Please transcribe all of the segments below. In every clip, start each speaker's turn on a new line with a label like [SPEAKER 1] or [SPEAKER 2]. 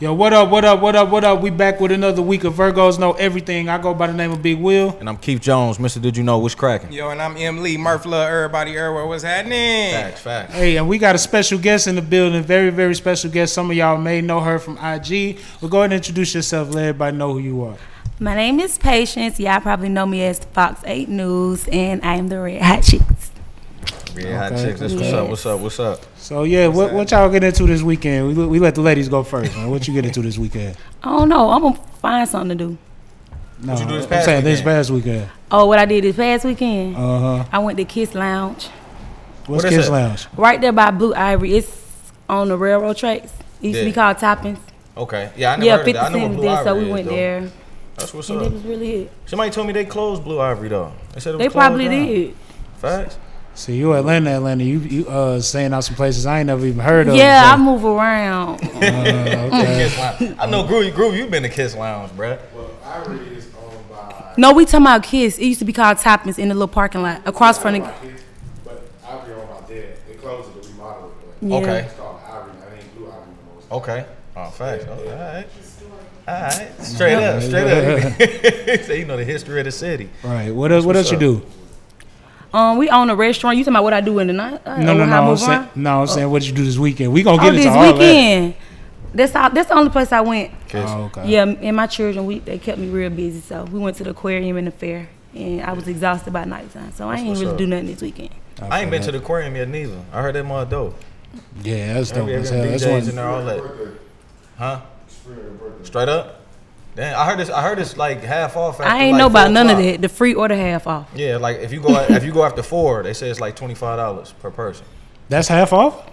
[SPEAKER 1] Yo, what up, what up, what up, what up? We back with another week of Virgos Know Everything. I go by the name of Big Will.
[SPEAKER 2] And I'm Keith Jones, Mr. Did You Know What's Cracking?
[SPEAKER 3] Yo, and I'm M. Lee, Murph Love, everybody, everywhere. What's happening?
[SPEAKER 2] Facts, facts.
[SPEAKER 1] Hey, and we got a special guest in the building. Very, very special guest. Some of y'all may know her from IG. Well, go ahead and introduce yourself. Let everybody know who you are.
[SPEAKER 4] My name is Patience. Y'all probably know me as Fox 8 News, and I am the Red Hot Chicks.
[SPEAKER 2] Red hot chicks. That's what's up, what's up, what's up.
[SPEAKER 1] So, yeah, what, what y'all get into this weekend? We, we let the ladies go first, man. What you get into this weekend?
[SPEAKER 4] I don't know. I'm going to find something to do.
[SPEAKER 1] No,
[SPEAKER 3] you do this
[SPEAKER 1] I'm
[SPEAKER 3] past
[SPEAKER 1] saying this
[SPEAKER 3] weekend?
[SPEAKER 1] past weekend.
[SPEAKER 4] Oh, what I did this past weekend,
[SPEAKER 1] Uh huh.
[SPEAKER 4] I went to Kiss Lounge
[SPEAKER 1] What's
[SPEAKER 2] What is
[SPEAKER 1] Kids
[SPEAKER 2] it?
[SPEAKER 1] Lounge?
[SPEAKER 4] right there by Blue Ivory. It's on the railroad tracks. It used to be
[SPEAKER 2] Yeah.
[SPEAKER 4] called Toppins.
[SPEAKER 2] Okay. Yeah, I never
[SPEAKER 4] Yeah,
[SPEAKER 2] heard
[SPEAKER 4] 50
[SPEAKER 2] of that. I know what
[SPEAKER 4] Cent
[SPEAKER 2] Blue
[SPEAKER 4] did,
[SPEAKER 2] Ivory
[SPEAKER 4] so
[SPEAKER 2] is,
[SPEAKER 4] we went
[SPEAKER 2] though.
[SPEAKER 4] there.
[SPEAKER 2] That's what's
[SPEAKER 4] And
[SPEAKER 2] up.
[SPEAKER 4] that was really it.
[SPEAKER 2] Somebody told me they closed Blue Ivory, though. They said it was
[SPEAKER 4] They
[SPEAKER 2] closed
[SPEAKER 4] probably
[SPEAKER 2] down.
[SPEAKER 4] did.
[SPEAKER 2] Facts.
[SPEAKER 1] See, you Atlanta, Atlanta. You, you uh, saying out some places I ain't never even heard of.
[SPEAKER 4] Yeah, I
[SPEAKER 1] so-
[SPEAKER 4] move around.
[SPEAKER 1] Uh, okay.
[SPEAKER 2] Kiss Lounge. I know, Groove, Groove, you've been to Kiss Lounge, bruh.
[SPEAKER 4] no, we talking about Kiss. It used to be called Toppins in the little parking lot across from the.
[SPEAKER 5] But Ivory on my dad. They closed it to remodel it, but
[SPEAKER 4] Yeah.
[SPEAKER 2] Okay.
[SPEAKER 5] it's called Ivory. I ain't blue Ivory no more.
[SPEAKER 2] Okay. Oh, facts. Oh, all right. All right. Straight up, straight up. so you know the history of the city.
[SPEAKER 1] Right. What else? What else
[SPEAKER 2] what's
[SPEAKER 1] you
[SPEAKER 2] up.
[SPEAKER 1] do?
[SPEAKER 4] Um, we own a restaurant. You talking about what I do in the night?
[SPEAKER 1] No, no, no.
[SPEAKER 4] I
[SPEAKER 1] I'm
[SPEAKER 4] Oh, move
[SPEAKER 1] saying,
[SPEAKER 4] around?
[SPEAKER 1] no, I'm saying what you do this weekend. We gonna
[SPEAKER 4] Oh,
[SPEAKER 1] get
[SPEAKER 4] this
[SPEAKER 1] into all that.
[SPEAKER 4] weekend. That's all, that's the only place I went.
[SPEAKER 2] Kiss.
[SPEAKER 1] Oh, okay.
[SPEAKER 4] Yeah, and my children, we they kept me real busy. So we went to the aquarium and the fair, and I was exhausted by nighttime. So I ain't
[SPEAKER 2] what's
[SPEAKER 4] really
[SPEAKER 2] up.
[SPEAKER 4] do nothing this weekend.
[SPEAKER 2] I ain't been to the aquarium yet neither. I heard that mother dope.
[SPEAKER 1] Yeah, Oh, that's dope
[SPEAKER 2] Every,
[SPEAKER 1] as
[SPEAKER 2] every
[SPEAKER 1] hell. That's
[SPEAKER 2] DJs
[SPEAKER 1] one.
[SPEAKER 2] in there, all that. Huh? Straight up. Damn, I heard this. I heard it's like half off. After
[SPEAKER 4] I ain't
[SPEAKER 2] like
[SPEAKER 4] know about
[SPEAKER 2] four
[SPEAKER 4] none of
[SPEAKER 2] o'clock.
[SPEAKER 4] that. The free order half off.
[SPEAKER 2] Yeah, like if you go if you go after four, they say it's like twenty five dollars per person.
[SPEAKER 1] That's half off.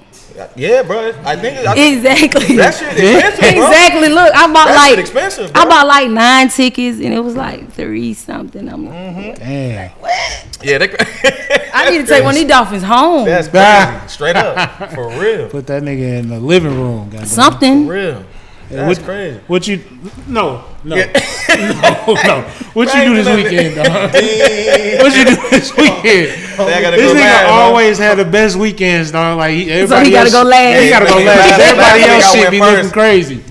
[SPEAKER 2] Yeah, bro. I think I,
[SPEAKER 4] Exactly.
[SPEAKER 2] that shit expensive, bro.
[SPEAKER 4] exactly. Look, I bought
[SPEAKER 2] That shit
[SPEAKER 4] like
[SPEAKER 2] expensive,
[SPEAKER 4] I
[SPEAKER 2] bro.
[SPEAKER 4] bought like nine tickets, and it was like three something. I'm like,
[SPEAKER 1] Damn.
[SPEAKER 2] Yeah, they,
[SPEAKER 4] I need to take one of these dolphins home.
[SPEAKER 2] that's crazy. Straight up, for real,
[SPEAKER 1] Put that nigga in the living room. goddamn.
[SPEAKER 2] for
[SPEAKER 4] something.
[SPEAKER 2] real. That's
[SPEAKER 1] What-
[SPEAKER 2] crazy.
[SPEAKER 1] What you? No, no, no, no. What you do this
[SPEAKER 2] Right,
[SPEAKER 1] weekend, dog? What you do this weekend?
[SPEAKER 2] Say I gotta
[SPEAKER 1] This
[SPEAKER 2] go
[SPEAKER 1] nigga
[SPEAKER 2] live, huh?
[SPEAKER 1] always had the best weekends, dog. Like he,
[SPEAKER 4] So
[SPEAKER 1] everybody
[SPEAKER 4] he gotta
[SPEAKER 1] else,
[SPEAKER 4] go
[SPEAKER 1] He
[SPEAKER 4] last.
[SPEAKER 1] gotta go
[SPEAKER 2] Yeah,
[SPEAKER 1] last.
[SPEAKER 2] last.
[SPEAKER 1] Everybody else
[SPEAKER 2] Last week I
[SPEAKER 1] shit
[SPEAKER 2] went
[SPEAKER 1] be
[SPEAKER 2] first.
[SPEAKER 1] looking crazy.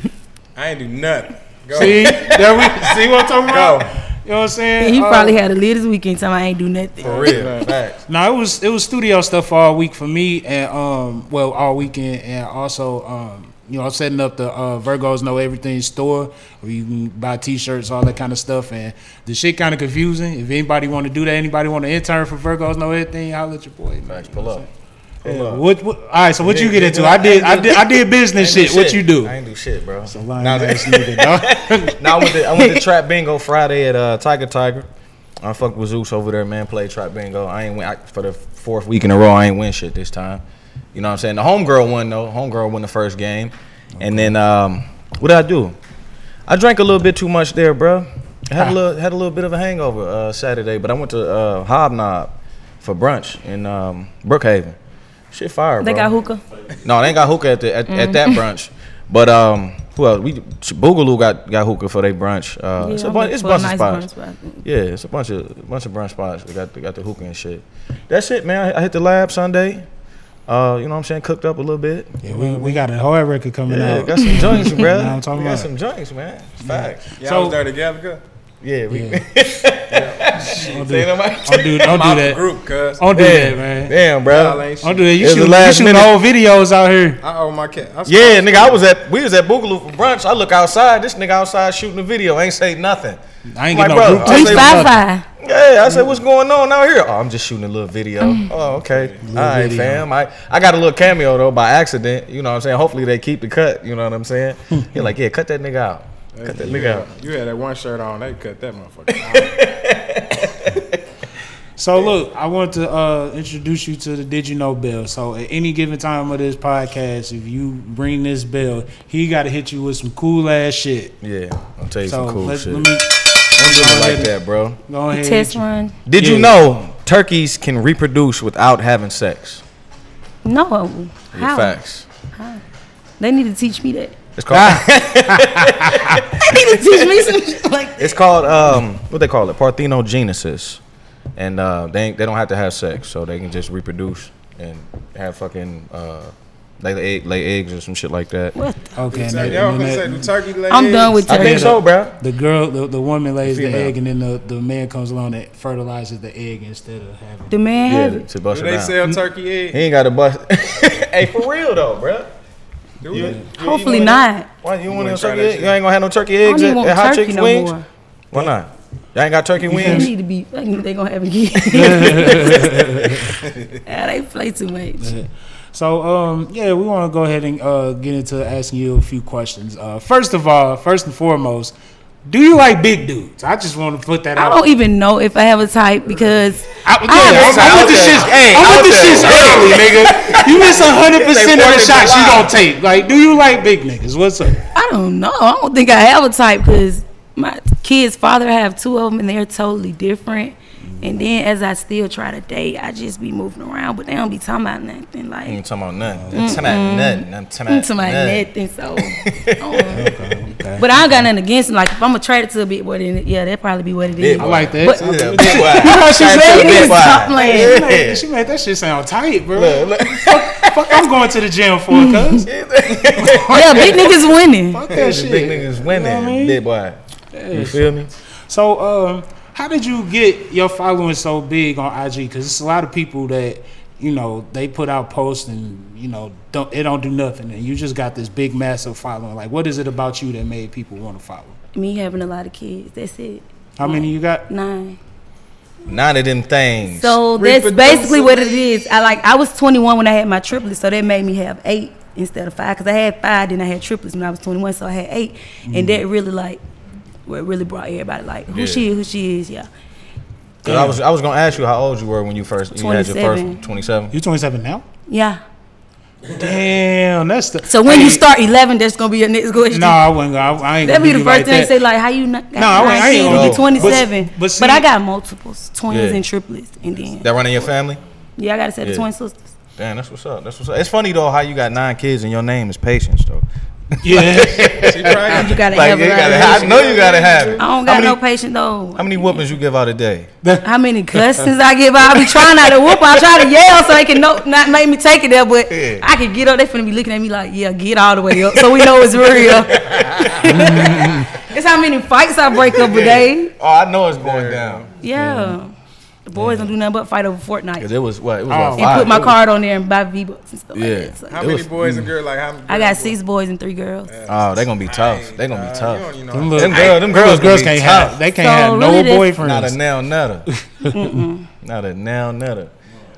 [SPEAKER 3] I ain't do nothing. Go.
[SPEAKER 1] See, there we see what I'm talking about.
[SPEAKER 3] Go.
[SPEAKER 1] You know what I'm saying?
[SPEAKER 4] He
[SPEAKER 1] Uh,
[SPEAKER 4] probably had a latest weekend. Time I ain't do nothing.
[SPEAKER 2] For real, facts.
[SPEAKER 1] No, it was it was studio stuff all week for me, and um, well, all weekend, and also um, you know, I'm setting up the uh, Virgos Know Everything store where you can buy T-shirts, all that kind of stuff, and the shit kind of confusing. If anybody want to do that, anybody want to intern for Virgos Know Everything, holla at your boy, man.
[SPEAKER 2] Facts. Pull up. Pull
[SPEAKER 1] Yeah,
[SPEAKER 2] up.
[SPEAKER 1] what, what, all right, so what you
[SPEAKER 2] Yeah,
[SPEAKER 1] get
[SPEAKER 2] yeah,
[SPEAKER 1] into?
[SPEAKER 2] yeah,
[SPEAKER 1] I did,
[SPEAKER 2] I
[SPEAKER 1] I did, I did
[SPEAKER 2] I
[SPEAKER 1] business
[SPEAKER 2] ain't do
[SPEAKER 1] shit. What you do?
[SPEAKER 2] I ain't do shit, bro.
[SPEAKER 1] Lying
[SPEAKER 2] Nah,
[SPEAKER 1] ass nigga, dog.
[SPEAKER 2] Now I went to I went to Trap Bingo Friday at uh, Tiger Tiger. I fucked with Zeus over there, man. Played Trap Bingo. I ain't win I, for the fourth week in a row. I ain't win shit this time. You know what I'm saying? The homegirl won though. Homegirl won the first game, and then um, what did I do? I drank a little bit too much there, bro. I had a little had a little bit of a hangover uh, Saturday, but I went to uh, Hobnob for brunch in um, Brookhaven. Shit fire,
[SPEAKER 4] They
[SPEAKER 2] bro.
[SPEAKER 4] got hookah.
[SPEAKER 2] No, they ain't got hookah at, the, at, at
[SPEAKER 4] Mm.
[SPEAKER 2] that brunch. But um, who else? We Boogaloo got, got hookah for their brunch. Uh, it's a,
[SPEAKER 4] I'm
[SPEAKER 2] bun-
[SPEAKER 4] looking
[SPEAKER 2] it's a
[SPEAKER 4] for
[SPEAKER 2] bunch of
[SPEAKER 4] nice
[SPEAKER 2] spots.
[SPEAKER 4] brunch spot.
[SPEAKER 2] Yeah, it's a bunch of bunch of brunch spots. They got they got the hookah and shit. That's it, man. I, I hit the lab Sunday. Uh, you know what I'm saying? Cooked up a little bit.
[SPEAKER 1] yeah, we, we got a hard record coming
[SPEAKER 2] Yeah,
[SPEAKER 1] out.
[SPEAKER 2] got some joints, bro.
[SPEAKER 1] Know what I'm talking
[SPEAKER 2] we got
[SPEAKER 1] about.
[SPEAKER 2] some joints, man. Facts.
[SPEAKER 3] Y'all
[SPEAKER 1] So-
[SPEAKER 3] was there together, cuz?
[SPEAKER 2] Yeah, we.
[SPEAKER 1] Yeah. Don't do,
[SPEAKER 2] Say
[SPEAKER 1] don't
[SPEAKER 2] nobody-
[SPEAKER 1] do, don't
[SPEAKER 3] I'm out
[SPEAKER 1] do
[SPEAKER 3] the
[SPEAKER 1] that.
[SPEAKER 3] group, cuz.
[SPEAKER 1] Don't do
[SPEAKER 2] Damn,
[SPEAKER 1] that, man.
[SPEAKER 2] Damn,
[SPEAKER 3] Y'all
[SPEAKER 2] bro.
[SPEAKER 3] ain't
[SPEAKER 1] Don't
[SPEAKER 3] shit.
[SPEAKER 1] do that. You
[SPEAKER 2] It's the
[SPEAKER 1] shoot, you
[SPEAKER 2] last
[SPEAKER 1] shooting
[SPEAKER 2] minute.
[SPEAKER 1] old videos out here.
[SPEAKER 3] I owe my cat. I
[SPEAKER 2] Yeah, nigga, I was at we was at Boogaloo for brunch. I look outside. This nigga outside shooting a video. ain't say nothing.
[SPEAKER 1] I ain't
[SPEAKER 2] My
[SPEAKER 1] get no
[SPEAKER 2] brother,
[SPEAKER 1] group
[SPEAKER 2] I
[SPEAKER 1] text.
[SPEAKER 4] We
[SPEAKER 2] say-
[SPEAKER 4] five five.
[SPEAKER 2] Yeah, I said, what's going on out here? Oh, I'm just shooting a little video. Oh, okay. All right,
[SPEAKER 1] video.
[SPEAKER 2] fam. I, I got a little cameo, though, by accident. You know what I'm saying? Hopefully they keep the cut. You know what I'm saying? You're like, yeah, cut that nigga out. Cut that nigga out.
[SPEAKER 3] You had that one shirt on. They cut that motherfucker. out.
[SPEAKER 1] So look, I want to uh, introduce you to the Did You Know Bell. So at any given time of this podcast, if you ring this bell, he got to hit you with some cool ass shit.
[SPEAKER 2] Yeah, I'll tell you
[SPEAKER 1] So
[SPEAKER 2] some cool
[SPEAKER 1] let,
[SPEAKER 2] shit.
[SPEAKER 1] let me
[SPEAKER 2] Don't do it like that, bro.
[SPEAKER 1] go ahead.
[SPEAKER 4] Test run.
[SPEAKER 2] Did you
[SPEAKER 1] Yeah.
[SPEAKER 2] know turkeys can reproduce without having sex?
[SPEAKER 4] No.
[SPEAKER 2] Yeah,
[SPEAKER 4] How?
[SPEAKER 2] Facts.
[SPEAKER 4] They need to teach me that.
[SPEAKER 2] It's called,
[SPEAKER 4] They need to teach me some shit like that.
[SPEAKER 2] it's called um, what they call it, parthenogenesis. And uh, they, ain't- they don't have to have sex, so they can just reproduce and have fucking uh, They lay, egg- lay eggs or some shit like that.
[SPEAKER 4] What?
[SPEAKER 1] Okay. and that-
[SPEAKER 3] Y'all
[SPEAKER 1] and
[SPEAKER 3] gonna
[SPEAKER 1] that-
[SPEAKER 3] say the turkey legs?
[SPEAKER 4] I'm done with
[SPEAKER 2] I
[SPEAKER 4] turkey.
[SPEAKER 2] think so, bro.
[SPEAKER 1] the girl, the, the woman lays the
[SPEAKER 2] Female.
[SPEAKER 1] egg, and then the, the man comes along and fertilizes the egg instead of having.
[SPEAKER 4] The man have
[SPEAKER 2] Yeah,
[SPEAKER 4] it.
[SPEAKER 2] to bust
[SPEAKER 3] Do
[SPEAKER 2] it
[SPEAKER 3] they
[SPEAKER 2] down.
[SPEAKER 3] sell turkey
[SPEAKER 2] he
[SPEAKER 3] egg?
[SPEAKER 2] ain't got to bust. hey, for real though, bro.
[SPEAKER 3] Do
[SPEAKER 2] You-
[SPEAKER 3] it?
[SPEAKER 2] you eat
[SPEAKER 4] Hopefully
[SPEAKER 2] one of
[SPEAKER 4] not.
[SPEAKER 2] them? Why you want
[SPEAKER 3] wanna
[SPEAKER 2] no
[SPEAKER 3] try
[SPEAKER 2] turkey?
[SPEAKER 3] that
[SPEAKER 2] Egg?
[SPEAKER 3] shit?
[SPEAKER 2] You ain't gonna have no turkey
[SPEAKER 4] I don't
[SPEAKER 2] eggs
[SPEAKER 4] even
[SPEAKER 2] at,
[SPEAKER 4] want
[SPEAKER 2] at hot
[SPEAKER 4] turkey
[SPEAKER 2] chicks
[SPEAKER 4] no
[SPEAKER 2] wings?
[SPEAKER 4] more.
[SPEAKER 2] Why not? Y'all ain't got turkey
[SPEAKER 4] They
[SPEAKER 2] wings.
[SPEAKER 4] need to be. like, They gonna have a kid. yeah, they play too much.
[SPEAKER 1] So um, yeah, we want to go ahead and uh, get into asking you a few questions. Uh, first of all, first and foremost, do you like big dudes? I just want to put that
[SPEAKER 4] I
[SPEAKER 1] out.
[SPEAKER 4] don't even know if I have a type because
[SPEAKER 1] I, yeah, I'm,
[SPEAKER 4] I
[SPEAKER 1] I'm
[SPEAKER 2] out
[SPEAKER 1] with the
[SPEAKER 2] there.
[SPEAKER 1] shits. Hey,
[SPEAKER 2] Out
[SPEAKER 1] I'm with the
[SPEAKER 2] there.
[SPEAKER 1] shits early, nigga. You miss hundred percent of the
[SPEAKER 2] They
[SPEAKER 1] shots you
[SPEAKER 2] fucking
[SPEAKER 1] don't take. Like, do you like big niggas? What's up?
[SPEAKER 4] I don't know. I don't think I have a type because my kids' father I have two of them and they're totally different. And then as I still try to date, I just be moving around, but they don't be talking about nothing like
[SPEAKER 2] I ain't talking about nothing. Mm, I'm talking about nothing. I'm talking about
[SPEAKER 4] to my
[SPEAKER 2] nothing.
[SPEAKER 4] nothing. So, I don't know. but I ain't got nothing against them. Like if I'm attracted to a big boy, then yeah, that'd probably be what it is.
[SPEAKER 1] I like that.
[SPEAKER 4] But-
[SPEAKER 2] Yeah, big
[SPEAKER 1] know what she
[SPEAKER 2] Turn
[SPEAKER 1] said?
[SPEAKER 2] to a
[SPEAKER 1] You
[SPEAKER 2] big
[SPEAKER 4] just stop playing.
[SPEAKER 1] She
[SPEAKER 2] wide.
[SPEAKER 1] made-
[SPEAKER 2] Yeah.
[SPEAKER 1] She made that shit sound tight, bro.
[SPEAKER 2] Look, look.
[SPEAKER 1] Fuck, I'm going to the gym for it, cuz.
[SPEAKER 4] yeah, big niggas winning.
[SPEAKER 1] Fuck
[SPEAKER 2] Yeah,
[SPEAKER 1] that
[SPEAKER 2] the
[SPEAKER 1] shit.
[SPEAKER 2] big niggas
[SPEAKER 1] You know what I
[SPEAKER 2] winning.
[SPEAKER 1] mean?
[SPEAKER 2] Big boy. You feel me?
[SPEAKER 1] So, um, how did you get your following so big on IG? Because it's a lot of people that you know they put out posts and you know don't it don't do nothing, and you just got this big massive following. Like, what is it about you that made people want to follow?
[SPEAKER 4] Me having a lot of kids. That's it.
[SPEAKER 1] How many you got?
[SPEAKER 4] Nine.
[SPEAKER 2] None of them things.
[SPEAKER 4] So that's
[SPEAKER 3] Reproducible.
[SPEAKER 4] basically what it is. I like I was 21 when I had my triplets, so that made me have eight instead of five. Cause I had five, then I had triplets when I was 21, so I had 8 and that really like what really brought everybody like who
[SPEAKER 2] Yeah.
[SPEAKER 4] she is, who she is, yeah.
[SPEAKER 2] 'Cause I was I was gonna ask you how old you were when you first you had your first
[SPEAKER 4] 27.
[SPEAKER 2] twenty seven.
[SPEAKER 1] You 27 now?
[SPEAKER 4] Yeah.
[SPEAKER 1] Damn, that's the.
[SPEAKER 4] So when
[SPEAKER 1] Hey,
[SPEAKER 4] you start 11, that's gonna be your next question.
[SPEAKER 1] No, I wouldn't. I, I ain't.
[SPEAKER 4] That'd be
[SPEAKER 1] gonna do you
[SPEAKER 4] the first
[SPEAKER 1] like
[SPEAKER 4] thing they
[SPEAKER 1] that.
[SPEAKER 4] say, like, how you not got
[SPEAKER 1] No, I ain't- I ain't
[SPEAKER 4] nine
[SPEAKER 2] gonna
[SPEAKER 4] kids, you
[SPEAKER 2] know.
[SPEAKER 4] 27. But,
[SPEAKER 1] But- but
[SPEAKER 4] I
[SPEAKER 1] see-
[SPEAKER 4] got multiples, twins
[SPEAKER 2] Yeah.
[SPEAKER 4] and triplets, and then
[SPEAKER 2] That running your family?
[SPEAKER 4] yeah, I gotta say the
[SPEAKER 2] Yeah.
[SPEAKER 4] twin sisters.
[SPEAKER 2] Damn, that's what's up. That's what's up. It's funny though how you got nine kids and your name is patience though.
[SPEAKER 1] Yeah.
[SPEAKER 3] She probably
[SPEAKER 4] You gotta
[SPEAKER 2] Like
[SPEAKER 4] have
[SPEAKER 2] you
[SPEAKER 4] a lot
[SPEAKER 2] gotta
[SPEAKER 4] of
[SPEAKER 2] have. I know you gotta have it.
[SPEAKER 4] I don't
[SPEAKER 2] how
[SPEAKER 4] got
[SPEAKER 2] many,
[SPEAKER 4] no patience though.
[SPEAKER 2] How many whoopings you give out a day?
[SPEAKER 4] how many cussings I give out. I be trying not to whoop. I try to yell so they can know, not make me take it there, but
[SPEAKER 2] Yeah.
[SPEAKER 4] I can get up. They finna be looking at me like, yeah, get all the way up, so we know it's real. it's how many fights I break up a day.
[SPEAKER 2] Oh, I know it's going down.
[SPEAKER 4] Yeah, the boys don't do nothing but fight over
[SPEAKER 2] Cause
[SPEAKER 4] Fortnite
[SPEAKER 2] it was what it was.
[SPEAKER 1] Oh.
[SPEAKER 2] about
[SPEAKER 1] And
[SPEAKER 4] and
[SPEAKER 2] five.
[SPEAKER 4] put my
[SPEAKER 2] It was-
[SPEAKER 4] card on there and buy V bucks and stuff
[SPEAKER 2] Yeah.
[SPEAKER 4] like that. So,
[SPEAKER 2] It
[SPEAKER 3] How many
[SPEAKER 2] was- mm.
[SPEAKER 3] boys and girls? Like how many?
[SPEAKER 4] I got
[SPEAKER 3] girls?
[SPEAKER 4] six boys and three girls.
[SPEAKER 2] Oh, they're gonna be tough.
[SPEAKER 3] Hey,
[SPEAKER 2] They're gonna
[SPEAKER 3] nah,
[SPEAKER 2] be
[SPEAKER 3] You don't
[SPEAKER 2] tough.
[SPEAKER 3] even know.
[SPEAKER 1] Them
[SPEAKER 3] how-
[SPEAKER 1] little-
[SPEAKER 2] Them girl- them girls
[SPEAKER 1] girls
[SPEAKER 2] gonna
[SPEAKER 1] can't
[SPEAKER 2] be
[SPEAKER 1] have.
[SPEAKER 2] tough.
[SPEAKER 1] They can't
[SPEAKER 4] So,
[SPEAKER 1] have no
[SPEAKER 4] really, that's-
[SPEAKER 1] boyfriends.
[SPEAKER 2] Not a now nutter. Not a now nutter.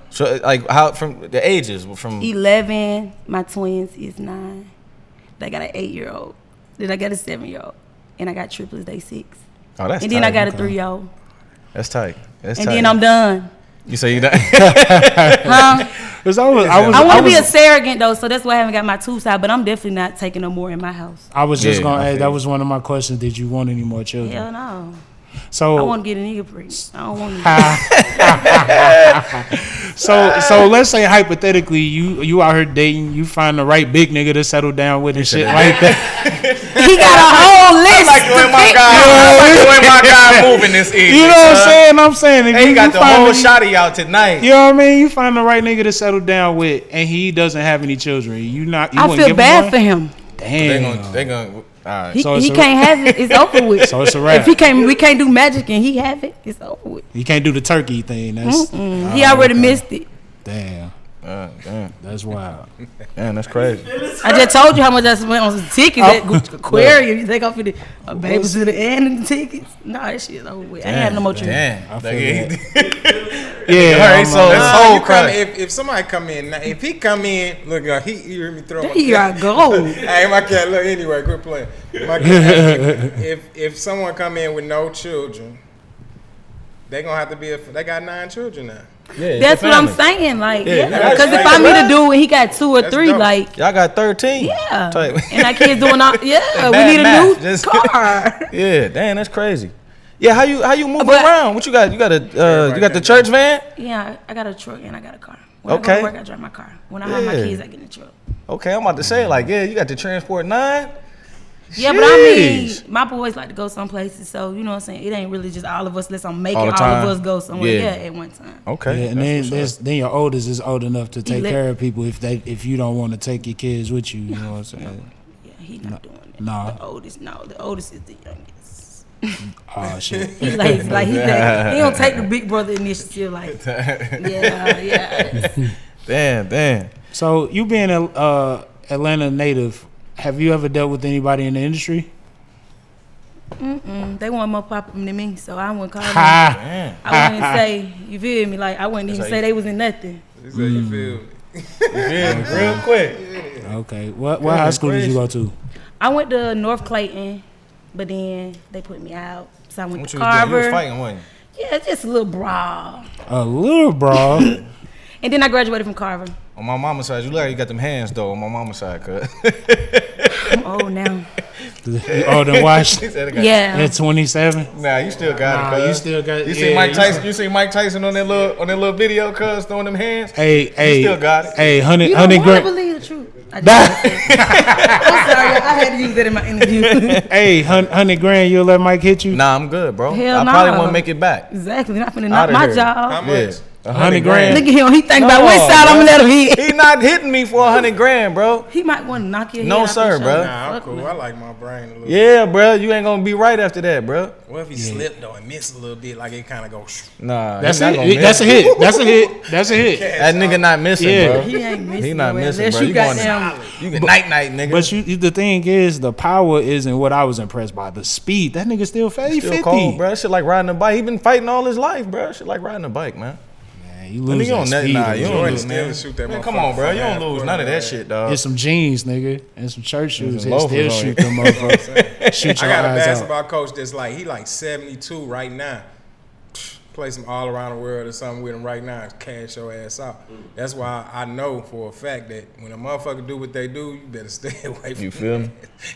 [SPEAKER 2] So uh, like how from the ages from
[SPEAKER 4] 11. My twins is nine. I got an eight year old. Then I got a seven year old. And I got triplets, they six.
[SPEAKER 2] oh that's
[SPEAKER 4] and then I
[SPEAKER 2] tight.
[SPEAKER 4] got a three year old.
[SPEAKER 2] that's tight. That's
[SPEAKER 4] And
[SPEAKER 2] tight.
[SPEAKER 4] then I'm done.
[SPEAKER 2] you say you done.
[SPEAKER 4] Huh?
[SPEAKER 1] It's always- I was,
[SPEAKER 4] I want to be
[SPEAKER 1] was-
[SPEAKER 4] a surrogate though, so that's why I haven't got my two side, but I'm definitely not taking no more in my house.
[SPEAKER 1] I was just
[SPEAKER 2] Yeah,
[SPEAKER 1] gonna
[SPEAKER 2] I
[SPEAKER 1] ask.
[SPEAKER 2] feel
[SPEAKER 1] That
[SPEAKER 2] you.
[SPEAKER 1] was one of my questions. Did you want any more children?
[SPEAKER 4] Hell no.
[SPEAKER 1] So
[SPEAKER 4] I want to get a nigga pregnant. I don't want to.
[SPEAKER 1] So so let's say hypothetically you you out here dating, you find the right big nigga to settle down with and shit like that.
[SPEAKER 4] he got a whole list.
[SPEAKER 2] like the way
[SPEAKER 4] to
[SPEAKER 2] my
[SPEAKER 4] pick.
[SPEAKER 2] guy, I like the way my guy moving this evening.
[SPEAKER 1] You know what I'm
[SPEAKER 2] son.
[SPEAKER 1] saying? I'm saying if
[SPEAKER 2] Hey,
[SPEAKER 1] you,
[SPEAKER 2] he got
[SPEAKER 1] you
[SPEAKER 2] the
[SPEAKER 1] find
[SPEAKER 2] whole
[SPEAKER 1] the-
[SPEAKER 2] shot of y'all Oh, tonight.
[SPEAKER 1] You know what I mean? You find the right nigga to settle down with, and he doesn't have any children. You not? You
[SPEAKER 4] I
[SPEAKER 1] wouldn't
[SPEAKER 4] feel
[SPEAKER 1] give him
[SPEAKER 4] bad
[SPEAKER 1] one?
[SPEAKER 4] for him.
[SPEAKER 2] They
[SPEAKER 1] Damn.
[SPEAKER 2] gonna, they gonna, all right.
[SPEAKER 4] He,
[SPEAKER 1] So it's
[SPEAKER 4] he
[SPEAKER 1] a-
[SPEAKER 4] can't have it. It's over with.
[SPEAKER 1] So it's a wrap.
[SPEAKER 4] If he can't, we can't do magic and he have it. It's over with.
[SPEAKER 1] you can't do the turkey thing. That's
[SPEAKER 4] Mm, he already missed it.
[SPEAKER 1] damn.
[SPEAKER 2] Uh, damn,
[SPEAKER 1] That's wild.
[SPEAKER 2] damn, that's crazy.
[SPEAKER 4] I just told you how much I spent on some tickets
[SPEAKER 1] Oh,
[SPEAKER 4] at Gucci Aquarium. You take off the a babysitter and the tickets? Nah, that shit over with. I ain't have no more children.
[SPEAKER 2] Damn,
[SPEAKER 1] I
[SPEAKER 2] Like,
[SPEAKER 1] feel
[SPEAKER 2] he-
[SPEAKER 1] that.
[SPEAKER 2] All right,
[SPEAKER 1] Yeah.
[SPEAKER 2] so
[SPEAKER 1] so
[SPEAKER 2] let's
[SPEAKER 3] Nah,
[SPEAKER 2] hold
[SPEAKER 3] you come,
[SPEAKER 2] crush.
[SPEAKER 3] if, if somebody come in, now, if he come in, look, uh, he you hear me throw.
[SPEAKER 4] There
[SPEAKER 3] my
[SPEAKER 4] you
[SPEAKER 3] cat.
[SPEAKER 4] go.
[SPEAKER 3] hey, my cat. Look, anyway, quit playing. My cat, if, if if someone come in with no children, they gonna have to be. A, they got nine children now.
[SPEAKER 2] Yeah,
[SPEAKER 4] That's
[SPEAKER 2] your
[SPEAKER 4] what I'm
[SPEAKER 2] family.
[SPEAKER 4] saying. Like,
[SPEAKER 2] Yeah,
[SPEAKER 4] yeah,
[SPEAKER 2] you gotta
[SPEAKER 4] because if I
[SPEAKER 2] explain
[SPEAKER 4] meet
[SPEAKER 2] that.
[SPEAKER 4] a dude and he got two or
[SPEAKER 3] That's
[SPEAKER 4] three,
[SPEAKER 3] dope.
[SPEAKER 4] like,
[SPEAKER 2] Y'all got thirteen.
[SPEAKER 4] yeah,
[SPEAKER 2] Type.
[SPEAKER 4] and I kids doing all, yeah,
[SPEAKER 2] Bad
[SPEAKER 4] we need a
[SPEAKER 2] math.
[SPEAKER 4] new
[SPEAKER 2] Just-
[SPEAKER 4] car.
[SPEAKER 2] Yeah, damn, that's crazy. Yeah, how you how you moving
[SPEAKER 4] But-
[SPEAKER 2] around? What you got? You got a uh, you got the
[SPEAKER 3] can-
[SPEAKER 2] church van?
[SPEAKER 4] yeah, I got a truck and I got a car. When I go
[SPEAKER 2] Okay.
[SPEAKER 4] to work, I drive my car. When I have my
[SPEAKER 2] Yeah.
[SPEAKER 4] kids, I get in the truck.
[SPEAKER 2] Okay, I'm about to say like yeah, you got the transport nine.
[SPEAKER 4] Yeah, but I mean,
[SPEAKER 1] Jeez.
[SPEAKER 4] my boys like to go some places, so you know what I'm saying. It ain't really just all of us. Unless I'm making
[SPEAKER 2] All
[SPEAKER 4] all,
[SPEAKER 2] the
[SPEAKER 4] of
[SPEAKER 2] time.
[SPEAKER 4] us go somewhere.
[SPEAKER 2] Yeah. Oh.
[SPEAKER 4] Yeah, at one time.
[SPEAKER 1] Yeah,
[SPEAKER 2] Okay.
[SPEAKER 1] and
[SPEAKER 2] that's
[SPEAKER 1] then
[SPEAKER 2] what's
[SPEAKER 1] there's, then your oldest is old enough to take
[SPEAKER 4] Ele-
[SPEAKER 1] care of people if they if you don't want to take your kids with you. You know what I'm saying?
[SPEAKER 4] Yeah, he not doing that.
[SPEAKER 1] nah.
[SPEAKER 4] The oldest, no, the oldest is the youngest.
[SPEAKER 1] Oh shit.
[SPEAKER 4] He lazy, like he, lazy. he don't take the big brother initiative. Like, yeah, yeah.
[SPEAKER 2] up. Damn, damn.
[SPEAKER 1] So you being a uh, Atlanta native, have you ever dealt with anybody in the industry?
[SPEAKER 4] Mm, they want more pop than me, so I wouldn't call them.
[SPEAKER 1] Ha!
[SPEAKER 2] Damn.
[SPEAKER 4] I wouldn't say you feel me. Like I wouldn't even
[SPEAKER 2] how
[SPEAKER 4] say
[SPEAKER 2] you-
[SPEAKER 4] they was in nothing.
[SPEAKER 3] This is how you feel.
[SPEAKER 2] Yeah, real quick.
[SPEAKER 1] Okay. What what high school did you go to?
[SPEAKER 4] I went to North Clayton, but then they put me out. So I went
[SPEAKER 2] What
[SPEAKER 4] to
[SPEAKER 2] you was doing? You was
[SPEAKER 4] Carver.
[SPEAKER 2] fighting, wasn't you?
[SPEAKER 4] Yeah, it's just a little brawl.
[SPEAKER 1] A little bro.
[SPEAKER 4] And then I graduated from Carver.
[SPEAKER 2] On my mama's side, you look like you got them hands though. On my mama's side, cuz.
[SPEAKER 4] I'm old Oh, now.
[SPEAKER 1] you old and washed
[SPEAKER 2] She said it got-
[SPEAKER 4] Yeah.
[SPEAKER 1] at 27.
[SPEAKER 2] Nah, you still got
[SPEAKER 1] Nah,
[SPEAKER 2] it, cuz.
[SPEAKER 1] you still got-
[SPEAKER 2] You
[SPEAKER 1] yeah,
[SPEAKER 2] see Mike
[SPEAKER 1] you-
[SPEAKER 2] Tyson? You see Mike Tyson on that little on that little video, cuz throwing them hands.
[SPEAKER 1] Hey, hey,
[SPEAKER 2] still got it.
[SPEAKER 1] hey, hundred,
[SPEAKER 4] You don't
[SPEAKER 1] hundred
[SPEAKER 4] want to
[SPEAKER 1] grand,
[SPEAKER 4] believe the truth. I just, I'm sorry. I had to use that in my interview.
[SPEAKER 1] hey, hun- hundred grand. You'll let Mike hit you?
[SPEAKER 2] Nah, I'm good, bro.
[SPEAKER 4] Hell
[SPEAKER 2] I
[SPEAKER 4] nah.
[SPEAKER 2] probably won't make it back.
[SPEAKER 4] exactly. Not finna knock
[SPEAKER 2] Outta
[SPEAKER 4] my
[SPEAKER 2] here.
[SPEAKER 3] How
[SPEAKER 4] job.
[SPEAKER 3] much?
[SPEAKER 2] Yeah, a
[SPEAKER 1] Hundred grand.
[SPEAKER 4] Look at him. He think about which
[SPEAKER 2] No,
[SPEAKER 4] side I'm
[SPEAKER 2] bruh.
[SPEAKER 4] gonna let him hit.
[SPEAKER 2] He not hitting me for a hundred grand, bro.
[SPEAKER 4] He might want to knock your
[SPEAKER 2] No,
[SPEAKER 4] head off
[SPEAKER 2] sir,
[SPEAKER 4] your shoulder.
[SPEAKER 2] bruh.
[SPEAKER 3] Nah, I'm
[SPEAKER 4] Fuck
[SPEAKER 3] cool.
[SPEAKER 4] no.
[SPEAKER 3] I like my brain a little. bit.
[SPEAKER 2] Yeah, bro. You ain't gonna be right after that, bro.
[SPEAKER 3] What if he slipped though and missed a little bit? Like it kind of goes.
[SPEAKER 2] Nah,
[SPEAKER 1] That's
[SPEAKER 2] he not
[SPEAKER 1] it.
[SPEAKER 2] gonna miss.
[SPEAKER 1] That's a hit. That's a hit. That's a hit.
[SPEAKER 2] That nigga not missing,
[SPEAKER 1] Yeah.
[SPEAKER 2] bro.
[SPEAKER 4] He ain't missing.
[SPEAKER 2] He not
[SPEAKER 4] nowhere.
[SPEAKER 2] missing,
[SPEAKER 4] Unless
[SPEAKER 2] bro.
[SPEAKER 4] You
[SPEAKER 2] You
[SPEAKER 4] got
[SPEAKER 2] going
[SPEAKER 4] them.
[SPEAKER 2] You can night night, nigga.
[SPEAKER 1] But you, you- the thing is, the power isn't what I was impressed by. The speed. That nigga still fast. He
[SPEAKER 2] still
[SPEAKER 1] 50.
[SPEAKER 2] cold, bro. Shit like riding a bike. He been fighting all his life, bro. Shit like riding a bike, man.
[SPEAKER 1] Man, you
[SPEAKER 2] Nigga,
[SPEAKER 1] lose
[SPEAKER 2] you
[SPEAKER 1] that
[SPEAKER 2] don't
[SPEAKER 1] speed.
[SPEAKER 2] nah, you don't
[SPEAKER 3] Jordan
[SPEAKER 2] lose,
[SPEAKER 3] still
[SPEAKER 2] man.
[SPEAKER 3] shoot that
[SPEAKER 2] man come on,
[SPEAKER 3] motherfucker
[SPEAKER 2] bro.
[SPEAKER 3] from
[SPEAKER 2] You don't
[SPEAKER 3] half
[SPEAKER 2] lose
[SPEAKER 3] court,
[SPEAKER 2] none of that
[SPEAKER 3] man.
[SPEAKER 2] shit, dog.
[SPEAKER 1] Get some jeans, nigga, and some church shoes.
[SPEAKER 2] some
[SPEAKER 1] He'll still
[SPEAKER 2] Uh, loafers on
[SPEAKER 1] shoot
[SPEAKER 2] you.
[SPEAKER 1] them motherfuckers. shoot
[SPEAKER 3] I
[SPEAKER 1] your
[SPEAKER 3] got a
[SPEAKER 1] eyes out.
[SPEAKER 3] basketball coach that's like he like seventy two right now. Play some all around the world or something with him right now. and Cash your ass out. That's why I know for a fact that when a motherfucker do what they do, you better stay away from.
[SPEAKER 2] You feel me?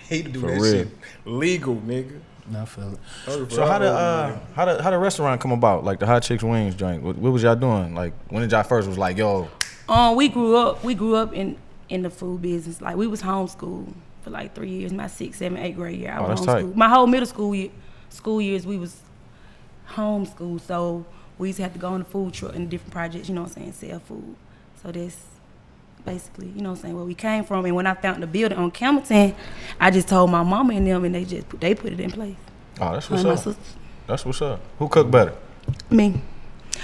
[SPEAKER 3] he do
[SPEAKER 2] For
[SPEAKER 3] that
[SPEAKER 2] real.
[SPEAKER 3] shit legal, nigga.
[SPEAKER 1] I feel it.
[SPEAKER 2] So how the uh, how the how the restaurant come about? Like the hot chicks wings joint. What, what was y'all doing? Like when did y'all first was like, yo, oh,
[SPEAKER 4] Um, we grew up. We grew up in in the food business. Like we was homeschooled for like three years. My sixth, seventh, eighth grade year, I
[SPEAKER 2] Oh,
[SPEAKER 4] was
[SPEAKER 2] that's tight.
[SPEAKER 4] homeschooled. My whole middle school year, school years, we was homeschooled. So we used to have to go on the food truck and different projects. You know what I'm saying? Sell food. So that's basically, you know what I'm saying, where we came from. And when I found the building on Camelton, I just told my mama and them, and they just put, they put it in place.
[SPEAKER 2] oh that's
[SPEAKER 4] Me
[SPEAKER 2] what's
[SPEAKER 4] and my
[SPEAKER 2] up.
[SPEAKER 4] sister,
[SPEAKER 2] That's what's up. Who cooked better?
[SPEAKER 4] me.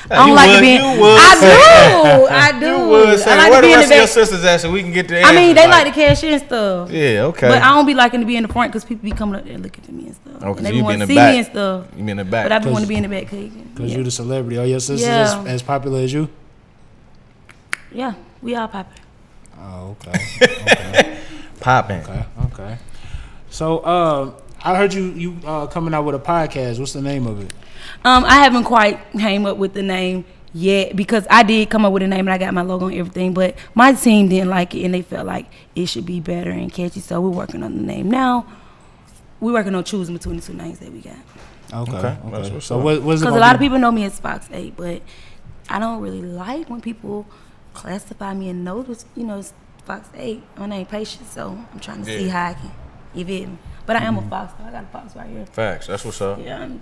[SPEAKER 2] Hey,
[SPEAKER 4] I
[SPEAKER 2] you
[SPEAKER 4] don't like
[SPEAKER 2] would-
[SPEAKER 4] it being.
[SPEAKER 2] you would
[SPEAKER 4] I
[SPEAKER 2] say-
[SPEAKER 4] do. I do.
[SPEAKER 2] You would say
[SPEAKER 4] I like
[SPEAKER 2] where
[SPEAKER 4] to
[SPEAKER 2] the
[SPEAKER 4] be in the
[SPEAKER 2] rest of your
[SPEAKER 4] back.
[SPEAKER 2] sisters at so we can get the.
[SPEAKER 4] I mean,
[SPEAKER 2] answers,
[SPEAKER 4] they like, to cash in stuff.
[SPEAKER 2] Yeah, okay.
[SPEAKER 4] But I don't be liking to be in the front because people be coming up there looking at me and stuff.
[SPEAKER 2] Oh, 'cause
[SPEAKER 4] and they
[SPEAKER 2] you be
[SPEAKER 4] want
[SPEAKER 2] in the
[SPEAKER 4] to see
[SPEAKER 2] back.
[SPEAKER 4] me and stuff.
[SPEAKER 2] you mean in the
[SPEAKER 4] But I
[SPEAKER 2] back?
[SPEAKER 4] be want
[SPEAKER 1] Cause-
[SPEAKER 4] to be in the back cooking.
[SPEAKER 1] Cause
[SPEAKER 4] yeah.
[SPEAKER 1] you the celebrity. Are your sisters
[SPEAKER 4] Yeah.
[SPEAKER 1] as, as popular as you?
[SPEAKER 4] yeah, we all popping.
[SPEAKER 1] Oh, okay.
[SPEAKER 2] Popping.
[SPEAKER 1] okay. Okay. So, uh, I heard you you uh, coming out with a podcast. What's the name of it?
[SPEAKER 4] Um, I haven't quite came up with the name yet because I did come up with a name and I got my logo and everything, but my team didn't like it and they felt like it should be better and catchy. So we're working on the name now. We're working on choosing between the two names that we got.
[SPEAKER 1] Okay.
[SPEAKER 2] Okay,
[SPEAKER 1] Okay.
[SPEAKER 2] that's what's
[SPEAKER 1] So,
[SPEAKER 2] up.
[SPEAKER 1] what, what's it
[SPEAKER 4] Because
[SPEAKER 1] gonna
[SPEAKER 4] a lot of
[SPEAKER 1] be?
[SPEAKER 4] people know me as Fox Eight, but I don't really like when people classify me and notice, you know, it's Fox Eight. My name Patience, so I'm trying to see
[SPEAKER 2] Yeah. Mm-hmm.
[SPEAKER 4] how I can. You feel me? But I am a fox. though. I got a fox right here.
[SPEAKER 2] Facts. That's what's up.
[SPEAKER 4] Yeah, I'm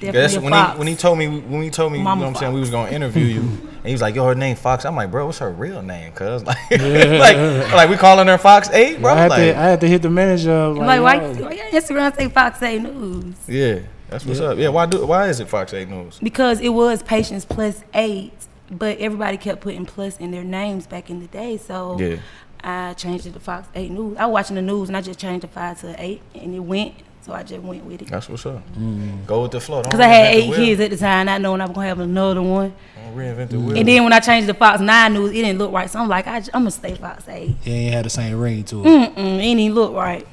[SPEAKER 4] definitely
[SPEAKER 2] That's
[SPEAKER 4] a
[SPEAKER 2] when
[SPEAKER 4] fox.
[SPEAKER 2] he when he told me when he told me you
[SPEAKER 4] Mama
[SPEAKER 2] know what I'm saying
[SPEAKER 4] Fox.
[SPEAKER 2] we was gonna interview you and he was like yo her name Fox I'm like bro what's her real name cuz like like like we calling her Fox Eight bro
[SPEAKER 1] I had,
[SPEAKER 2] like,
[SPEAKER 1] to, I had to hit the manager. up,
[SPEAKER 4] I'm like, oh,
[SPEAKER 1] Like,
[SPEAKER 4] why,
[SPEAKER 1] yo.
[SPEAKER 4] why your Instagram say Fox Eight News?
[SPEAKER 2] yeah that's what's up yeah why do why is it Fox Eight News
[SPEAKER 4] Because it was Patience Plus Eight, but everybody kept putting plus in their names back in the day, so.
[SPEAKER 2] Yeah.
[SPEAKER 4] I changed it to Fox 8 News. I was watching the news and I just changed the 5 to 8 and it went, so I just went with it.
[SPEAKER 2] that's what's up
[SPEAKER 1] Mm.
[SPEAKER 2] go with the flow
[SPEAKER 4] Cause I had eight kids at the time, not knowing I was gonna have another one.
[SPEAKER 2] don't reinvent
[SPEAKER 1] Mm.
[SPEAKER 2] the wheel
[SPEAKER 4] And then when I changed to Fox Nine News, it didn't look right. So I'm like, I, am gonna stay Fox Eight.
[SPEAKER 1] Yeah, you had the same ring to it.
[SPEAKER 4] Mm-mm, it didn't even look right.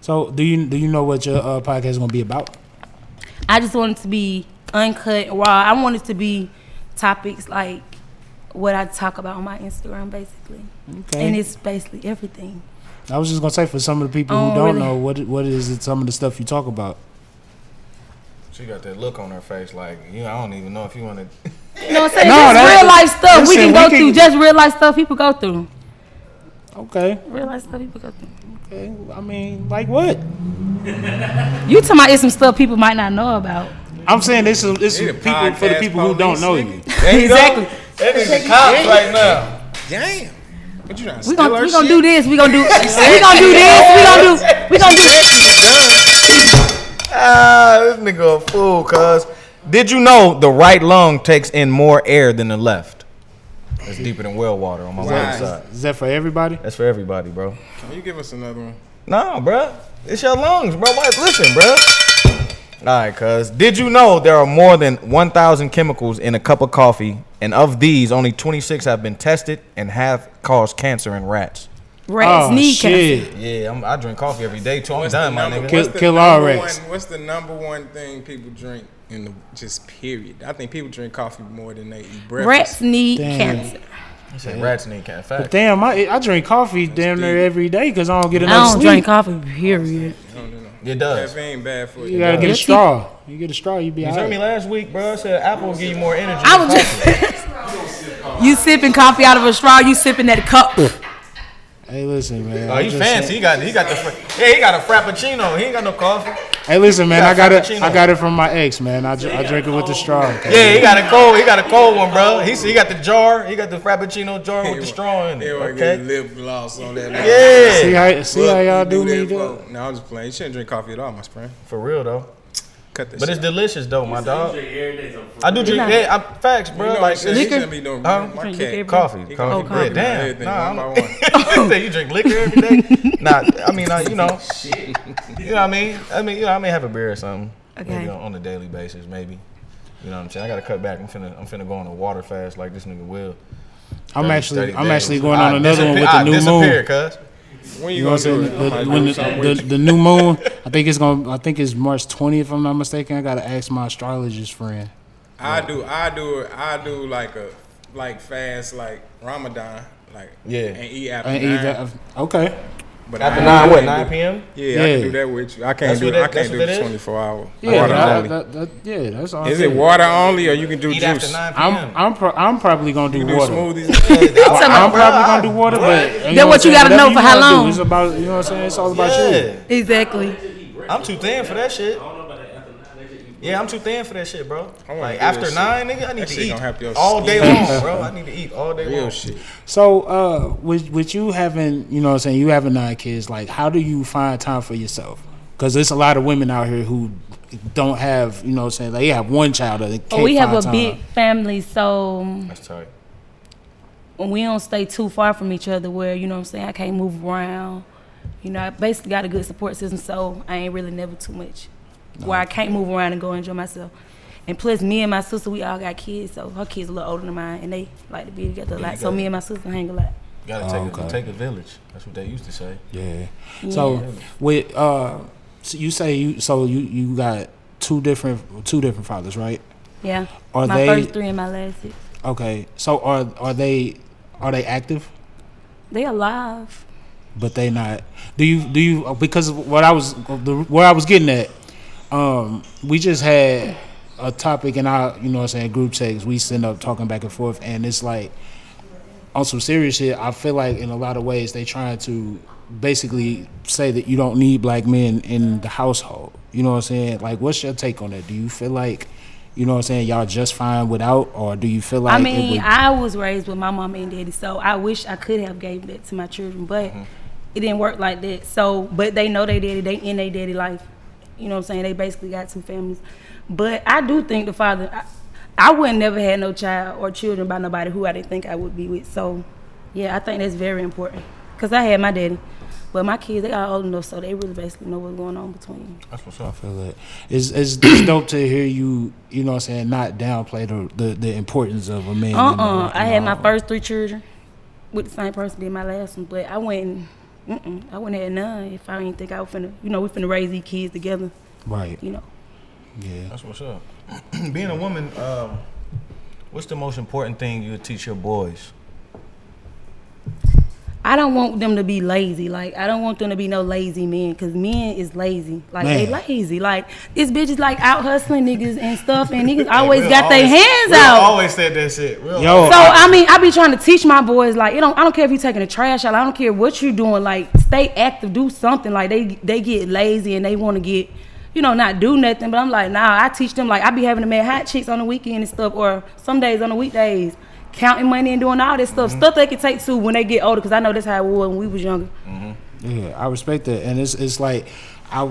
[SPEAKER 1] So, do you do you know what your uh, podcast is gonna be about?
[SPEAKER 4] I just wanted to be uncut, raw. I wanted to be topics like what I talk about on my Instagram, basically.
[SPEAKER 1] Okay.
[SPEAKER 4] And it's basically everything.
[SPEAKER 1] I was just gonna say for some of the people
[SPEAKER 4] Oh,
[SPEAKER 1] who don't
[SPEAKER 4] really?
[SPEAKER 1] know what what is it, some of the stuff you talk about.
[SPEAKER 2] she got that look on her face like you know, I don't even know if you want to
[SPEAKER 4] You know what I'm saying?
[SPEAKER 1] No,
[SPEAKER 4] just
[SPEAKER 1] that's-
[SPEAKER 4] real life stuff we
[SPEAKER 1] listen,
[SPEAKER 4] can go
[SPEAKER 1] we can-
[SPEAKER 4] through. Just real life stuff people go through.
[SPEAKER 1] Okay.
[SPEAKER 4] Realize stuff people go
[SPEAKER 1] Okay. I mean, like what?
[SPEAKER 4] You talking about it's some stuff people might not know about.
[SPEAKER 1] I'm saying this is this
[SPEAKER 3] Need
[SPEAKER 1] is
[SPEAKER 3] a
[SPEAKER 1] people for the
[SPEAKER 3] podcast
[SPEAKER 1] people who don't
[SPEAKER 3] police,
[SPEAKER 1] know
[SPEAKER 3] nigga.
[SPEAKER 1] you.
[SPEAKER 4] exactly.
[SPEAKER 2] That nigga cops right now.
[SPEAKER 3] Damn.
[SPEAKER 2] uh,
[SPEAKER 3] But you not
[SPEAKER 4] We
[SPEAKER 3] steal
[SPEAKER 4] gonna
[SPEAKER 3] her
[SPEAKER 4] we gonna
[SPEAKER 3] shit?
[SPEAKER 4] do this. We gonna do we gonna do this. We gonna do we gonna do this.
[SPEAKER 2] Ah, this nigga a fool, cuz. Did you know the right lung takes in more air than the left? That's deeper than well water on my
[SPEAKER 3] Wow.
[SPEAKER 2] right side.
[SPEAKER 1] Is that for everybody?
[SPEAKER 2] That's for everybody, bro.
[SPEAKER 3] Can you give us another one?
[SPEAKER 2] No, bruh. It's your lungs, bro. Why, listen, bruh. All right, cuz. Did you know there are more than 1,000 chemicals in a cup of coffee, and of these, only 26 have been tested and have caused cancer in rats?
[SPEAKER 4] Rats
[SPEAKER 1] oh
[SPEAKER 4] knee cancer.
[SPEAKER 1] shit!
[SPEAKER 2] Yeah, I'm, I drink coffee every day, too. I'm
[SPEAKER 3] What's
[SPEAKER 2] done,
[SPEAKER 3] the
[SPEAKER 2] my
[SPEAKER 3] number-
[SPEAKER 2] nigga.
[SPEAKER 1] Kill-
[SPEAKER 3] what's the
[SPEAKER 1] kill all
[SPEAKER 3] number
[SPEAKER 1] rats.
[SPEAKER 3] one- What's the number one thing people drink in the just period? I think people drink coffee more than they eat
[SPEAKER 4] Rats
[SPEAKER 3] breakfast.
[SPEAKER 4] knee
[SPEAKER 1] Damn.
[SPEAKER 4] cancer.
[SPEAKER 2] I said rats need cancer. Fact.
[SPEAKER 1] Damn, I I drink coffee damn near
[SPEAKER 3] deep.
[SPEAKER 1] every day because I don't get
[SPEAKER 4] I
[SPEAKER 1] enough
[SPEAKER 4] don't
[SPEAKER 1] sleep.
[SPEAKER 4] drink coffee. Period.
[SPEAKER 3] No, no, no.
[SPEAKER 2] It does.
[SPEAKER 3] Caffeine bad for you.
[SPEAKER 1] You gotta get a
[SPEAKER 4] Guilty.
[SPEAKER 1] straw. You get a straw, you be
[SPEAKER 2] You heard me
[SPEAKER 1] alright.
[SPEAKER 2] last week, bro. I said apple will give you more energy.
[SPEAKER 4] I was just. you sipping coffee out of a straw. You sipping that cup.
[SPEAKER 1] Hey, listen, man.
[SPEAKER 2] Oh,
[SPEAKER 1] I'm
[SPEAKER 2] he
[SPEAKER 1] just
[SPEAKER 2] fancy.
[SPEAKER 1] saying-
[SPEAKER 2] He got he got the fra- yeah. He got a frappuccino. He ain't got no coffee.
[SPEAKER 1] Hey, listen, man. I
[SPEAKER 2] got
[SPEAKER 1] got it. I
[SPEAKER 2] Frappuccino.
[SPEAKER 1] got it from my ex, man. I, dr- I drink it with the straw. okay?
[SPEAKER 2] Yeah, he got a cold. He got a cold one, bro. He said he got the jar. He got the frappuccino jar with the straw in it.
[SPEAKER 3] They wanna get
[SPEAKER 2] Okay.
[SPEAKER 3] lip gloss on that.
[SPEAKER 1] See
[SPEAKER 2] Yeah.
[SPEAKER 1] how see how
[SPEAKER 3] Look,
[SPEAKER 1] y'all
[SPEAKER 3] you
[SPEAKER 1] do me
[SPEAKER 3] that
[SPEAKER 1] though.
[SPEAKER 3] for- No, I'm just playing. You shouldn't drink coffee at all, my friend.
[SPEAKER 2] For real though.
[SPEAKER 3] Cut this.
[SPEAKER 2] But
[SPEAKER 3] shit.
[SPEAKER 2] it's delicious though, my dog. I
[SPEAKER 6] I
[SPEAKER 2] do drink. Yeah, I, facts,
[SPEAKER 3] you
[SPEAKER 2] bro.
[SPEAKER 3] know,
[SPEAKER 2] Like
[SPEAKER 3] what you
[SPEAKER 2] liquor,
[SPEAKER 3] shouldn't be doing.
[SPEAKER 2] Huh?
[SPEAKER 3] my
[SPEAKER 4] Drink
[SPEAKER 3] cat.
[SPEAKER 4] every-
[SPEAKER 2] coffee,
[SPEAKER 3] He gonna
[SPEAKER 2] coffee. Yeah,
[SPEAKER 4] get Oh, coffee.
[SPEAKER 2] damn.
[SPEAKER 3] Everything,
[SPEAKER 2] Nah,
[SPEAKER 3] one
[SPEAKER 2] I'm-
[SPEAKER 3] by one.
[SPEAKER 2] You say you drink liquor every day. nah, I mean, uh, you know, you know what I mean. I mean, you know, I may have a beer or something.
[SPEAKER 4] Okay.
[SPEAKER 2] Maybe on, on a daily basis, maybe. You know what I'm saying? I gotta cut back. I'm finna, I'm finna go on a water fast like this nigga will.
[SPEAKER 1] I'm
[SPEAKER 2] 30,
[SPEAKER 1] actually
[SPEAKER 2] 30
[SPEAKER 1] I'm
[SPEAKER 2] days.
[SPEAKER 1] actually going
[SPEAKER 2] I
[SPEAKER 1] on another one with
[SPEAKER 2] disappear- Ah,
[SPEAKER 1] the new
[SPEAKER 2] I
[SPEAKER 1] moon.
[SPEAKER 2] disappear, cuz.
[SPEAKER 3] When
[SPEAKER 1] You
[SPEAKER 3] you
[SPEAKER 1] know
[SPEAKER 3] gonna
[SPEAKER 1] what I'm
[SPEAKER 3] do it?
[SPEAKER 1] saying?
[SPEAKER 3] I
[SPEAKER 1] The,
[SPEAKER 3] might
[SPEAKER 1] when
[SPEAKER 3] do
[SPEAKER 1] the,
[SPEAKER 3] something
[SPEAKER 1] the,
[SPEAKER 3] with you.
[SPEAKER 1] the new moon, I think it's gonna. I think it's March 20th, if I'm not mistaken. I gotta ask my astrologist friend.
[SPEAKER 3] I do, I do, I do like a like fast like Ramadan, like
[SPEAKER 2] Yeah.
[SPEAKER 3] and eat after
[SPEAKER 1] And
[SPEAKER 3] nine.
[SPEAKER 1] either, okay,
[SPEAKER 3] but
[SPEAKER 2] After
[SPEAKER 3] I-
[SPEAKER 2] nine,
[SPEAKER 3] I
[SPEAKER 2] what?
[SPEAKER 3] can't
[SPEAKER 2] Nine
[SPEAKER 3] do-
[SPEAKER 2] p.m.
[SPEAKER 3] Yeah, I can
[SPEAKER 1] Yeah.
[SPEAKER 3] do that with you. I can't
[SPEAKER 2] That's
[SPEAKER 3] do,
[SPEAKER 2] what that-
[SPEAKER 3] I
[SPEAKER 2] that's
[SPEAKER 3] can't
[SPEAKER 2] what
[SPEAKER 3] do
[SPEAKER 2] that
[SPEAKER 3] the
[SPEAKER 2] is?
[SPEAKER 3] 24 hour.
[SPEAKER 1] yeah,
[SPEAKER 3] water
[SPEAKER 1] that,
[SPEAKER 3] only.
[SPEAKER 1] that, that, yeah, that's all. I'm
[SPEAKER 3] Is it
[SPEAKER 1] saying.
[SPEAKER 3] water only, or you can do
[SPEAKER 2] Eat after
[SPEAKER 3] juice?
[SPEAKER 2] nine p.m.
[SPEAKER 1] I'm I'm pro- I'm probably gonna do
[SPEAKER 3] You do
[SPEAKER 1] water.
[SPEAKER 3] smoothies.
[SPEAKER 1] I'm
[SPEAKER 4] Somebody-
[SPEAKER 1] probably gonna do water, but you know
[SPEAKER 4] what you
[SPEAKER 1] I'm saying?
[SPEAKER 4] gotta know
[SPEAKER 1] Whatever
[SPEAKER 4] for how
[SPEAKER 1] wanna do,
[SPEAKER 4] long.
[SPEAKER 1] It's about you know what I'm saying. It's all about you.
[SPEAKER 2] yeah,
[SPEAKER 4] exactly.
[SPEAKER 2] I'm too thin for that shit. Yeah, I'm too thin for that shit, bro.
[SPEAKER 3] I wanna
[SPEAKER 2] Like
[SPEAKER 3] do
[SPEAKER 2] after
[SPEAKER 3] that
[SPEAKER 2] nine, nigga, I need
[SPEAKER 3] That
[SPEAKER 2] to
[SPEAKER 3] shit
[SPEAKER 2] eat
[SPEAKER 3] gonna help your
[SPEAKER 2] all day
[SPEAKER 3] skin.
[SPEAKER 2] long, bro. I need to eat all day long.
[SPEAKER 3] Real shit.
[SPEAKER 1] So, uh, with with you having, you know, what I'm saying you having nine kids, like, how do you find time for yourself? Because there's a lot of women out here who don't have, you know, what I'm saying they have one child. They can't
[SPEAKER 4] Well, Oh, we have
[SPEAKER 1] find
[SPEAKER 4] a
[SPEAKER 1] time.
[SPEAKER 4] big family, so
[SPEAKER 2] That's tight.
[SPEAKER 4] we don't stay too far from each other. Where you know what I'm saying I can't move around. You know, I basically got a good support system, so I ain't really never too much where I can't move around and go enjoy myself. And plus, me and my sister, we all got kids, so her kids a little older than mine, and they like to be together a lot. So me and my sister hang a lot.
[SPEAKER 2] Gotta
[SPEAKER 1] Oh,
[SPEAKER 2] take,
[SPEAKER 1] okay.
[SPEAKER 2] a, take a village. That's what they used to say.
[SPEAKER 1] Yeah. So with uh, so you say you so you you got two different two different fathers, right?
[SPEAKER 4] Yeah,
[SPEAKER 1] Are
[SPEAKER 4] my
[SPEAKER 1] they-
[SPEAKER 4] first three and my last six,
[SPEAKER 1] Okay. So are are they are they active?
[SPEAKER 4] they alive.
[SPEAKER 1] but they not. Do you do you because of what I was the, where I was getting at? Um, we just had a topic in our you know what I'm saying group text. We send up talking back and forth, and it's like on some serious shit. I feel like in a lot of ways they trying to basically say that you don't need black men in the household. You know what I'm saying? Like, what's your take on that? Do you feel like you know what I'm saying? Y'all just fine without, or do you feel like
[SPEAKER 4] I
[SPEAKER 1] it
[SPEAKER 4] mean,
[SPEAKER 1] would-
[SPEAKER 4] I was raised with my mama and daddy, so I wish I could have gave that to my children, but
[SPEAKER 1] Mm-hmm.
[SPEAKER 4] it didn't work like that. So, but they know they daddy, they in their daddy life. You know what I'm saying? They basically got two families. But I do think the father, I, I wouldn't never had no child or children by nobody who I didn't think I would be with. So, yeah, I think that's very important because I had my daddy. But my kids, they are old enough, so they really basically know what's going on between them.
[SPEAKER 2] That's what's up.
[SPEAKER 1] feel it. It's, it's just dope to hear you, you know what I'm saying, not downplay the, the, the importance of a man. in the
[SPEAKER 4] Uh uh
[SPEAKER 1] working
[SPEAKER 4] I had my
[SPEAKER 1] world.
[SPEAKER 4] first three children with the same person did my last one, but I wouldn't. Mm-mm, I wouldn't have none if I didn't think I was finna. You know, we finna raise these kids together.
[SPEAKER 1] Right,
[SPEAKER 4] You know.
[SPEAKER 1] yeah.
[SPEAKER 2] That's what's up. Being a woman, um, what's the most important thing you would teach your boys?
[SPEAKER 4] I don't want them to be lazy. Like I don't want them to be no lazy men, cause men is lazy. Like they
[SPEAKER 1] Man.
[SPEAKER 4] lazy. Like this bitch is like out hustling niggas and stuff, and niggas always
[SPEAKER 2] Will
[SPEAKER 4] got their
[SPEAKER 2] always-
[SPEAKER 4] hands
[SPEAKER 2] Will
[SPEAKER 4] out.
[SPEAKER 2] Always said that shit. Will
[SPEAKER 1] Yo,
[SPEAKER 4] So I mean, I be trying to teach my boys like, you know, I don't care if you taking the trash out. I don't care what you doing. Like, stay active, do something. Like they they get lazy and they want to get, you know, not do nothing. But I'm like, nah. I teach them like I be having to make hot chicks on the weekend and stuff, or some days on the weekdays, counting money and doing all this
[SPEAKER 1] Mm-hmm.
[SPEAKER 4] stuff, stuff they can take to when they get older. Cause I know that's how it was when we was younger.
[SPEAKER 1] Yeah, I respect that, and it's it's like I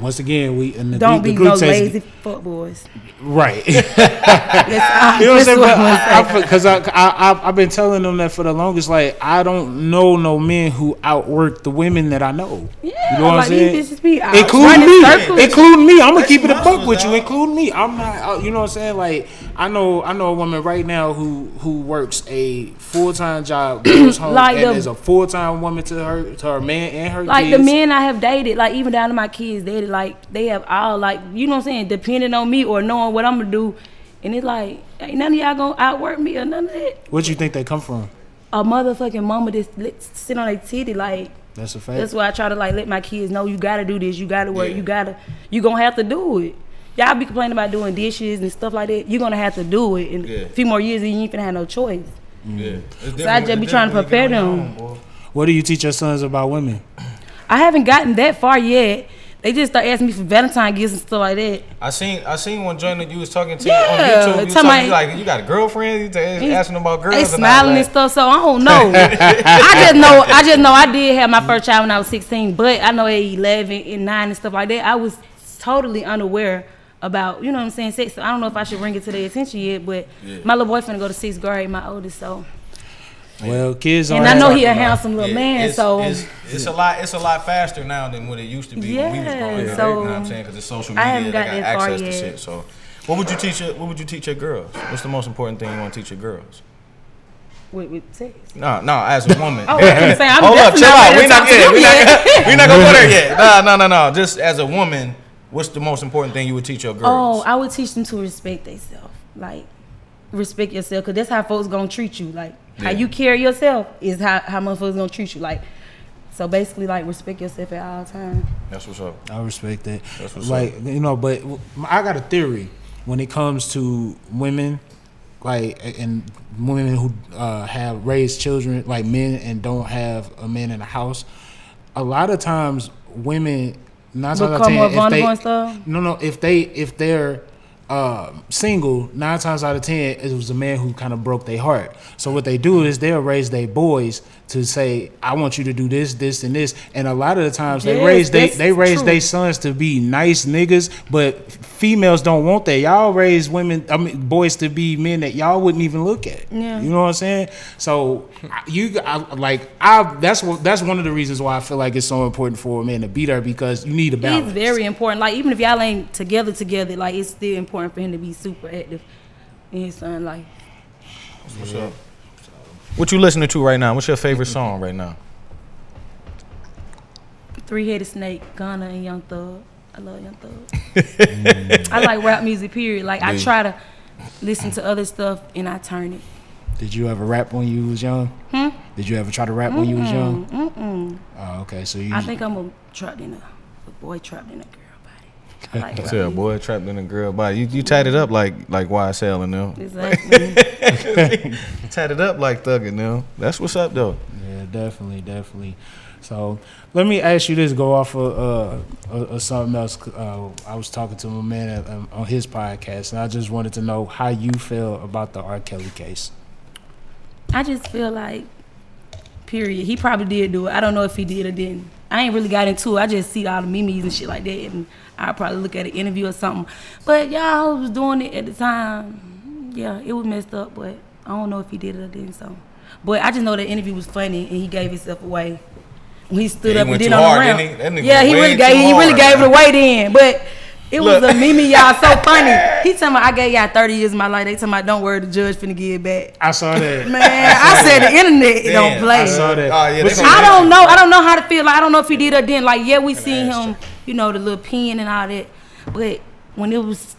[SPEAKER 1] once again we in the,
[SPEAKER 4] Don't
[SPEAKER 1] the
[SPEAKER 4] be
[SPEAKER 1] group
[SPEAKER 4] no
[SPEAKER 1] text-
[SPEAKER 4] lazy fuck boys.
[SPEAKER 1] right.
[SPEAKER 4] That's,
[SPEAKER 1] you know what I'm
[SPEAKER 4] that's
[SPEAKER 1] saying?
[SPEAKER 4] what I'm saying.
[SPEAKER 1] Because I, I, I, I've been telling them that for the longest. Like I don't know no men who outwork the women that I know.
[SPEAKER 4] Yeah,
[SPEAKER 1] you know what
[SPEAKER 4] like,
[SPEAKER 1] I'm saying?
[SPEAKER 4] these bitches be out
[SPEAKER 1] including
[SPEAKER 4] running
[SPEAKER 1] me,
[SPEAKER 4] circles.
[SPEAKER 1] including me. I'm gonna keep it a buck
[SPEAKER 2] muscles,
[SPEAKER 1] with you.
[SPEAKER 2] dog.
[SPEAKER 1] Include me. I'm not. uh, You know what I'm saying? Like I know, I know a woman right now who who works a full time job, goes home,
[SPEAKER 4] Like
[SPEAKER 1] and
[SPEAKER 4] the-
[SPEAKER 1] is a full time woman to her to her man and her
[SPEAKER 4] like
[SPEAKER 1] kids.
[SPEAKER 4] the men I have dated, like even down to my kids dated, like they have all like you know what I'm saying, depending on me or knowing what I'm gonna do, and it's like ain't none of y'all gonna outwork me or none of that.
[SPEAKER 1] Where do you think they come from?
[SPEAKER 4] A motherfucking mama just let, sit on their titty, like
[SPEAKER 1] That's a fact.
[SPEAKER 4] that's why I try to like let my kids know you gotta do this, you gotta work, you gotta, you gonna have to do it. Y'all be complaining about doing dishes and stuff like that. You're gonna have to do it in
[SPEAKER 2] Yeah.
[SPEAKER 4] a few more years, and you ain't finna have no choice.
[SPEAKER 2] Yeah.
[SPEAKER 4] So I just be trying to prepare them.
[SPEAKER 1] What do you teach your sons about women?
[SPEAKER 4] I haven't gotten that far yet. They just start asking me for Valentine gifts and stuff like that.
[SPEAKER 2] I seen I seen one joint that you was talking to
[SPEAKER 4] Yeah,
[SPEAKER 2] on YouTube. You was
[SPEAKER 4] tell
[SPEAKER 2] talking
[SPEAKER 4] my-
[SPEAKER 2] you like you got a girlfriend. You ta- asking about girls.
[SPEAKER 4] They
[SPEAKER 2] and all
[SPEAKER 4] smiling
[SPEAKER 2] that.
[SPEAKER 4] and stuff, so I don't know. I just know, I just know, I did have my first child when I was 16, but I know at 11 and 9 and stuff like that, I was totally unaware about, you know what I'm saying, sex. So I don't know if I should bring it to their attention yet, but my little boy finna go to sixth grade, my oldest, so.
[SPEAKER 1] Well,
[SPEAKER 2] Oh,
[SPEAKER 1] kids
[SPEAKER 4] And
[SPEAKER 1] aren't-
[SPEAKER 4] I know he
[SPEAKER 2] Talking
[SPEAKER 4] a
[SPEAKER 2] about-
[SPEAKER 4] handsome little
[SPEAKER 2] Yeah,
[SPEAKER 4] man,
[SPEAKER 2] it's,
[SPEAKER 4] so
[SPEAKER 2] it's, it's a lot. It's a lot faster now than what it used to be when we was
[SPEAKER 4] Yeah,
[SPEAKER 2] growing up.
[SPEAKER 4] so
[SPEAKER 2] you know what I'm saying? Because it's social
[SPEAKER 4] I
[SPEAKER 2] media,
[SPEAKER 4] haven't
[SPEAKER 2] they got
[SPEAKER 4] got that far
[SPEAKER 2] access to
[SPEAKER 4] yet.
[SPEAKER 2] shit. So, what would you teach? Your, what would you teach your girls? What's the most important thing you want to teach your girls?
[SPEAKER 4] with, with sex.
[SPEAKER 2] No, no, as a woman.
[SPEAKER 4] Oh, I'm saying, I'm
[SPEAKER 2] Hold up,
[SPEAKER 4] definitely
[SPEAKER 2] chill
[SPEAKER 4] not
[SPEAKER 2] out.
[SPEAKER 4] ready
[SPEAKER 2] We're
[SPEAKER 4] to talk
[SPEAKER 2] not,
[SPEAKER 4] to
[SPEAKER 2] yeah,
[SPEAKER 4] him
[SPEAKER 2] we
[SPEAKER 4] yet.
[SPEAKER 2] not, we not gonna go there yet. No, no, no, no. Just as a woman, what's the most important thing you would teach your
[SPEAKER 4] Oh,
[SPEAKER 2] girls?
[SPEAKER 4] I would teach them to respect themselves. Like, respect yourself, because that's how folks gonna treat you. Like, how
[SPEAKER 2] Yeah.
[SPEAKER 4] you carry yourself is how, how motherfuckers gonna treat you. Like, so basically, like, respect yourself at all times.
[SPEAKER 2] That's what's up.
[SPEAKER 1] I respect that.
[SPEAKER 2] That's what's
[SPEAKER 1] like you know, but w- I got a theory when it comes to women, like a- and women who uh, have raised children, like men, and don't have a man in the house. A lot of times, women not times out of
[SPEAKER 4] Become more
[SPEAKER 1] ten, if they
[SPEAKER 4] vulnerable and stuff?
[SPEAKER 1] no no if they if they're um single nine times out of ten it was a man who kind of broke their heart so what they do is they'll raise their boys to say i want you to do this this and this and a lot of the times they
[SPEAKER 4] Yes,
[SPEAKER 1] raise they
[SPEAKER 4] that's
[SPEAKER 1] they raise
[SPEAKER 4] true.
[SPEAKER 1] their sons to be nice niggas but females don't want that y'all raise women i mean boys to be men that y'all wouldn't even look at
[SPEAKER 4] Yeah.
[SPEAKER 1] you know what i'm saying so I- you I, like i that's what that's one of the reasons why i feel like it's so important for a man to be there because you need a balance
[SPEAKER 4] He's very important. Like, even if y'all ain't together, together, like, it's still important for him to be super active in his son life.
[SPEAKER 2] What's up? What you listening to right now? What's your favorite song right now?
[SPEAKER 4] Three Headed Snake, Ghana, and Young Thug. I love Young Thug. I like rap music, period. Like, I
[SPEAKER 2] Yeah.
[SPEAKER 4] try to listen to other stuff and I turn it.
[SPEAKER 1] Did you ever rap when you was young?
[SPEAKER 4] Hmm?
[SPEAKER 1] Did you ever try to rap when you was young? Mm-mm. Oh, okay. So you
[SPEAKER 4] I think I'm a trapped in a, a boy trapped in a girl body. I like
[SPEAKER 2] That's
[SPEAKER 4] rap
[SPEAKER 2] it, boy trapped in a girl body. You you tied it up like like YSL and them.
[SPEAKER 4] music. Exactly.
[SPEAKER 2] Tied it up like Thug and them. That's what's up though.
[SPEAKER 1] yeah, definitely, definitely. So let me ask you this: Go off of uh, of- of something else. Uh, I was talking to my man at, um, on his podcast, and I just wanted to know how you feel about the R. Kelly case.
[SPEAKER 4] I just feel like, period. He probably did do it. I don't know if he did or didn't. I ain't really got into it. I just see all the memes and shit like that, and I probably look at an interview or something. But y'all was doing it at the time. Yeah, it was messed up, but I don't know if he did it or didn't. So, but I just know that interview was funny, and he gave himself away. When he stood
[SPEAKER 2] Yeah, he
[SPEAKER 4] up
[SPEAKER 2] went
[SPEAKER 4] and did
[SPEAKER 2] too
[SPEAKER 4] on
[SPEAKER 2] hard,
[SPEAKER 4] the
[SPEAKER 2] didn't he? That
[SPEAKER 4] ramp.
[SPEAKER 2] nigga
[SPEAKER 4] Yeah, he
[SPEAKER 2] went
[SPEAKER 4] really
[SPEAKER 2] way
[SPEAKER 4] gave
[SPEAKER 2] too
[SPEAKER 4] he really
[SPEAKER 2] hard.
[SPEAKER 4] gave it away then, but. It was
[SPEAKER 2] Look.
[SPEAKER 4] a meme, y'all. So funny. He talking about I gave y'all 30 years of my life. They talking about don't worry, the judge finna give it back.
[SPEAKER 1] I saw that.
[SPEAKER 4] Man, I said the internet
[SPEAKER 2] Damn,
[SPEAKER 4] don't play.
[SPEAKER 1] I saw that.
[SPEAKER 2] Oh, yeah,
[SPEAKER 1] But
[SPEAKER 2] they
[SPEAKER 4] I
[SPEAKER 2] gonna-
[SPEAKER 4] don't know. I don't know how to feel. Like, I don't know if he did or didn't. Like, yeah, we seen him, you know, the little pen and all that. But when it was,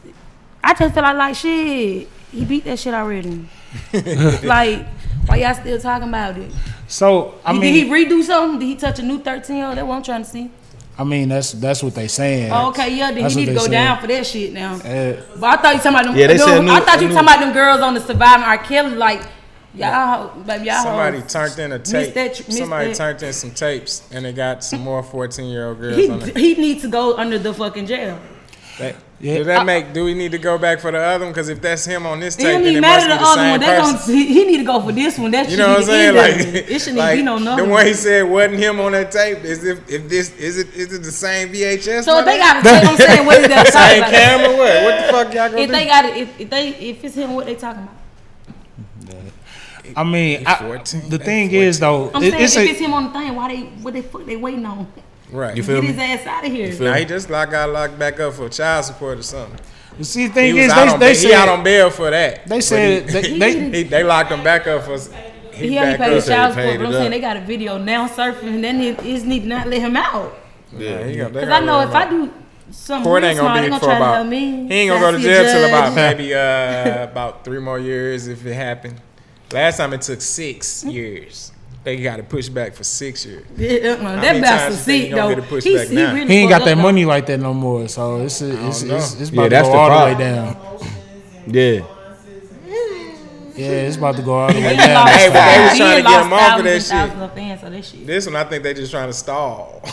[SPEAKER 4] I just felt like, like shit, he beat that shit already. like, why y'all still talking about it?
[SPEAKER 1] So I
[SPEAKER 4] Did-
[SPEAKER 1] mean,
[SPEAKER 4] did he redo something? Did he touch a new 13 year old? That's what I'm trying to see.
[SPEAKER 1] I mean that's that's what they saying.
[SPEAKER 4] Oh, okay, yeah, then
[SPEAKER 1] That's what
[SPEAKER 4] he need to
[SPEAKER 1] they
[SPEAKER 4] go
[SPEAKER 1] said.
[SPEAKER 4] down for that shit now.
[SPEAKER 1] Uh,
[SPEAKER 4] But I thought you talking about them.
[SPEAKER 2] Yeah, they
[SPEAKER 4] them-
[SPEAKER 2] said new-
[SPEAKER 4] I thought you
[SPEAKER 2] new-
[SPEAKER 4] talking about them girls on the surviving R. Kelly. Like y'all, ho- baby, y'all.
[SPEAKER 3] Somebody
[SPEAKER 4] hoes.
[SPEAKER 3] turned in a
[SPEAKER 4] Missed
[SPEAKER 3] tape.
[SPEAKER 4] Oh, that- missed
[SPEAKER 3] Somebody
[SPEAKER 4] that.
[SPEAKER 3] turned in some tapes, and they got some more fourteen-year-old girls on
[SPEAKER 4] He
[SPEAKER 3] it.
[SPEAKER 4] he needs to go under the fucking jail.
[SPEAKER 3] That,
[SPEAKER 1] Yeah.
[SPEAKER 3] do that make? Do we need to go back for the other one? Because if that's him on this tape,
[SPEAKER 4] It Uh, don't
[SPEAKER 3] then
[SPEAKER 4] even
[SPEAKER 3] it
[SPEAKER 4] matter
[SPEAKER 3] must
[SPEAKER 4] the
[SPEAKER 3] be the
[SPEAKER 4] other one.
[SPEAKER 3] same
[SPEAKER 4] They
[SPEAKER 3] person.
[SPEAKER 4] gonna he, he need to go for this one. That
[SPEAKER 3] You
[SPEAKER 4] shit
[SPEAKER 3] know what I'm
[SPEAKER 4] need to
[SPEAKER 3] saying?
[SPEAKER 4] end of
[SPEAKER 3] Like,
[SPEAKER 4] it. It shouldn't
[SPEAKER 3] like
[SPEAKER 4] be no number.
[SPEAKER 3] the one he said wasn't him on that tape. Is if if this is it is it the same VHS?
[SPEAKER 4] so if they
[SPEAKER 3] mother-
[SPEAKER 4] got to I'm saying what is that
[SPEAKER 3] same
[SPEAKER 4] talking about?
[SPEAKER 3] camera. What? What the fuck y'all gonna
[SPEAKER 4] If
[SPEAKER 3] do?
[SPEAKER 4] they got it, if, if they if it's him, what they talking about?
[SPEAKER 1] I mean, I-
[SPEAKER 3] 14,
[SPEAKER 1] the
[SPEAKER 3] they
[SPEAKER 1] thing is though,
[SPEAKER 4] I'm
[SPEAKER 1] it-
[SPEAKER 4] saying
[SPEAKER 1] it's
[SPEAKER 4] if
[SPEAKER 1] a,
[SPEAKER 4] it's him on the thing, why they what they fuck they waiting on?
[SPEAKER 3] right.
[SPEAKER 2] You feel
[SPEAKER 4] Get his
[SPEAKER 2] me?
[SPEAKER 4] ass out of here.
[SPEAKER 3] now he just like got locked back up for child support or something.
[SPEAKER 1] see, the
[SPEAKER 3] He
[SPEAKER 1] thing
[SPEAKER 3] was
[SPEAKER 1] is,
[SPEAKER 3] out
[SPEAKER 1] they,
[SPEAKER 3] on
[SPEAKER 1] they
[SPEAKER 3] bail- he
[SPEAKER 1] said
[SPEAKER 3] out on bail for that.
[SPEAKER 1] they said they,
[SPEAKER 4] He
[SPEAKER 1] they
[SPEAKER 4] didn't-
[SPEAKER 3] He, they locked him back up for.
[SPEAKER 4] He already
[SPEAKER 3] back
[SPEAKER 4] paid his
[SPEAKER 3] up.
[SPEAKER 4] child
[SPEAKER 2] They
[SPEAKER 4] support,
[SPEAKER 2] paid
[SPEAKER 4] but I'm
[SPEAKER 2] it
[SPEAKER 4] saying
[SPEAKER 2] up.
[SPEAKER 4] they got a video now surfacing. Then it is need to not let him out.
[SPEAKER 3] Yeah, he got- they
[SPEAKER 4] Cause I
[SPEAKER 3] gotta
[SPEAKER 4] know
[SPEAKER 3] let
[SPEAKER 4] if
[SPEAKER 3] him out.
[SPEAKER 4] I do something
[SPEAKER 3] Court
[SPEAKER 4] real
[SPEAKER 3] ain't
[SPEAKER 4] small,
[SPEAKER 3] gonna
[SPEAKER 4] they
[SPEAKER 3] be
[SPEAKER 4] gonna
[SPEAKER 3] for
[SPEAKER 4] try to
[SPEAKER 3] about.
[SPEAKER 4] help me.
[SPEAKER 3] He ain't
[SPEAKER 4] Gotta
[SPEAKER 3] gonna go to
[SPEAKER 4] see a
[SPEAKER 3] jail till about
[SPEAKER 4] judge.
[SPEAKER 3] maybe uh about three more years if it happened. Last time it took six years. They got to push back for six years.
[SPEAKER 4] Yeah, uh-uh,
[SPEAKER 3] many
[SPEAKER 4] that bastard
[SPEAKER 3] times you think
[SPEAKER 4] sick
[SPEAKER 3] you gonna
[SPEAKER 4] though.
[SPEAKER 3] get a pushback
[SPEAKER 4] He's-
[SPEAKER 3] now?
[SPEAKER 4] really
[SPEAKER 1] he ain't
[SPEAKER 4] fucked
[SPEAKER 1] got that
[SPEAKER 4] up,
[SPEAKER 1] money like that no more. So it's it's
[SPEAKER 3] know.
[SPEAKER 1] it's, it's
[SPEAKER 2] Yeah,
[SPEAKER 1] about to
[SPEAKER 2] that's
[SPEAKER 1] go
[SPEAKER 2] the
[SPEAKER 1] all the way down.
[SPEAKER 2] problem. Yeah.
[SPEAKER 1] Yeah, it's about to go all the way
[SPEAKER 4] though. He
[SPEAKER 1] down.
[SPEAKER 4] lost
[SPEAKER 3] Hey, but they was
[SPEAKER 4] thousands-
[SPEAKER 3] trying
[SPEAKER 4] he
[SPEAKER 3] to get
[SPEAKER 4] lost
[SPEAKER 3] him off of that
[SPEAKER 4] thousands and
[SPEAKER 3] shit.
[SPEAKER 4] thousands of fans on that shit.
[SPEAKER 3] This one, I think they just trying to stall.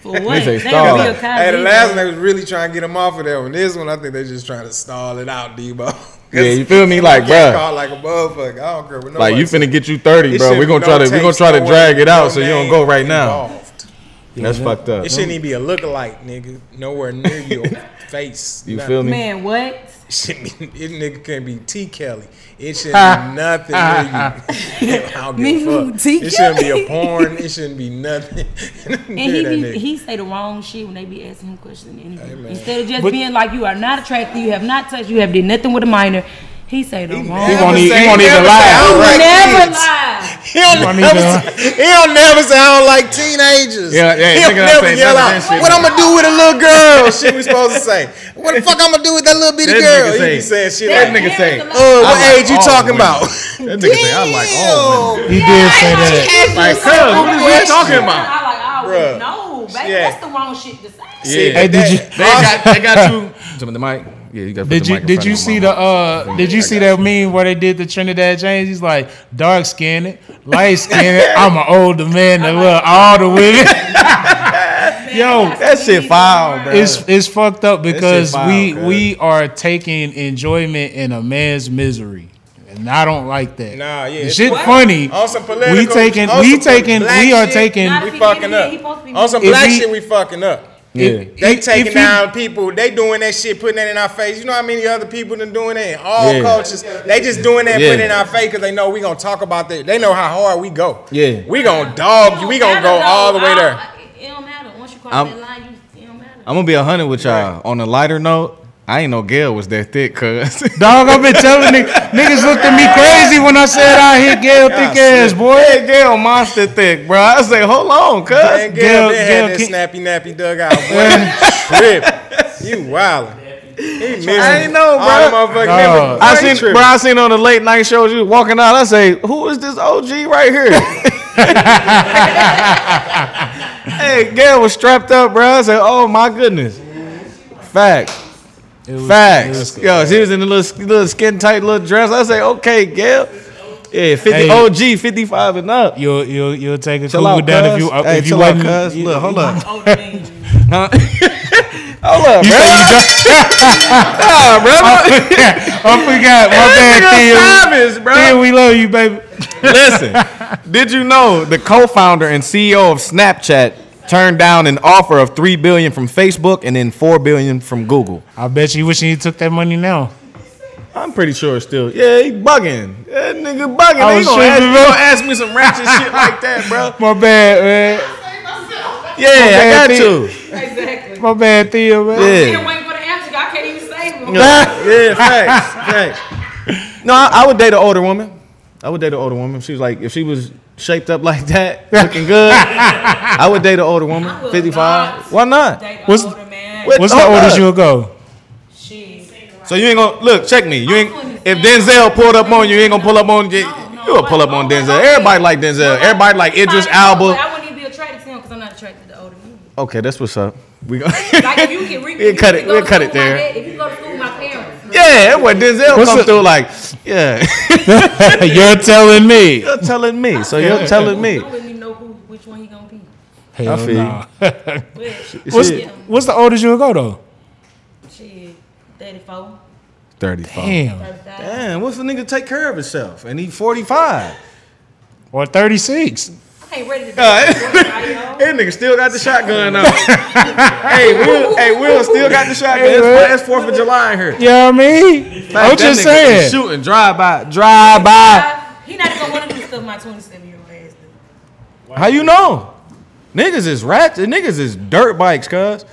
[SPEAKER 4] For what?
[SPEAKER 2] say
[SPEAKER 4] They
[SPEAKER 2] stall.
[SPEAKER 4] real
[SPEAKER 3] hey, the
[SPEAKER 4] Kyrie,
[SPEAKER 3] last one
[SPEAKER 4] though.
[SPEAKER 3] they was really trying to get him off of that one. This one, I think they just trying to stall it out, Debo.
[SPEAKER 2] Yeah, you feel me? Like,
[SPEAKER 3] Get
[SPEAKER 2] bruh.
[SPEAKER 3] caught like a motherfucker. I don't care what
[SPEAKER 2] Like
[SPEAKER 3] nobody
[SPEAKER 2] you
[SPEAKER 3] say.
[SPEAKER 2] finna get you
[SPEAKER 3] It
[SPEAKER 2] thirty, bro.
[SPEAKER 3] shouldn't
[SPEAKER 2] We're
[SPEAKER 3] be
[SPEAKER 2] gonna
[SPEAKER 3] no
[SPEAKER 2] try to we're gonna
[SPEAKER 3] tapes,
[SPEAKER 2] try to
[SPEAKER 3] no
[SPEAKER 2] drag
[SPEAKER 3] way,
[SPEAKER 2] it out
[SPEAKER 3] no
[SPEAKER 2] so you don't
[SPEAKER 3] name
[SPEAKER 2] go right now.
[SPEAKER 3] involved.
[SPEAKER 2] That's fucked up.
[SPEAKER 3] It shouldn't even be a lookalike, nigga. Nowhere near your face.
[SPEAKER 2] You
[SPEAKER 3] Nothing.
[SPEAKER 2] feel me?
[SPEAKER 4] man, what?
[SPEAKER 3] It shouldn't be, it nigga can be T Kelly. It shouldn't be nothing. Near you. I don't give a
[SPEAKER 4] Me,
[SPEAKER 3] fuck.
[SPEAKER 4] T.
[SPEAKER 3] It shouldn't be a porn. It shouldn't be nothing. and
[SPEAKER 4] And he
[SPEAKER 3] that
[SPEAKER 4] be,
[SPEAKER 3] nigga.
[SPEAKER 4] he say the wrong shit when they be asking him questions in the interview.
[SPEAKER 3] Amen.
[SPEAKER 4] Instead of just
[SPEAKER 1] But-
[SPEAKER 4] being like, you are not attractive, you have not touched, you have did nothing with a minor. He say the wrong.
[SPEAKER 1] He won't even-
[SPEAKER 2] e-
[SPEAKER 3] Never say-
[SPEAKER 1] he won't even
[SPEAKER 3] never say,
[SPEAKER 1] lie.
[SPEAKER 3] "I don't
[SPEAKER 1] He
[SPEAKER 3] like
[SPEAKER 4] never
[SPEAKER 3] kids."
[SPEAKER 4] lie.
[SPEAKER 3] He'll
[SPEAKER 1] won't
[SPEAKER 3] never,
[SPEAKER 1] even-
[SPEAKER 3] say, he'll never say I don't like teenagers.
[SPEAKER 2] Yeah, yeah, nigga
[SPEAKER 3] he'll
[SPEAKER 2] don't
[SPEAKER 3] never
[SPEAKER 2] say none of
[SPEAKER 3] yell out,
[SPEAKER 2] that shit.
[SPEAKER 3] "What I'm gonna do with a little girl?" shit, we supposed to say, "What the fuck I'm gonna do with that little
[SPEAKER 2] That
[SPEAKER 3] bitty girl?"
[SPEAKER 2] nigga
[SPEAKER 3] He be
[SPEAKER 2] say-
[SPEAKER 3] saying shit
[SPEAKER 2] That
[SPEAKER 3] like,
[SPEAKER 2] nigga say, "Uh,
[SPEAKER 4] Damn,
[SPEAKER 3] "Uh, what
[SPEAKER 2] like
[SPEAKER 3] age you
[SPEAKER 2] all
[SPEAKER 3] talking
[SPEAKER 2] women."
[SPEAKER 3] about?"
[SPEAKER 2] That nigga say, "I like oh, all women."
[SPEAKER 1] He did say that.
[SPEAKER 2] Like, cuz, what is you talking about?
[SPEAKER 4] I like, I
[SPEAKER 3] Bruh.
[SPEAKER 4] would know, baby.
[SPEAKER 3] Yeah.
[SPEAKER 4] That's the wrong shit to say.
[SPEAKER 3] See,
[SPEAKER 1] Hey, did you-
[SPEAKER 3] that-
[SPEAKER 2] They got, they got you. Some of the mic. Yeah, you got.
[SPEAKER 1] Did you did you see the uh did you
[SPEAKER 2] I
[SPEAKER 1] see
[SPEAKER 2] got
[SPEAKER 1] that meme where they did the Trinidad James? He's like dark skinned, light skinned. I'm an older man that love all the women. Yo,
[SPEAKER 2] That shit foul, bro.
[SPEAKER 1] it's it's fucked up because
[SPEAKER 2] wild,
[SPEAKER 1] we
[SPEAKER 2] cuz.
[SPEAKER 1] we are taking enjoyment in a man's misery. And I don't like that.
[SPEAKER 3] Nah, yeah,
[SPEAKER 1] The
[SPEAKER 3] it's
[SPEAKER 1] shit
[SPEAKER 3] wild.
[SPEAKER 1] funny.
[SPEAKER 3] On some political,
[SPEAKER 1] we taking
[SPEAKER 3] on
[SPEAKER 1] we
[SPEAKER 3] some
[SPEAKER 1] taking
[SPEAKER 3] black
[SPEAKER 1] we are
[SPEAKER 3] shit,
[SPEAKER 1] taking
[SPEAKER 4] Not
[SPEAKER 3] we
[SPEAKER 4] if he
[SPEAKER 3] fucking
[SPEAKER 4] did it, he supposed
[SPEAKER 3] up.
[SPEAKER 4] to be
[SPEAKER 3] On some
[SPEAKER 1] mad.
[SPEAKER 3] black
[SPEAKER 1] If he-
[SPEAKER 3] shit, we fucking up.
[SPEAKER 2] Yeah.
[SPEAKER 3] They
[SPEAKER 1] if-
[SPEAKER 3] taking
[SPEAKER 1] if he-
[SPEAKER 3] down people. They doing that shit, putting it in our face. You know how many other people done doing that in all
[SPEAKER 2] Yeah.
[SPEAKER 3] cultures. They just doing that, and
[SPEAKER 2] Yeah.
[SPEAKER 3] putting it in our face because they know we gonna talk about that. They know how hard we go.
[SPEAKER 2] Yeah.
[SPEAKER 3] we gonna dog you. We gonna go all the way there.
[SPEAKER 4] It don't matter. Once you cross
[SPEAKER 2] I'm-
[SPEAKER 4] that line, you it don't matter.
[SPEAKER 2] I'm gonna be a hundred with y'all. On a lighter note, I ain't know Gail was that thick, cuz.
[SPEAKER 1] Dog, I've been telling niggas, niggas looked at me crazy when I said I hit Gail thick ass, boy.
[SPEAKER 2] That Gail monster thick, bro. I say, hold on,
[SPEAKER 3] Man,
[SPEAKER 2] cuz.
[SPEAKER 3] Gail,
[SPEAKER 1] Gail- Gail
[SPEAKER 3] they had that
[SPEAKER 1] King-
[SPEAKER 3] snappy nappy dugout. Boy, trip. You wildin'. He missing.
[SPEAKER 2] ain't know,
[SPEAKER 3] All
[SPEAKER 2] bruh.
[SPEAKER 3] the motherfucking
[SPEAKER 1] Dog.
[SPEAKER 3] members.
[SPEAKER 2] I
[SPEAKER 3] He
[SPEAKER 2] seen,
[SPEAKER 3] tripping.
[SPEAKER 2] bro. I seen on the late night shows you walking out. I say, who is this OG right here? hey, Gail was strapped up, bro. I say, oh my goodness. Fact.
[SPEAKER 1] It was- it was-
[SPEAKER 2] Facts. Yo, she was in a little, little skin tight little dress. I say, okay, Gail. Yeah, 50
[SPEAKER 1] Hey.
[SPEAKER 2] OG, 55 and up.
[SPEAKER 1] You'll you'll you'll take a
[SPEAKER 2] Chill
[SPEAKER 1] cool
[SPEAKER 2] out,
[SPEAKER 1] down if
[SPEAKER 2] cuz.
[SPEAKER 1] you uh,
[SPEAKER 2] Hey,
[SPEAKER 1] if you
[SPEAKER 2] chill out,
[SPEAKER 1] wasn't.
[SPEAKER 2] cuz. Look, hold up.
[SPEAKER 4] Oh, man.
[SPEAKER 2] Huh? hold up,
[SPEAKER 1] You
[SPEAKER 2] bro.
[SPEAKER 1] said you done-
[SPEAKER 2] Nah, bro.
[SPEAKER 1] I forgot. I forgot. My
[SPEAKER 2] This nigga
[SPEAKER 1] bad,
[SPEAKER 2] savage,
[SPEAKER 1] Theo.
[SPEAKER 2] bro.
[SPEAKER 1] Theo, we love you, baby.
[SPEAKER 2] Listen, did you know the co-founder and CEO of Snapchat turned down an offer of three billion from Facebook and then four billion from Google?
[SPEAKER 1] I bet you wish you took that money now.
[SPEAKER 2] I'm pretty sure it's still. Yeah, he bugging. That nigga bugging.
[SPEAKER 1] I
[SPEAKER 2] They
[SPEAKER 1] was
[SPEAKER 2] gonna, ask,
[SPEAKER 1] tripping,
[SPEAKER 2] they
[SPEAKER 1] bro.
[SPEAKER 2] gonna ask me some ratchet shit like that, bro.
[SPEAKER 1] My bad, man.
[SPEAKER 2] Yeah, I
[SPEAKER 1] Okay,
[SPEAKER 2] got you.
[SPEAKER 4] Exactly.
[SPEAKER 1] My bad, Theo, man.
[SPEAKER 4] Been
[SPEAKER 2] Yeah,
[SPEAKER 4] waiting for the answer. I can't even save him.
[SPEAKER 2] yeah, facts, facts. No, I, I would date an older woman. I would date an older woman. She was like, if she was shaped up like that, looking good, I would date an older
[SPEAKER 4] I
[SPEAKER 2] woman,
[SPEAKER 4] will
[SPEAKER 2] 55.
[SPEAKER 4] not
[SPEAKER 2] Why not?
[SPEAKER 4] Date an
[SPEAKER 1] What's-
[SPEAKER 4] older man.
[SPEAKER 2] What-
[SPEAKER 1] What's the
[SPEAKER 2] Hold
[SPEAKER 1] oldest
[SPEAKER 2] up.
[SPEAKER 1] you'll go?
[SPEAKER 4] Shit.
[SPEAKER 2] So you ain't gonna look. Check me. You ain't. If Denzel pulled up on you, you ain't gonna pull up on you.
[SPEAKER 4] No, no,
[SPEAKER 2] You would pull up on Denzel. Everybody like Denzel. Everybody like Idris Alba.
[SPEAKER 4] I wouldn't even be attracted to him because I'm not attracted to older men.
[SPEAKER 2] Okay, that's what's up. We go.
[SPEAKER 4] Like if you can re-
[SPEAKER 2] We'll
[SPEAKER 4] if
[SPEAKER 2] cut
[SPEAKER 4] you
[SPEAKER 2] it-
[SPEAKER 4] go
[SPEAKER 2] we'll
[SPEAKER 4] to
[SPEAKER 2] cut it
[SPEAKER 4] school with my
[SPEAKER 2] there.
[SPEAKER 4] dad- If you go to school with my parents,
[SPEAKER 2] yeah, when Denzel
[SPEAKER 1] What's
[SPEAKER 2] comes
[SPEAKER 1] up?
[SPEAKER 2] through, like, yeah,
[SPEAKER 1] You're telling me.
[SPEAKER 2] you're telling me. So you're telling me.
[SPEAKER 4] I wouldn't even know who which one he gonna be.
[SPEAKER 1] Hell
[SPEAKER 2] feel you.
[SPEAKER 1] nah.
[SPEAKER 4] But
[SPEAKER 1] What's,
[SPEAKER 2] Yeah.
[SPEAKER 1] what's the oldest you'll go
[SPEAKER 2] Oh.
[SPEAKER 1] though?
[SPEAKER 4] shit, 34,
[SPEAKER 2] Thirty-five.
[SPEAKER 1] Damn.
[SPEAKER 4] 35.
[SPEAKER 2] Damn, what's the nigga take care of himself? And he forty-five.
[SPEAKER 1] Or 36.
[SPEAKER 4] I ain't ready to die.
[SPEAKER 2] That nigga still got the shotgun on. hey, Will, hey, Will still got the shotgun. That's
[SPEAKER 1] Will.
[SPEAKER 2] that's Fourth of July in here.
[SPEAKER 1] You know what I mean? I'm
[SPEAKER 2] That
[SPEAKER 1] just
[SPEAKER 2] nigga
[SPEAKER 1] saying.
[SPEAKER 2] is Shooting, drive by, drive by.
[SPEAKER 4] He not even gonna want to do stuff my 27 year old ass do.
[SPEAKER 2] How you know? Niggas is rats. Niggas is dirt bikes, cuz.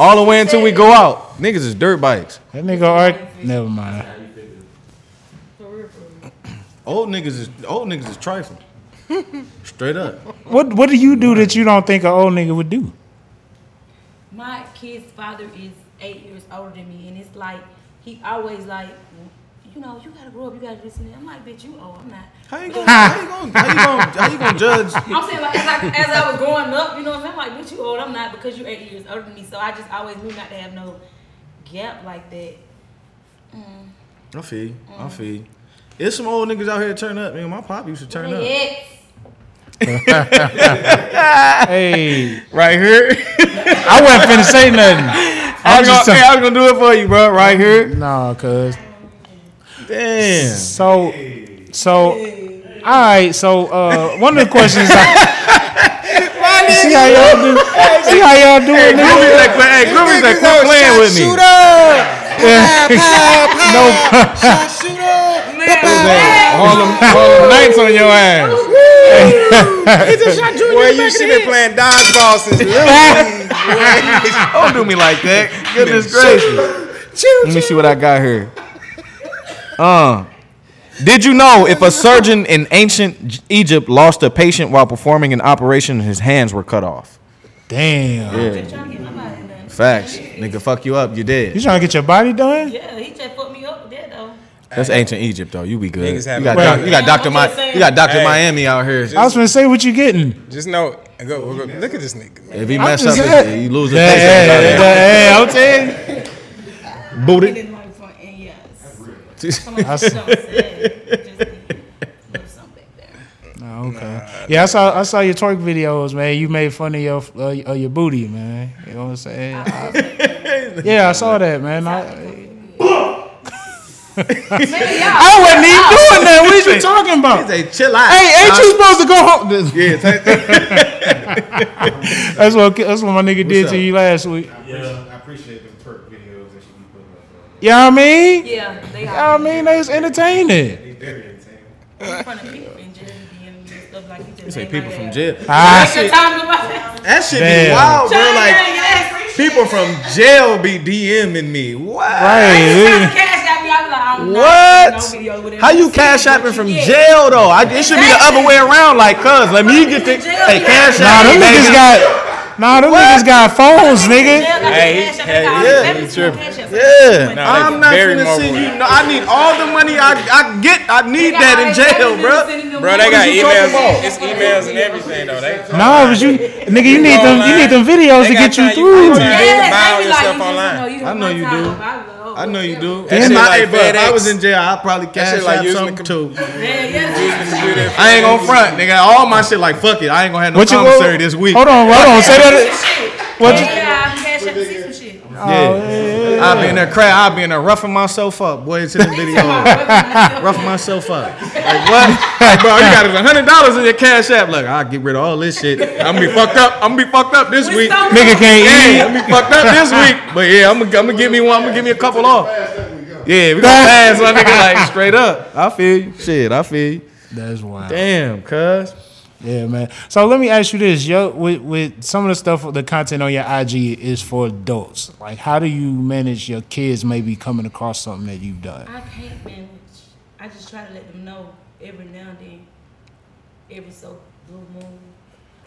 [SPEAKER 2] All the way until we go out. Niggas is dirt bikes.
[SPEAKER 1] That nigga art. Never mind.
[SPEAKER 2] Old niggas is old niggas is trifling. Straight up.
[SPEAKER 1] What What do you do that you don't think an old nigga would do?
[SPEAKER 4] My kid's father is eight years older than me, and it's like he always like, you know, you gotta grow up, you gotta do this and that. I'm like, bitch, you old. I'm not.
[SPEAKER 2] How you gonna how you gonna how you gonna, how you gonna judge?
[SPEAKER 4] I'm saying like as I, as I was growing up, you know what I'm saying? I'm like, bitch, you old. I'm not because you're eight years older than me. So I just always knew not to have no gap like that.
[SPEAKER 2] I feel you. I feel you. There's some old niggas out here turn up. Man, my pop used to turn up.
[SPEAKER 4] Yes.
[SPEAKER 1] Hey,
[SPEAKER 2] Right here.
[SPEAKER 1] I wasn't finna say nothing.
[SPEAKER 2] I
[SPEAKER 1] I
[SPEAKER 2] was,
[SPEAKER 1] just
[SPEAKER 2] gonna, hey, I was gonna do it for you, bro. Right here.
[SPEAKER 1] nah, cuz.
[SPEAKER 2] Damn.
[SPEAKER 1] So, so, all right. So, uh, one of the questions. I, see how y'all do. See how y'all do
[SPEAKER 2] Hey,
[SPEAKER 1] it.
[SPEAKER 2] Groovy
[SPEAKER 1] nigga?
[SPEAKER 2] like, hey, Groovy's like, quit playing with me. Harlem, Harlem Nights on your ass.
[SPEAKER 3] Boy, you should been playing dodgeball since little.
[SPEAKER 2] Don't do me like that. Goodness gracious. Let me see what I got here. Uh, did you know if a surgeon in ancient J- Egypt lost a patient while performing an operation, his hands were cut off?
[SPEAKER 1] Damn.
[SPEAKER 4] Just trying to get my body done.
[SPEAKER 2] Facts. Nigga, fuck you up. You
[SPEAKER 1] You
[SPEAKER 2] dead.
[SPEAKER 1] trying to get your body done?
[SPEAKER 4] Yeah, he just fucked me up with that though.
[SPEAKER 2] That's ancient Egypt, though. You be good. You
[SPEAKER 3] Niggas have
[SPEAKER 2] got,
[SPEAKER 1] a-
[SPEAKER 2] doc- you got Dr.
[SPEAKER 4] I'm just
[SPEAKER 2] Mi- you got Dr.
[SPEAKER 3] saying.
[SPEAKER 2] Miami out here.
[SPEAKER 1] I was gonna say what you getting.
[SPEAKER 3] Just know, go, go, look at this nigga.
[SPEAKER 2] If he
[SPEAKER 1] I'm
[SPEAKER 2] mess up,
[SPEAKER 1] just saying.
[SPEAKER 2] you lose a
[SPEAKER 1] Yeah, yeah, yeah,
[SPEAKER 2] patient.
[SPEAKER 1] yeah, I'm telling you.
[SPEAKER 4] And
[SPEAKER 2] Booty.
[SPEAKER 4] then like for and yes.
[SPEAKER 1] I
[SPEAKER 4] Someone
[SPEAKER 1] see.
[SPEAKER 4] just need- love something back there.
[SPEAKER 1] Oh, okay. Yeah, I saw I saw your twerk videos, man. You made fun of your uh, of your booty, man. You know what I'm saying? I- yeah, I saw that, man. I,
[SPEAKER 4] Man, y'all-
[SPEAKER 1] I wasn't even doing that. What are you talking about?
[SPEAKER 2] Say, chill out.
[SPEAKER 1] Hey, ain't you supposed to go home?
[SPEAKER 2] Yeah, take that.
[SPEAKER 1] That's what that's what my nigga did
[SPEAKER 2] up?
[SPEAKER 1] to you last week.
[SPEAKER 5] I appreciate, I appreciate the perk videos that she be putting up. though.
[SPEAKER 1] You know what I mean? You
[SPEAKER 4] Yeah, they
[SPEAKER 1] know
[SPEAKER 4] are
[SPEAKER 2] Um,
[SPEAKER 1] what I mean? They was entertaining.
[SPEAKER 5] They very entertaining.
[SPEAKER 4] in front of people in jail DMing and stuff like you just
[SPEAKER 2] Say
[SPEAKER 4] ain't
[SPEAKER 2] people
[SPEAKER 4] like
[SPEAKER 2] from
[SPEAKER 4] that.
[SPEAKER 2] jail.
[SPEAKER 1] Ah,
[SPEAKER 4] That's your time to watch.
[SPEAKER 2] That shit be
[SPEAKER 1] Damn.
[SPEAKER 2] wild, bro.
[SPEAKER 4] Trying to
[SPEAKER 2] Like
[SPEAKER 4] get it, yes.
[SPEAKER 2] people from jail be DMing me. What?
[SPEAKER 4] Trying to
[SPEAKER 1] right.
[SPEAKER 4] cash out me, I be like, I'm not
[SPEAKER 2] What?
[SPEAKER 4] doing no video, whatever.
[SPEAKER 2] How you cash shopping from jail though? I, it should be the other way around. Like, cuz, let me get the hey cash
[SPEAKER 1] Nah,
[SPEAKER 2] out.
[SPEAKER 1] them
[SPEAKER 2] baby.
[SPEAKER 1] niggas got nah, them niggas got phones, nigga.
[SPEAKER 3] Hey,
[SPEAKER 4] Hey,
[SPEAKER 3] hey,
[SPEAKER 2] yeah,
[SPEAKER 4] yeah,
[SPEAKER 3] you tripping.
[SPEAKER 2] Yeah,
[SPEAKER 3] Nah, they
[SPEAKER 2] I'm not
[SPEAKER 3] very
[SPEAKER 2] gonna send
[SPEAKER 3] mobile.
[SPEAKER 2] you. No, I need all the money I, I get. I need that in jail, bro.
[SPEAKER 3] Bro, they got
[SPEAKER 2] you talking
[SPEAKER 3] emails.
[SPEAKER 2] about?
[SPEAKER 3] It's emails and everything though. They
[SPEAKER 1] Nah, but you nigga, you need them you need them videos to get you
[SPEAKER 3] You
[SPEAKER 1] through.
[SPEAKER 3] buy yourself online.
[SPEAKER 2] I know you do. I know you do.
[SPEAKER 3] That shit
[SPEAKER 2] If I-
[SPEAKER 3] like
[SPEAKER 2] hey, bro, if I
[SPEAKER 3] FedEx.
[SPEAKER 2] was in jail, I probably cash
[SPEAKER 3] shit like
[SPEAKER 2] out
[SPEAKER 3] using
[SPEAKER 2] something
[SPEAKER 3] the
[SPEAKER 2] too.
[SPEAKER 4] Yeah, yeah.
[SPEAKER 2] I ain't gonna front, nigga. All my shit like fuck it. I ain't gonna have no
[SPEAKER 1] What you
[SPEAKER 2] commissary this week.
[SPEAKER 1] Hold on, hold on. Say that. What you?
[SPEAKER 4] Yeah, I'm cash out to see some shit.
[SPEAKER 2] Yeah. I been there cra I been there roughing myself up, boy, to the video. roughing myself up. Like what? Like, bro, you got a hundred dollars in your cash app. Look, I'll get rid of all this shit. I'm gonna be fucked up. I'm gonna be fucked up this week.
[SPEAKER 4] some-
[SPEAKER 1] Nigga
[SPEAKER 2] Yeah,
[SPEAKER 1] can't
[SPEAKER 2] I'm gonna be fucked up this week. But yeah, I'm gonna, I'm gonna give me one. I'm gonna give me a couple off. Yeah, we gonna pass my nigga like straight up. I feel you. Shit, I feel you.
[SPEAKER 1] eat. That's wild.
[SPEAKER 2] Damn, cuz.
[SPEAKER 1] Yeah, man. So let me ask you this: Yo, with with some of the stuff, the content on your IG is for adults. Like, how do you manage your kids maybe coming across something that you've done?
[SPEAKER 4] I can't manage. I just try to let them know every now and then, every so blue moon,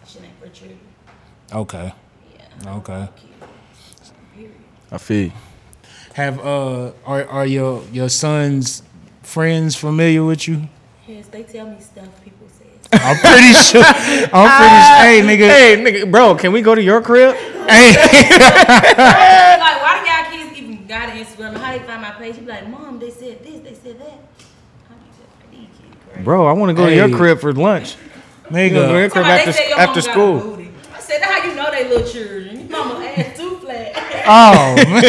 [SPEAKER 4] shit ain't for children.
[SPEAKER 1] Okay,
[SPEAKER 4] Yeah.
[SPEAKER 1] okay.
[SPEAKER 2] I feel you.
[SPEAKER 1] Have uh, are are your your sons' friends familiar with you?
[SPEAKER 4] Yes, they tell me stuff people say.
[SPEAKER 1] I'm pretty sure. I'm pretty. hey,
[SPEAKER 2] Hey, nigga, bro, can we go to your crib?
[SPEAKER 1] nigga. Hey.
[SPEAKER 4] like, why do y'all kids even got an Instagram? How they find my page? You be like, Mom, they said this, they said that. How do you these kids crazy?
[SPEAKER 2] Bro, I want to go to
[SPEAKER 1] Hey.
[SPEAKER 2] your crib for lunch. Go to your
[SPEAKER 1] Nigga.
[SPEAKER 2] crib
[SPEAKER 4] Somebody
[SPEAKER 2] after,
[SPEAKER 4] said your
[SPEAKER 2] after
[SPEAKER 4] mama got a
[SPEAKER 2] school.
[SPEAKER 4] booty. I said, "That's how you know they little children? Your mama ass too flat.
[SPEAKER 1] Oh man.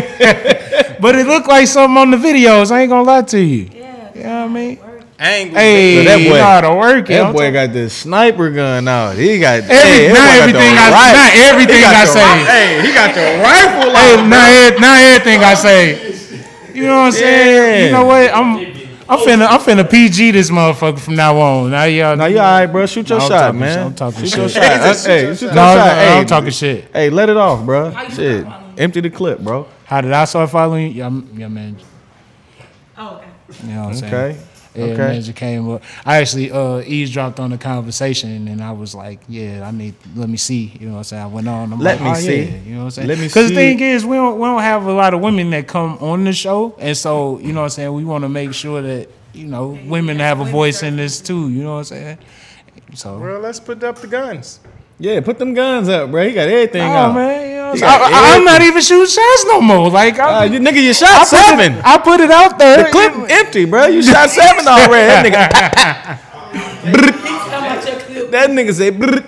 [SPEAKER 1] but it looked like something on the videos. I ain't gonna lie to you.
[SPEAKER 4] yeah.
[SPEAKER 1] You know what I mean?
[SPEAKER 3] I ain't gonna
[SPEAKER 1] Hey,
[SPEAKER 2] So that boy-
[SPEAKER 1] how to work it.
[SPEAKER 2] That
[SPEAKER 1] I'm
[SPEAKER 2] boy
[SPEAKER 1] talking-
[SPEAKER 2] got this sniper gun out. He got
[SPEAKER 1] Every,
[SPEAKER 2] hey, that boy
[SPEAKER 1] not
[SPEAKER 2] got the
[SPEAKER 1] everything I
[SPEAKER 2] right-
[SPEAKER 1] not everything I say.
[SPEAKER 2] Hey, he got the rifle. Like,
[SPEAKER 1] Hey, not, ev- not everything I say. You know what I'm saying?
[SPEAKER 2] Yeah.
[SPEAKER 1] You know what? I'm I'm finna I'm finna PG this motherfucker from now on. Now y'all
[SPEAKER 2] now you all right, bro? Shoot your
[SPEAKER 1] I'm
[SPEAKER 2] shot,
[SPEAKER 1] talking
[SPEAKER 2] man.
[SPEAKER 1] shit. I'm talking
[SPEAKER 2] shoot
[SPEAKER 1] shit.
[SPEAKER 2] your shot. That's- hey, shoot your
[SPEAKER 1] No, no,
[SPEAKER 2] shot. hey,
[SPEAKER 1] I'm talking shit.
[SPEAKER 2] Hey, let it off, bro.
[SPEAKER 4] How you
[SPEAKER 2] Shit,
[SPEAKER 4] not following?
[SPEAKER 2] empty the clip, bro.
[SPEAKER 1] How did I start following you? Yeah, I'm- yeah, man.
[SPEAKER 4] Oh, okay.
[SPEAKER 1] You know what I'm saying?
[SPEAKER 2] Okay.
[SPEAKER 1] Yeah,
[SPEAKER 2] Okay.
[SPEAKER 1] man, just came up. I actually uh, eavesdropped on the conversation, and I was like, "Yeah, I need. Let me see." You know what I'm saying? I went on. I'm like,
[SPEAKER 2] Let me
[SPEAKER 1] "Oh,
[SPEAKER 2] see.
[SPEAKER 1] yeah," You know what I'm saying?
[SPEAKER 2] Let me
[SPEAKER 1] Because the
[SPEAKER 2] see.
[SPEAKER 1] thing is, we don't we don't have a lot of women that come on the show, and so you know what I'm saying. We want to make sure that you know women have a voice in this too. You know what I'm saying? So.
[SPEAKER 3] Well, let's put up the guns.
[SPEAKER 2] Yeah, put them guns up, bro. He got everything
[SPEAKER 1] Oh
[SPEAKER 2] out.
[SPEAKER 1] man, you know what I'm
[SPEAKER 2] You
[SPEAKER 1] saying?
[SPEAKER 2] uh, got
[SPEAKER 1] I, am not even shooting shots no more. Like
[SPEAKER 2] Uh,
[SPEAKER 1] I,
[SPEAKER 2] you, nigga,
[SPEAKER 1] I,
[SPEAKER 2] you
[SPEAKER 1] put
[SPEAKER 2] shot
[SPEAKER 1] it-
[SPEAKER 2] seven.
[SPEAKER 1] I put it out there.
[SPEAKER 2] The clip empty, bro. You shot seven already. That nigga,
[SPEAKER 4] Come out your clip.
[SPEAKER 2] that nigga said brrr,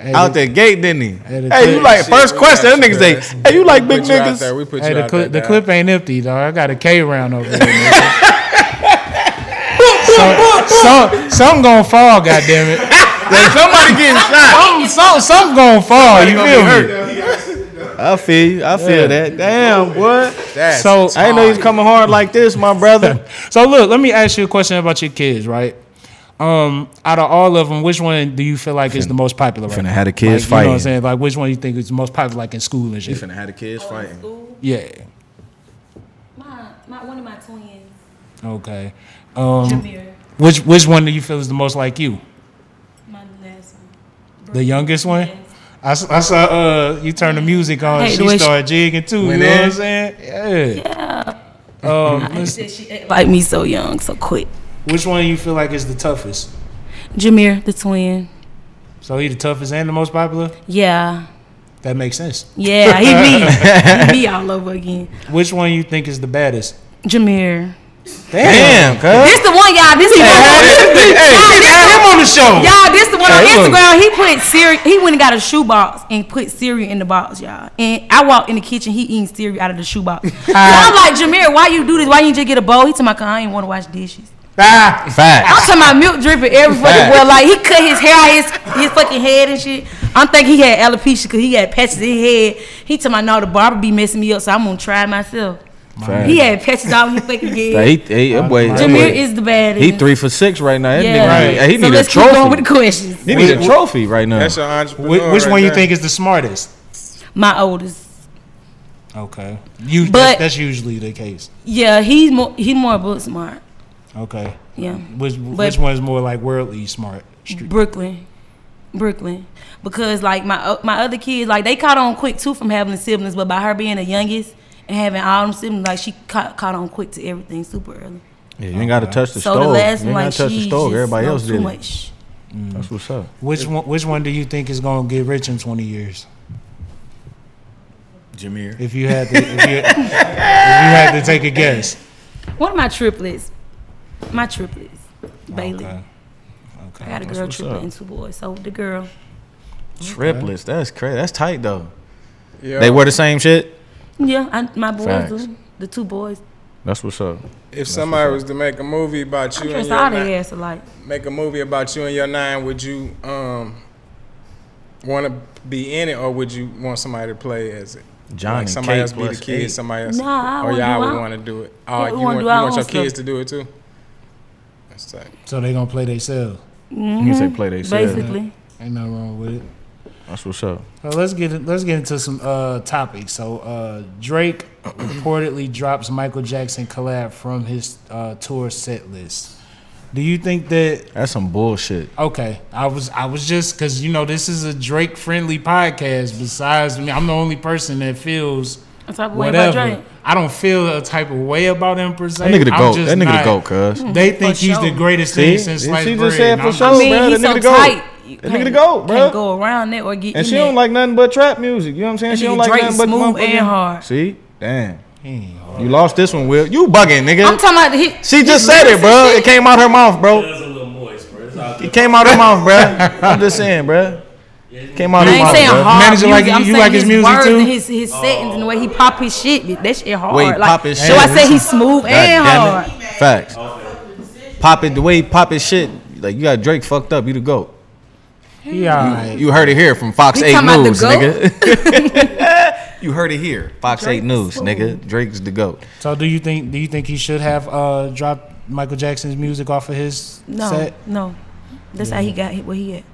[SPEAKER 1] Hey,
[SPEAKER 2] out the gate, didn't he?
[SPEAKER 1] Hey, the
[SPEAKER 2] Hey, you
[SPEAKER 1] clip-
[SPEAKER 2] like first
[SPEAKER 3] Shit, we
[SPEAKER 2] question? That
[SPEAKER 3] got
[SPEAKER 2] nigga
[SPEAKER 3] you,
[SPEAKER 2] say,
[SPEAKER 3] guys.
[SPEAKER 2] hey, you like big
[SPEAKER 3] Put you out there.
[SPEAKER 2] niggas?
[SPEAKER 3] We put
[SPEAKER 1] Hey,
[SPEAKER 3] you
[SPEAKER 1] the
[SPEAKER 3] out
[SPEAKER 1] clip, the
[SPEAKER 3] there.
[SPEAKER 1] clip ain't empty though. I got a K round over here. Some, some gonna fall, goddammit.
[SPEAKER 2] Somebody getting
[SPEAKER 1] Some,
[SPEAKER 2] shot.
[SPEAKER 1] some, some gonna fall. You
[SPEAKER 2] gonna
[SPEAKER 1] feel
[SPEAKER 2] be
[SPEAKER 1] me?
[SPEAKER 2] I feel, you. I feel
[SPEAKER 1] Yeah.
[SPEAKER 2] that. Damn, what?
[SPEAKER 3] That's
[SPEAKER 1] So
[SPEAKER 2] I didn't know he's coming hard like this, my brother.
[SPEAKER 1] so look, let me ask you a question about your kids, right? Um, out of all of them, which one do you feel like is the most popular? Right
[SPEAKER 2] finna
[SPEAKER 1] now?
[SPEAKER 2] have the kids
[SPEAKER 1] like, You know what I'm
[SPEAKER 2] fighting.
[SPEAKER 1] saying? Like, which one you think is the most popular, like in school and shit?
[SPEAKER 2] finna have the kids
[SPEAKER 4] Oh, in school,
[SPEAKER 1] Yeah.
[SPEAKER 4] my, my one of my twins,
[SPEAKER 1] Okay. Um,
[SPEAKER 4] Jameer,
[SPEAKER 1] which which one do you feel is the most like you?
[SPEAKER 4] my last one.
[SPEAKER 1] The youngest one?
[SPEAKER 4] Yes.
[SPEAKER 1] I, s- I saw uh, you turn the music on.
[SPEAKER 7] Hey, the
[SPEAKER 1] she
[SPEAKER 7] way she-
[SPEAKER 1] started jigging too. You
[SPEAKER 3] Went
[SPEAKER 1] know what
[SPEAKER 3] in.
[SPEAKER 1] I'm saying? Yeah. Um,
[SPEAKER 4] She
[SPEAKER 1] let's-
[SPEAKER 4] said she act like me so young, so quick.
[SPEAKER 1] which one you feel like is the toughest?
[SPEAKER 4] Jameer, the twin.
[SPEAKER 1] So he the toughest and the most popular.
[SPEAKER 4] Yeah.
[SPEAKER 1] That makes sense.
[SPEAKER 4] Yeah, he me. he me all over again.
[SPEAKER 1] Which one you think is the baddest?
[SPEAKER 4] Jameer.
[SPEAKER 2] Damn, cuz.
[SPEAKER 4] This the one, y'all. This the one.
[SPEAKER 2] Hey,
[SPEAKER 1] Get him on the show.
[SPEAKER 4] Y'all, this the one on
[SPEAKER 2] Hey, look.
[SPEAKER 4] Instagram. He put cereal. He went and got a shoe box and put cereal in the box, y'all. And I walked in the kitchen. He eating cereal out of the shoe box. so
[SPEAKER 2] Uh,
[SPEAKER 4] I'm like, Jameer, why you do this? Why you just get a bowl? He told me, I ain't want to wash dishes.
[SPEAKER 1] Ah,
[SPEAKER 4] I'm
[SPEAKER 2] facts.
[SPEAKER 4] talking about milk dripping every fucking well. Like he cut his hair out his his fucking head and shit. I'm thinking he had alopecia because he had patches in his head. He told me, no, the barber be messing me up, so I'm gonna try it myself.
[SPEAKER 2] Facts.
[SPEAKER 4] He had patches all in his fucking
[SPEAKER 2] Hey,
[SPEAKER 4] head.
[SPEAKER 2] he- hey, that boy, that
[SPEAKER 4] Jameer
[SPEAKER 2] boy-
[SPEAKER 4] is the baddest.
[SPEAKER 2] he three for six right now. That
[SPEAKER 4] Yeah.
[SPEAKER 2] nigga, hey, he
[SPEAKER 4] so
[SPEAKER 2] need a
[SPEAKER 4] let's keep going with
[SPEAKER 2] trophy.
[SPEAKER 4] the questions.
[SPEAKER 2] He need a trophy right now.
[SPEAKER 3] That's your
[SPEAKER 1] Wh-
[SPEAKER 3] entrepreneur.
[SPEAKER 1] which
[SPEAKER 3] right
[SPEAKER 1] one you
[SPEAKER 3] there.
[SPEAKER 1] think is the smartest?
[SPEAKER 4] My oldest.
[SPEAKER 1] Okay, you.
[SPEAKER 4] But-
[SPEAKER 1] that's, that's usually the case.
[SPEAKER 4] Yeah, he's more he more book smart.
[SPEAKER 1] Okay,
[SPEAKER 4] Yeah,
[SPEAKER 1] which which one is more like worldly smart? Street.
[SPEAKER 4] Brooklyn, Brooklyn, because like my o- my other kids, like they caught on quick too from having siblings, but by her being the youngest and having all them siblings, like she caught, caught on quick to everything super early.
[SPEAKER 2] Yeah, you ain't got to touch the
[SPEAKER 4] so
[SPEAKER 2] stove.
[SPEAKER 4] the last
[SPEAKER 2] you ain't
[SPEAKER 4] one, like
[SPEAKER 2] got to touch the
[SPEAKER 4] she
[SPEAKER 2] stove.
[SPEAKER 4] just
[SPEAKER 2] Everybody
[SPEAKER 4] know
[SPEAKER 2] else
[SPEAKER 4] too
[SPEAKER 2] did it.
[SPEAKER 4] much.
[SPEAKER 2] That's what's up.
[SPEAKER 1] Which one? Which one do you think is gonna get rich in twenty years?
[SPEAKER 2] Jameer.
[SPEAKER 1] If you had to, if you, if you had to take a guess.
[SPEAKER 4] One of my triplets, my triplets, Bailey.
[SPEAKER 1] Okay.
[SPEAKER 4] I got a
[SPEAKER 2] That's
[SPEAKER 4] girl
[SPEAKER 2] what's
[SPEAKER 4] triplet
[SPEAKER 2] up.
[SPEAKER 4] and two boys. So the girl,
[SPEAKER 2] Triplets. That's crazy. That's tight though.
[SPEAKER 3] Yeah.
[SPEAKER 2] They wear the same shit.
[SPEAKER 4] yeah, I, my boys
[SPEAKER 2] Facts.
[SPEAKER 4] do. The two boys,
[SPEAKER 2] That's what's up.
[SPEAKER 3] If somebody was to make a movie about you and
[SPEAKER 4] dress
[SPEAKER 3] your
[SPEAKER 4] all
[SPEAKER 3] nine,
[SPEAKER 4] their ass alike.
[SPEAKER 3] make a movie about you and your nine, would you um want to be in it, or would you want somebody to play as it?
[SPEAKER 2] Johnny
[SPEAKER 3] like somebody
[SPEAKER 2] K
[SPEAKER 3] else be the
[SPEAKER 2] plus
[SPEAKER 3] kid,
[SPEAKER 2] eight.
[SPEAKER 3] somebody else,
[SPEAKER 4] Nah, I
[SPEAKER 3] or
[SPEAKER 4] wanna
[SPEAKER 3] y'all
[SPEAKER 4] do
[SPEAKER 3] would
[SPEAKER 4] our-
[SPEAKER 3] want to do it. Oh,
[SPEAKER 4] we
[SPEAKER 3] you
[SPEAKER 4] wanna
[SPEAKER 3] want,
[SPEAKER 4] do
[SPEAKER 3] you
[SPEAKER 4] our
[SPEAKER 3] want
[SPEAKER 4] own
[SPEAKER 3] your
[SPEAKER 4] stuff.
[SPEAKER 3] kids to do it too? That's tight.
[SPEAKER 1] So they gonna play themselves.
[SPEAKER 2] You say play they said.
[SPEAKER 4] Mm-hmm. Basically,
[SPEAKER 1] Ain't nothing wrong with it.
[SPEAKER 2] That's what's up.
[SPEAKER 1] So let's get in- let's get into some uh, topics. So uh, Drake reportedly drops Michael Jackson collab from his uh, tour set list. Do you think that?
[SPEAKER 2] That's some bullshit.
[SPEAKER 1] Okay, I was I was just because you know this is a Drake friendly podcast. Besides me, I'm the only person that feels
[SPEAKER 6] a type of way about
[SPEAKER 1] whatever.
[SPEAKER 6] Drake.
[SPEAKER 1] I don't feel a type of way about him per se.
[SPEAKER 2] That nigga the
[SPEAKER 1] I'm
[SPEAKER 2] goat.
[SPEAKER 1] just
[SPEAKER 2] That nigga the
[SPEAKER 1] not-
[SPEAKER 2] goat, cuz.
[SPEAKER 1] They think he's
[SPEAKER 6] Mm-hmm. sure.
[SPEAKER 1] the greatest
[SPEAKER 2] See?
[SPEAKER 1] thing since
[SPEAKER 2] She
[SPEAKER 1] sliced
[SPEAKER 2] just
[SPEAKER 1] bread.
[SPEAKER 2] said
[SPEAKER 1] and
[SPEAKER 2] for
[SPEAKER 1] I'm
[SPEAKER 2] sure.
[SPEAKER 6] I
[SPEAKER 2] Oh,
[SPEAKER 1] just-
[SPEAKER 6] mean,
[SPEAKER 2] man,
[SPEAKER 6] he's
[SPEAKER 2] that nigga
[SPEAKER 6] so
[SPEAKER 2] the GOAT.
[SPEAKER 6] tight. you
[SPEAKER 2] That nigga
[SPEAKER 6] can't-
[SPEAKER 2] the GOAT, bruh.
[SPEAKER 6] Can't go around that or get
[SPEAKER 2] And
[SPEAKER 6] in
[SPEAKER 2] she don't
[SPEAKER 6] that.
[SPEAKER 2] like nothing but trap music. You know what I'm saying?
[SPEAKER 6] That
[SPEAKER 2] She don't
[SPEAKER 6] nigga
[SPEAKER 2] like
[SPEAKER 6] Drake
[SPEAKER 2] nothing but
[SPEAKER 6] smooth
[SPEAKER 2] motherfucking-
[SPEAKER 6] and hard.
[SPEAKER 2] See? Damn. You lost this one, Will. You bugging, nigga.
[SPEAKER 6] I'm talking about hit.
[SPEAKER 2] she just said it, bro. It came out her mouth, bro.
[SPEAKER 8] That's a little moist, bro. It's all
[SPEAKER 2] It
[SPEAKER 8] good.
[SPEAKER 2] came out her mouth, bro. I'm just saying, bro. Came out
[SPEAKER 6] I
[SPEAKER 2] her
[SPEAKER 6] ain't
[SPEAKER 2] mouth,
[SPEAKER 6] saying
[SPEAKER 2] bro.
[SPEAKER 6] hard
[SPEAKER 1] Manager like
[SPEAKER 6] music.
[SPEAKER 1] you-
[SPEAKER 6] I'm
[SPEAKER 1] you
[SPEAKER 6] saying
[SPEAKER 1] like his music
[SPEAKER 6] words
[SPEAKER 1] too?
[SPEAKER 6] And his his settings and the way he pop his shit. Bitch, that shit hard.
[SPEAKER 2] Way he
[SPEAKER 6] like,
[SPEAKER 2] pop his
[SPEAKER 6] So
[SPEAKER 2] shit.
[SPEAKER 6] I say he's smooth
[SPEAKER 2] God
[SPEAKER 6] and
[SPEAKER 2] damn
[SPEAKER 6] hard.
[SPEAKER 2] it. Facts. Pop it the way he pop his shit. Like you got Drake fucked up. You the goat.
[SPEAKER 1] Yeah, alright.
[SPEAKER 2] You heard it here from Fox
[SPEAKER 6] You
[SPEAKER 2] 8
[SPEAKER 6] talking about the
[SPEAKER 2] News,
[SPEAKER 6] goat?
[SPEAKER 2] nigga. you heard it here. Fox 8 News, nigga. Drake's the goat.
[SPEAKER 1] So do you think do you think he should have uh, dropped Michael Jackson's music off of his
[SPEAKER 6] No,
[SPEAKER 1] set?
[SPEAKER 6] no. That's how he got hit where he at.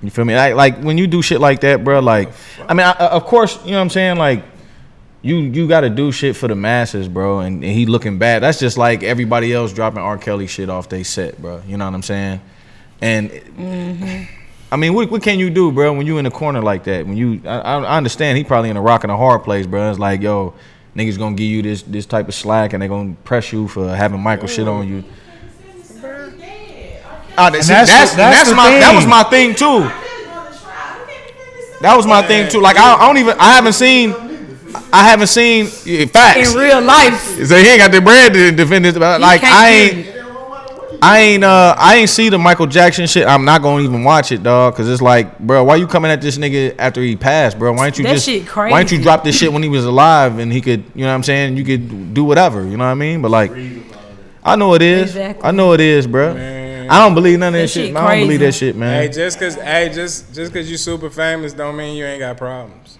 [SPEAKER 2] You feel me? Like, like when you do shit like that, bro. Like, I mean, I, I- of course, you know what I'm saying. Like, you you got to do shit for the masses, bro. And, and he looking bad. That's just like everybody else dropping R. Kelly shit off they set, bro. You know what I'm saying? And I mean, what, what can you do, bro? When you in a corner like that, when you, I, I I understand he probably in a rock and a hard place, bro. It's like, yo, niggas gonna give you this this type of slack, and they gonna press you for having Michael shit on you. Ah, that- see,
[SPEAKER 1] that's
[SPEAKER 2] that's
[SPEAKER 1] the-
[SPEAKER 2] that's,
[SPEAKER 1] that's the
[SPEAKER 2] my that was
[SPEAKER 1] thing.
[SPEAKER 2] my thing too. That was my thing too. Like I, I don't even I haven't seen I haven't seen yeah, facts.
[SPEAKER 6] In real life,
[SPEAKER 2] So he ain't got the bread to defend this. But like
[SPEAKER 6] can't
[SPEAKER 2] I
[SPEAKER 6] do
[SPEAKER 2] ain't. I ain't uh I ain't see the Michael Jackson shit. I'm not gonna even watch it, dog, cause it's like, bro, why you coming at this nigga after he passed, bro? Why ain't you
[SPEAKER 6] That
[SPEAKER 2] just
[SPEAKER 6] shit
[SPEAKER 2] why ain't you
[SPEAKER 6] crazy.
[SPEAKER 2] drop this shit when he was alive and he could, you know what I'm saying? You could do whatever, you know what I mean? But like, I know it is,
[SPEAKER 6] Exactly.
[SPEAKER 2] I know it is, bro. I don't believe none of that,
[SPEAKER 6] That
[SPEAKER 2] shit.
[SPEAKER 6] shit
[SPEAKER 2] man. I don't believe
[SPEAKER 6] crazy.
[SPEAKER 2] that shit, man.
[SPEAKER 3] Hey, just cause hey, just just cause you super famous don't mean you ain't got problems.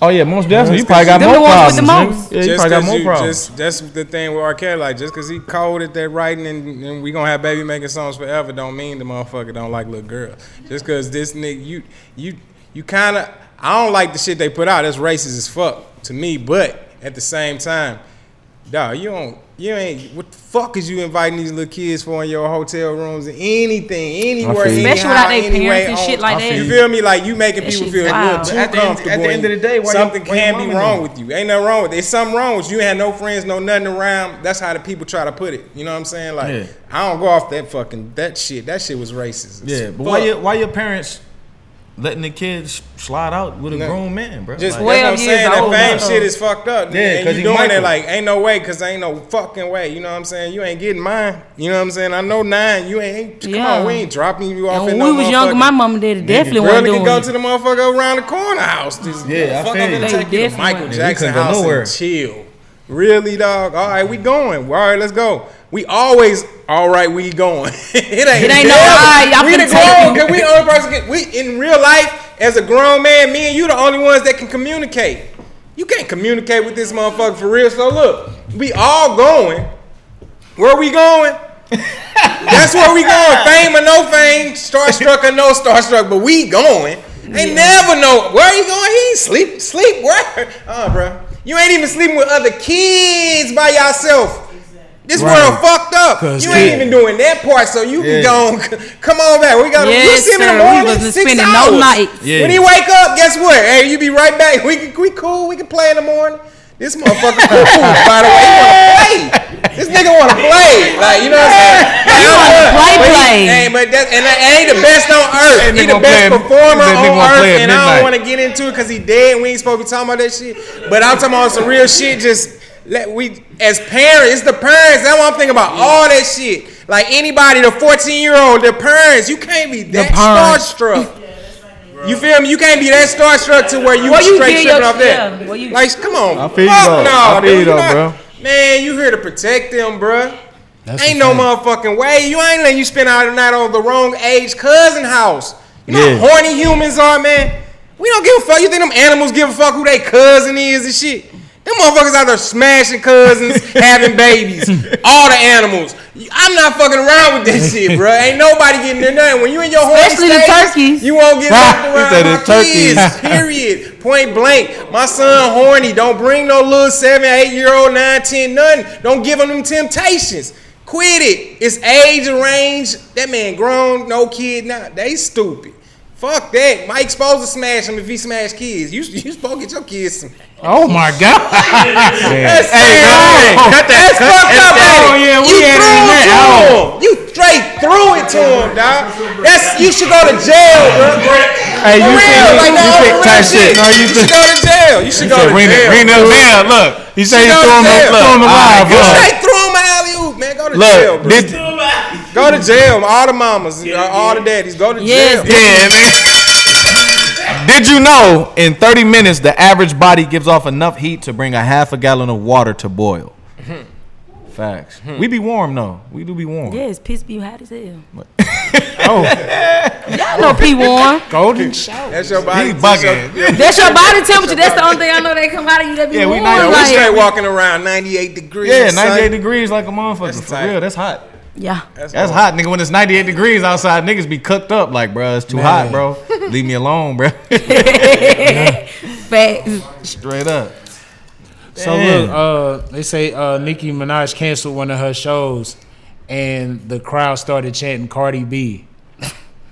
[SPEAKER 2] oh yeah, most definitely. You probably got
[SPEAKER 6] Them
[SPEAKER 2] more
[SPEAKER 6] the
[SPEAKER 2] problems.
[SPEAKER 6] ones with the
[SPEAKER 2] nigga.
[SPEAKER 6] most.
[SPEAKER 2] Yeah, you
[SPEAKER 3] just
[SPEAKER 2] probably got
[SPEAKER 3] 'cause
[SPEAKER 2] more problems.
[SPEAKER 3] Just, that's the thing with R. Kelly. Like, just cause he cold at that writing and, and we gonna have baby making songs forever, don't mean the motherfucker don't like little girls. Just cause this nigga, you you you kind of I don't like the shit they put out. That's racist as fuck to me. But at the same time, dog, you don't. You ain't what the fuck is you inviting these little kids for in your hotel rooms and anything, anywhere,
[SPEAKER 2] feel you.
[SPEAKER 6] Especially
[SPEAKER 3] anyhow,
[SPEAKER 6] without they
[SPEAKER 3] any way
[SPEAKER 6] parents and
[SPEAKER 3] on-
[SPEAKER 6] shit like
[SPEAKER 3] I
[SPEAKER 6] that.
[SPEAKER 3] You feel me? Like you making people
[SPEAKER 6] shit's
[SPEAKER 3] feel a
[SPEAKER 6] wild.
[SPEAKER 3] little too
[SPEAKER 2] But at the end- at the
[SPEAKER 3] comfortable.
[SPEAKER 2] end of the
[SPEAKER 3] and
[SPEAKER 2] day, why your-
[SPEAKER 3] something
[SPEAKER 2] why your
[SPEAKER 3] can
[SPEAKER 2] mama
[SPEAKER 3] be wrong
[SPEAKER 2] doing?
[SPEAKER 3] with with you. Ain't nothing wrong with it. There's something wrong with you. You ain't had no friends, no nothing around. That's how the people try to put it. You know what I'm saying? Like,
[SPEAKER 2] Yeah.
[SPEAKER 3] I don't go off that fucking that shit. That shit was racist.
[SPEAKER 2] Yeah, but
[SPEAKER 3] Fuck.
[SPEAKER 2] why your why your parents letting the kids slide out with a grown man, bro?
[SPEAKER 3] Just
[SPEAKER 2] Like,
[SPEAKER 3] that's what
[SPEAKER 6] 12
[SPEAKER 3] I'm
[SPEAKER 6] years
[SPEAKER 3] saying. That
[SPEAKER 6] old,
[SPEAKER 3] fame
[SPEAKER 6] huh?
[SPEAKER 3] shit is fucked up. nigga.
[SPEAKER 2] Yeah,
[SPEAKER 3] and
[SPEAKER 2] 'cause
[SPEAKER 3] you
[SPEAKER 2] he
[SPEAKER 3] doing
[SPEAKER 2] Michael.
[SPEAKER 3] it like ain't no way, cause ain't no fucking way. You know what I'm saying? You ain't getting mine. You know what I'm saying? I know nine. You ain't. Come
[SPEAKER 6] Yeah.
[SPEAKER 3] on, we ain't dropping you off.
[SPEAKER 6] and when
[SPEAKER 3] in no
[SPEAKER 6] we was younger,
[SPEAKER 3] motherfucking-
[SPEAKER 6] my mom and daddy definitely
[SPEAKER 3] Girl,
[SPEAKER 6] wasn't
[SPEAKER 3] nigga
[SPEAKER 6] doing
[SPEAKER 3] go
[SPEAKER 6] it.
[SPEAKER 3] to the motherfucker around the corner house. This
[SPEAKER 2] Yeah, I
[SPEAKER 3] fuck
[SPEAKER 2] feel
[SPEAKER 3] I'm
[SPEAKER 2] you.
[SPEAKER 3] gonna take
[SPEAKER 6] They
[SPEAKER 3] you to
[SPEAKER 6] definitely
[SPEAKER 3] Michael
[SPEAKER 6] went.
[SPEAKER 3] Jackson
[SPEAKER 2] You couldn't go
[SPEAKER 3] house
[SPEAKER 2] nowhere.
[SPEAKER 3] and chill. Really, dog. All right, we going. All right, let's go. We always all right. We going. it ain't.
[SPEAKER 6] It ain't no
[SPEAKER 3] never-
[SPEAKER 6] all right, y'all
[SPEAKER 3] We the
[SPEAKER 6] finna take
[SPEAKER 3] grown. We the only person. Can, we in real life as a grown man. Me and you the only ones that can communicate. You can't communicate with this motherfucker for real. So look, we all going. Where we going? That's where we going. Fame or no fame, starstruck or no starstruck, but we going. Ain't never know where you going. He sleep, sleep where? Uh, bro, you ain't even sleeping with other kids by yourself. This world fucked up.
[SPEAKER 1] Cause
[SPEAKER 3] You ain't
[SPEAKER 1] kid-
[SPEAKER 3] even doing that part, so you
[SPEAKER 2] Yeah.
[SPEAKER 3] can go. On, come on back. We got. to you
[SPEAKER 6] Yes,
[SPEAKER 3] see
[SPEAKER 6] sir.
[SPEAKER 3] me in the
[SPEAKER 6] We
[SPEAKER 3] morning.
[SPEAKER 6] wasn't
[SPEAKER 3] six
[SPEAKER 6] spending
[SPEAKER 3] hours.
[SPEAKER 6] no nights.
[SPEAKER 2] Yeah.
[SPEAKER 3] When he wake up, guess what? Hey, you be right back. We can, we cool. We can play in the morning. This motherfucker cool. By the way, he wanna play. This nigga wanna play. Like you know what I'm saying?
[SPEAKER 6] play,
[SPEAKER 3] But he-
[SPEAKER 6] play.
[SPEAKER 3] Hey, but that and that ain't the best on earth.
[SPEAKER 2] That
[SPEAKER 3] He
[SPEAKER 2] nigga
[SPEAKER 3] the best
[SPEAKER 2] play-
[SPEAKER 3] performer
[SPEAKER 2] that
[SPEAKER 3] on
[SPEAKER 2] nigga play
[SPEAKER 3] earth,
[SPEAKER 2] at
[SPEAKER 3] and I
[SPEAKER 2] midnight.
[SPEAKER 3] don't want to get into it because he dead. We ain't supposed to be talking about that shit. But I'm talking about some real shit. Just let we as parents, it's the parents. That's what I'm thinking about. All that shit. Like anybody, the 14 year old, the parents. You can't be that
[SPEAKER 6] parents.
[SPEAKER 3] starstruck. You feel me? You can't be that starstruck to where you
[SPEAKER 6] Well, you get
[SPEAKER 3] straight tripping
[SPEAKER 6] your-
[SPEAKER 3] off that.
[SPEAKER 6] yeah, well, you-
[SPEAKER 3] like, come on.
[SPEAKER 2] I feel you
[SPEAKER 3] Fuck
[SPEAKER 2] though.
[SPEAKER 3] no,
[SPEAKER 2] I feel
[SPEAKER 3] dude.
[SPEAKER 2] you though,
[SPEAKER 3] not-
[SPEAKER 2] bro.
[SPEAKER 3] Man, you here to protect them, bruh.
[SPEAKER 1] That's
[SPEAKER 3] ain't
[SPEAKER 1] the
[SPEAKER 3] no
[SPEAKER 1] thing.
[SPEAKER 3] motherfucking way. You ain't letting you spend all the night on the wrong age cousin house. You know
[SPEAKER 2] Yeah.
[SPEAKER 3] how horny humans are, man. We don't give a fuck. You think them animals give a fuck who they cousin is and shit? Them motherfuckers out there smashing cousins, having babies. All the animals. I'm not fucking around with that shit, bruh. Ain't nobody getting there nothing. When you in your horny
[SPEAKER 6] Especially the
[SPEAKER 3] stages,
[SPEAKER 6] turkeys.
[SPEAKER 3] You won't get
[SPEAKER 2] Ah,
[SPEAKER 3] around
[SPEAKER 2] he said Ah.
[SPEAKER 3] my
[SPEAKER 2] the turkeys.
[SPEAKER 3] kids. Period. Point blank. My son horny. Don't bring no little seven, eight year old, nine, ten, nothing. Don't give him them temptations. Quit it. It's age range. That man grown, no kid now. They stupid. Fuck that. Mike's supposed to smash him if he smash kids. You you supposed to get your kids smashed.
[SPEAKER 1] Oh my God!
[SPEAKER 3] That's
[SPEAKER 2] Hey,
[SPEAKER 3] sad.
[SPEAKER 2] bro, cut that-
[SPEAKER 3] That's
[SPEAKER 2] cut-
[SPEAKER 3] fucked
[SPEAKER 2] that's
[SPEAKER 3] up.
[SPEAKER 2] that.
[SPEAKER 3] ain't
[SPEAKER 1] Oh,
[SPEAKER 3] it?
[SPEAKER 1] yeah, we
[SPEAKER 3] you
[SPEAKER 1] had it
[SPEAKER 3] threw
[SPEAKER 1] in
[SPEAKER 3] it
[SPEAKER 1] that
[SPEAKER 3] to
[SPEAKER 1] hour.
[SPEAKER 3] him.
[SPEAKER 2] Oh.
[SPEAKER 3] You straight threw it to him, dog. That's you should go to jail, bro.
[SPEAKER 2] Hey,
[SPEAKER 3] For
[SPEAKER 2] you
[SPEAKER 3] real,
[SPEAKER 2] think-
[SPEAKER 3] like
[SPEAKER 2] you
[SPEAKER 3] no, on
[SPEAKER 2] think
[SPEAKER 3] the
[SPEAKER 2] type
[SPEAKER 3] real
[SPEAKER 2] shit.
[SPEAKER 3] shit.
[SPEAKER 2] No, you
[SPEAKER 3] you
[SPEAKER 2] think-
[SPEAKER 3] should go to jail. You should go to
[SPEAKER 1] ring, the,
[SPEAKER 3] jail.
[SPEAKER 1] ring the
[SPEAKER 3] bro.
[SPEAKER 1] bell. Look, he said he
[SPEAKER 3] Go to
[SPEAKER 1] threw him.
[SPEAKER 3] jail.
[SPEAKER 1] a- Threw him the live.
[SPEAKER 3] You
[SPEAKER 1] huh?
[SPEAKER 3] straight threw him alley oop, man. Go to jail,
[SPEAKER 2] Look,
[SPEAKER 3] bro.
[SPEAKER 2] did,
[SPEAKER 3] Go to jail. All the mamas, uh, all the daddies, go to jail.
[SPEAKER 2] Yeah, nigga. Did you know in 30 minutes the average body gives off enough heat to bring a half a gallon of water to boil? Facts.
[SPEAKER 1] Hmm.
[SPEAKER 2] We be warm though. We do be warm.
[SPEAKER 4] Yes, piss be hot as hell.
[SPEAKER 1] Oh,
[SPEAKER 4] Y'all know pee warm.
[SPEAKER 1] golden shower.
[SPEAKER 3] That's your body.
[SPEAKER 2] He
[SPEAKER 3] That's your-
[SPEAKER 2] bugging.
[SPEAKER 4] That's your body temperature. That's the only thing I know that come out of you that be
[SPEAKER 2] Yeah, we
[SPEAKER 4] warm.
[SPEAKER 2] not-
[SPEAKER 3] Yeah, we
[SPEAKER 4] like,
[SPEAKER 3] straight walking around 98 degrees.
[SPEAKER 2] Yeah, 98
[SPEAKER 3] son.
[SPEAKER 2] degrees like a motherfucker.
[SPEAKER 3] That's
[SPEAKER 2] for
[SPEAKER 3] tight.
[SPEAKER 2] real, that's hot.
[SPEAKER 4] yeah.
[SPEAKER 2] That's hot, nigga. When it's 98 degrees outside, niggas be cooked up like, bro, it's too hot, bro. Leave me alone, bro.
[SPEAKER 4] Facts.
[SPEAKER 2] Straight up.
[SPEAKER 1] So look, uh, they say uh, Nicki Minaj canceled one of her shows, and the crowd started chanting Cardi B.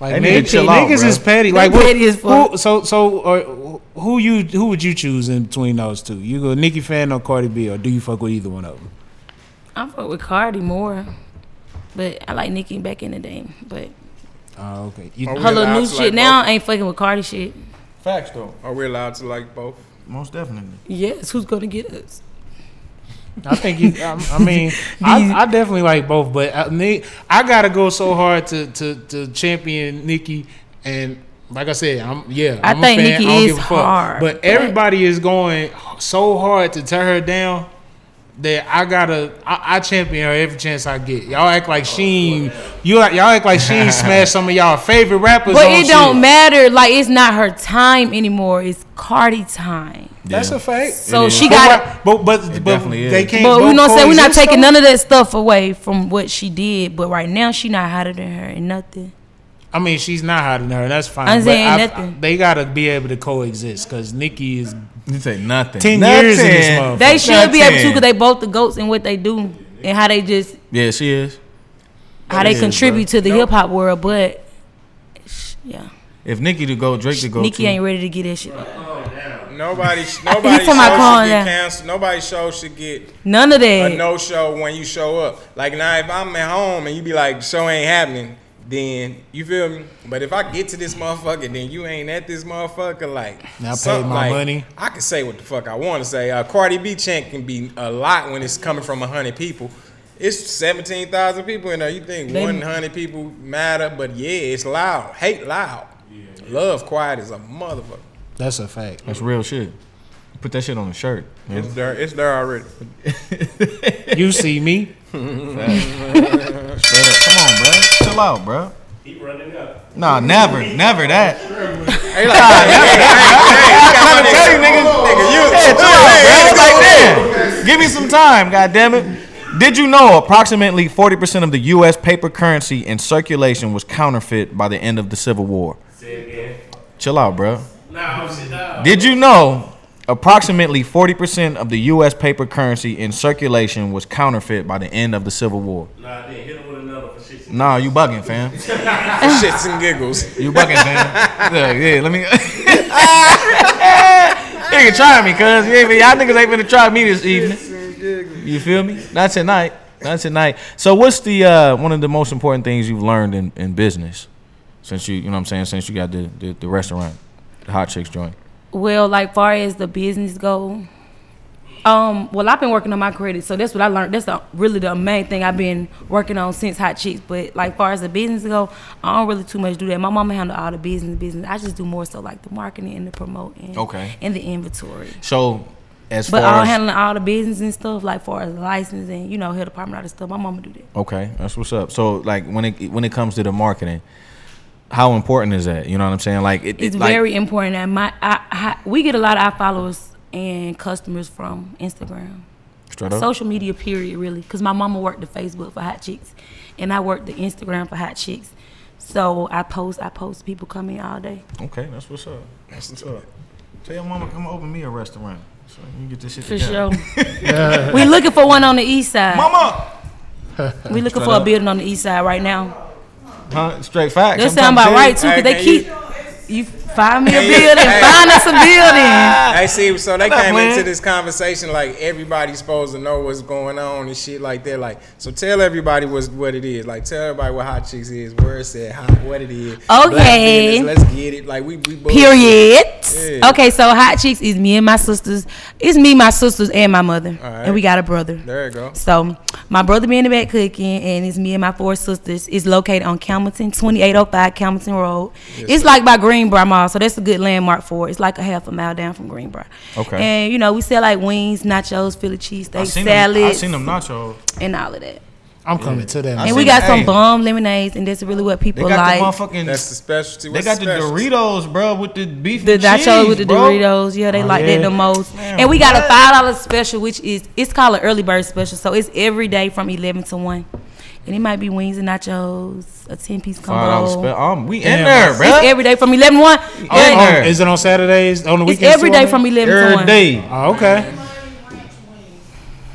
[SPEAKER 1] Like
[SPEAKER 2] They need to
[SPEAKER 1] niggas-
[SPEAKER 2] chill out,
[SPEAKER 1] niggas
[SPEAKER 2] bro.
[SPEAKER 1] is petty.
[SPEAKER 4] They
[SPEAKER 1] Like what-
[SPEAKER 4] petty as fuck.
[SPEAKER 1] Who, so so uh, who you who would you choose in between those two? You go Nicki fan or Cardi B, or do you fuck with either one of them?
[SPEAKER 4] I'm fuck with Cardi more, but I like Nicki back in the day. But
[SPEAKER 2] Uh,
[SPEAKER 1] Oh, okay. You,
[SPEAKER 3] Oh,
[SPEAKER 4] her little
[SPEAKER 3] allowed
[SPEAKER 4] new
[SPEAKER 3] to
[SPEAKER 4] shit
[SPEAKER 3] like
[SPEAKER 4] now ain't fucking with Cardi shit.
[SPEAKER 2] Facts, though.
[SPEAKER 3] Are we allowed to like both?
[SPEAKER 2] Most definitely.
[SPEAKER 4] Yes, who's gonna get us?
[SPEAKER 1] I think you. I, I mean, I, I definitely like both, but I, Ni- I gotta go so hard to to, to champion Nikki and. Like I said, I'm yeah.
[SPEAKER 4] I
[SPEAKER 1] I'm
[SPEAKER 4] think
[SPEAKER 1] a fan.
[SPEAKER 4] Nicki
[SPEAKER 1] I don't
[SPEAKER 4] is
[SPEAKER 1] give a fuck.
[SPEAKER 4] hard,
[SPEAKER 1] but
[SPEAKER 4] but-
[SPEAKER 1] everybody is going so hard to tear her down that I gotta. I, I champion her every chance I get. Y'all act
[SPEAKER 2] Oh,
[SPEAKER 1] like she ain't, you act- y'all act like she ain't smashed some of y'all favorite rappers.
[SPEAKER 4] But
[SPEAKER 1] on
[SPEAKER 4] it
[SPEAKER 1] shit.
[SPEAKER 4] don't matter. Like it's not her time anymore. It's Cardi time.
[SPEAKER 1] That's a fact.
[SPEAKER 4] So
[SPEAKER 2] is.
[SPEAKER 4] she
[SPEAKER 1] but
[SPEAKER 4] got.
[SPEAKER 1] why- but but, but,
[SPEAKER 2] definitely is.
[SPEAKER 1] they can't.
[SPEAKER 4] But
[SPEAKER 1] both
[SPEAKER 4] you know what I'm saying? We're not
[SPEAKER 1] coexist,
[SPEAKER 4] taking
[SPEAKER 1] though?
[SPEAKER 4] none of that stuff away from what she did. But right now, she not hotter than her and nothing.
[SPEAKER 1] I mean, she's not hotter than her. That's fine.
[SPEAKER 4] I'm
[SPEAKER 1] but
[SPEAKER 4] saying
[SPEAKER 1] I-
[SPEAKER 4] nothing.
[SPEAKER 1] I- they gotta be able to coexist because Nikki is
[SPEAKER 2] You say nothing.
[SPEAKER 1] ten years in this
[SPEAKER 2] Nothing.
[SPEAKER 1] motherfucker.
[SPEAKER 4] They should be able to
[SPEAKER 2] Nothing.
[SPEAKER 4] because they both the goats in what they do and how they just
[SPEAKER 2] Yeah, she is.
[SPEAKER 4] how they
[SPEAKER 2] is,
[SPEAKER 4] contribute to the hip hop world. But sh- yeah,
[SPEAKER 2] If Nicki to go, Drake to go.
[SPEAKER 4] Nicki
[SPEAKER 2] too.
[SPEAKER 4] ain't ready to get that shit.
[SPEAKER 3] Nobody, nobody show
[SPEAKER 4] for my call,
[SPEAKER 3] should
[SPEAKER 4] yeah.
[SPEAKER 3] get canceled. Nobody show should get
[SPEAKER 4] None of
[SPEAKER 3] a
[SPEAKER 4] that.
[SPEAKER 3] no show when you show up. Like now, if I'm at home and you be like, show ain't happening, then you feel me. But if I get to this motherfucker, then you ain't at this motherfucker. Like
[SPEAKER 1] Now I paid
[SPEAKER 3] something
[SPEAKER 1] my money.
[SPEAKER 3] I can say what the fuck I want to say. Uh, Cardi B chant can be a lot when it's coming from hundred people. It's seventeen thousand people in there. You think
[SPEAKER 4] They-
[SPEAKER 3] one hundred people matter? But yeah, it's loud. Hate loud. Love quiet is a motherfucker.
[SPEAKER 1] That's a fact.
[SPEAKER 2] That's real shit. Put that shit on a shirt.
[SPEAKER 3] It's there. It's there already.
[SPEAKER 1] You see me?
[SPEAKER 2] Straight up. Come on, bro. Chill out, bro.
[SPEAKER 5] He running up.
[SPEAKER 2] Nah, never, never that.
[SPEAKER 3] Hey, like, hey, hey,
[SPEAKER 2] I'm telling you, niggas. Yeah, chill out, bro. It's like,
[SPEAKER 3] hey, hey, nigga, you- hey, hey,
[SPEAKER 2] damn. Give me some time, God damn it. Did you know approximately 40% of the U.S. paper currency in circulation was counterfeit by the end of the Civil War?
[SPEAKER 5] Say it again.
[SPEAKER 2] Chill out, bro.
[SPEAKER 5] Nah, I'm shit down.
[SPEAKER 2] Did you know approximately 40% of the U.S. paper currency in circulation was counterfeit by the end of the Civil War?
[SPEAKER 5] Nah, I didn't hit him with another for shit.
[SPEAKER 2] Nah, you bugging, fam.
[SPEAKER 3] shits and giggles.
[SPEAKER 2] You bugging, fam. Look, yeah, let me. Nigga, try me, cuz. You ain't been- Y'all niggas ain't finna try me this evening. You feel me? Not tonight. Not tonight. So, what's the uh, one of the most important things you've learned in, in business since you, you know what I'm saying, since you got the, the, the restaurant, the Hot Chicks joint?
[SPEAKER 4] Well, like far as the business go, um, well, I've been working on my credit, so that's what I learned. That's the, really the main thing I've been working on since Hot Chicks. But like far as the business go, I don't really too much do that. My mama handle all the business, business. I just do more so like the marketing and the promoting,
[SPEAKER 2] Okay.
[SPEAKER 4] and the inventory.
[SPEAKER 2] So, as
[SPEAKER 4] But
[SPEAKER 2] far
[SPEAKER 4] all
[SPEAKER 2] as.
[SPEAKER 4] handling all the business and stuff, like far as licensing, you know, health department, all the stuff. My mama do that.
[SPEAKER 2] Okay, that's what's up. So like when it when it comes to the marketing, how important is that? You know what I'm saying? Like it,
[SPEAKER 4] It's
[SPEAKER 2] it, like,
[SPEAKER 4] very important. And my, I, I, we get a lot of our followers and customers from Instagram.
[SPEAKER 2] straight up.
[SPEAKER 4] Social media, period, really. Because my mama worked the Facebook for Hot Chicks, and I worked the Instagram for Hot Chicks. So I post, I post. People come in all day.
[SPEAKER 2] Okay, that's what's up. That's what's up. Tell your mama come open me a restaurant so you get this shit
[SPEAKER 4] For sure. we looking for one on the east side.
[SPEAKER 2] Mama,
[SPEAKER 4] we looking for
[SPEAKER 2] Straight
[SPEAKER 4] a
[SPEAKER 2] up.
[SPEAKER 4] building on the east side right now.
[SPEAKER 2] huh? Straight facts.
[SPEAKER 4] That
[SPEAKER 2] I'm
[SPEAKER 4] sound
[SPEAKER 2] trying
[SPEAKER 4] about
[SPEAKER 2] to
[SPEAKER 4] right
[SPEAKER 2] tell
[SPEAKER 4] too,
[SPEAKER 3] Hey,
[SPEAKER 4] cause they
[SPEAKER 3] can
[SPEAKER 4] keep. You find me a
[SPEAKER 3] Hey,
[SPEAKER 4] building.
[SPEAKER 3] hey.
[SPEAKER 4] Find us a building.
[SPEAKER 3] I see. So they
[SPEAKER 2] not
[SPEAKER 3] came
[SPEAKER 2] playing.
[SPEAKER 3] into this conversation like everybody's supposed to know what's going on and shit like that. Like, so tell everybody what's what it is. Like, tell everybody what hot chicks is, where it's at, hot, what it is. Black
[SPEAKER 4] Okay.
[SPEAKER 3] business, let's get it. Like, we we both-
[SPEAKER 4] Period.
[SPEAKER 3] Yeah.
[SPEAKER 4] Okay, so hot chicks is me and my sisters. It's me, my sisters, and my mother,
[SPEAKER 3] Alright.
[SPEAKER 4] and we got a brother.
[SPEAKER 3] There you go.
[SPEAKER 4] So my brother be in the back cooking, and it's me and my four sisters. It's located on Camilton, twenty eight oh five Camilton Road. it's like by Greenbrier Mall, so that's a good landmark for it. It's like a half a mile down from Greenbrier.
[SPEAKER 2] Okay.
[SPEAKER 4] And you know we sell like wings, nachos, Philly cheesesteak,
[SPEAKER 9] seen them. I
[SPEAKER 4] salads,
[SPEAKER 9] seen them nacho.
[SPEAKER 4] and all of that.
[SPEAKER 1] I'm coming to that.
[SPEAKER 4] And
[SPEAKER 1] man.
[SPEAKER 4] we
[SPEAKER 2] seen
[SPEAKER 4] got
[SPEAKER 2] them.
[SPEAKER 4] some
[SPEAKER 2] Hey.
[SPEAKER 4] bomb lemonades, and that's really what
[SPEAKER 9] They
[SPEAKER 4] people
[SPEAKER 9] got
[SPEAKER 4] like.
[SPEAKER 9] the motherfucking.
[SPEAKER 3] That's the specialty.
[SPEAKER 9] they
[SPEAKER 3] What's
[SPEAKER 9] got the
[SPEAKER 3] specialty?
[SPEAKER 9] Doritos, bro, with the beef.
[SPEAKER 4] The
[SPEAKER 9] and
[SPEAKER 4] nachos
[SPEAKER 9] cheese,
[SPEAKER 4] with the
[SPEAKER 9] bro.
[SPEAKER 4] Doritos, yeah, they
[SPEAKER 9] Oh,
[SPEAKER 4] like
[SPEAKER 9] yeah.
[SPEAKER 4] that the most.
[SPEAKER 9] Man,
[SPEAKER 4] and we got a
[SPEAKER 9] what?
[SPEAKER 4] five dollar special, which is it's called an early bird special, so it's every day from eleven to one, and it might be wings and nachos, a ten piece
[SPEAKER 2] Five
[SPEAKER 4] combo.
[SPEAKER 2] dollars spell. Um, we in
[SPEAKER 1] Damn,
[SPEAKER 2] there,
[SPEAKER 1] it's
[SPEAKER 2] bro.
[SPEAKER 4] It's every day from eleven to one.
[SPEAKER 1] Oh,
[SPEAKER 4] but
[SPEAKER 1] oh,
[SPEAKER 2] there.
[SPEAKER 1] is it on Saturdays on the
[SPEAKER 4] it's
[SPEAKER 1] weekends?
[SPEAKER 4] every
[SPEAKER 1] too,
[SPEAKER 4] day
[SPEAKER 1] I
[SPEAKER 4] from
[SPEAKER 1] mean?
[SPEAKER 4] eleven to
[SPEAKER 2] Every
[SPEAKER 4] one.
[SPEAKER 2] day.
[SPEAKER 1] Oh, okay.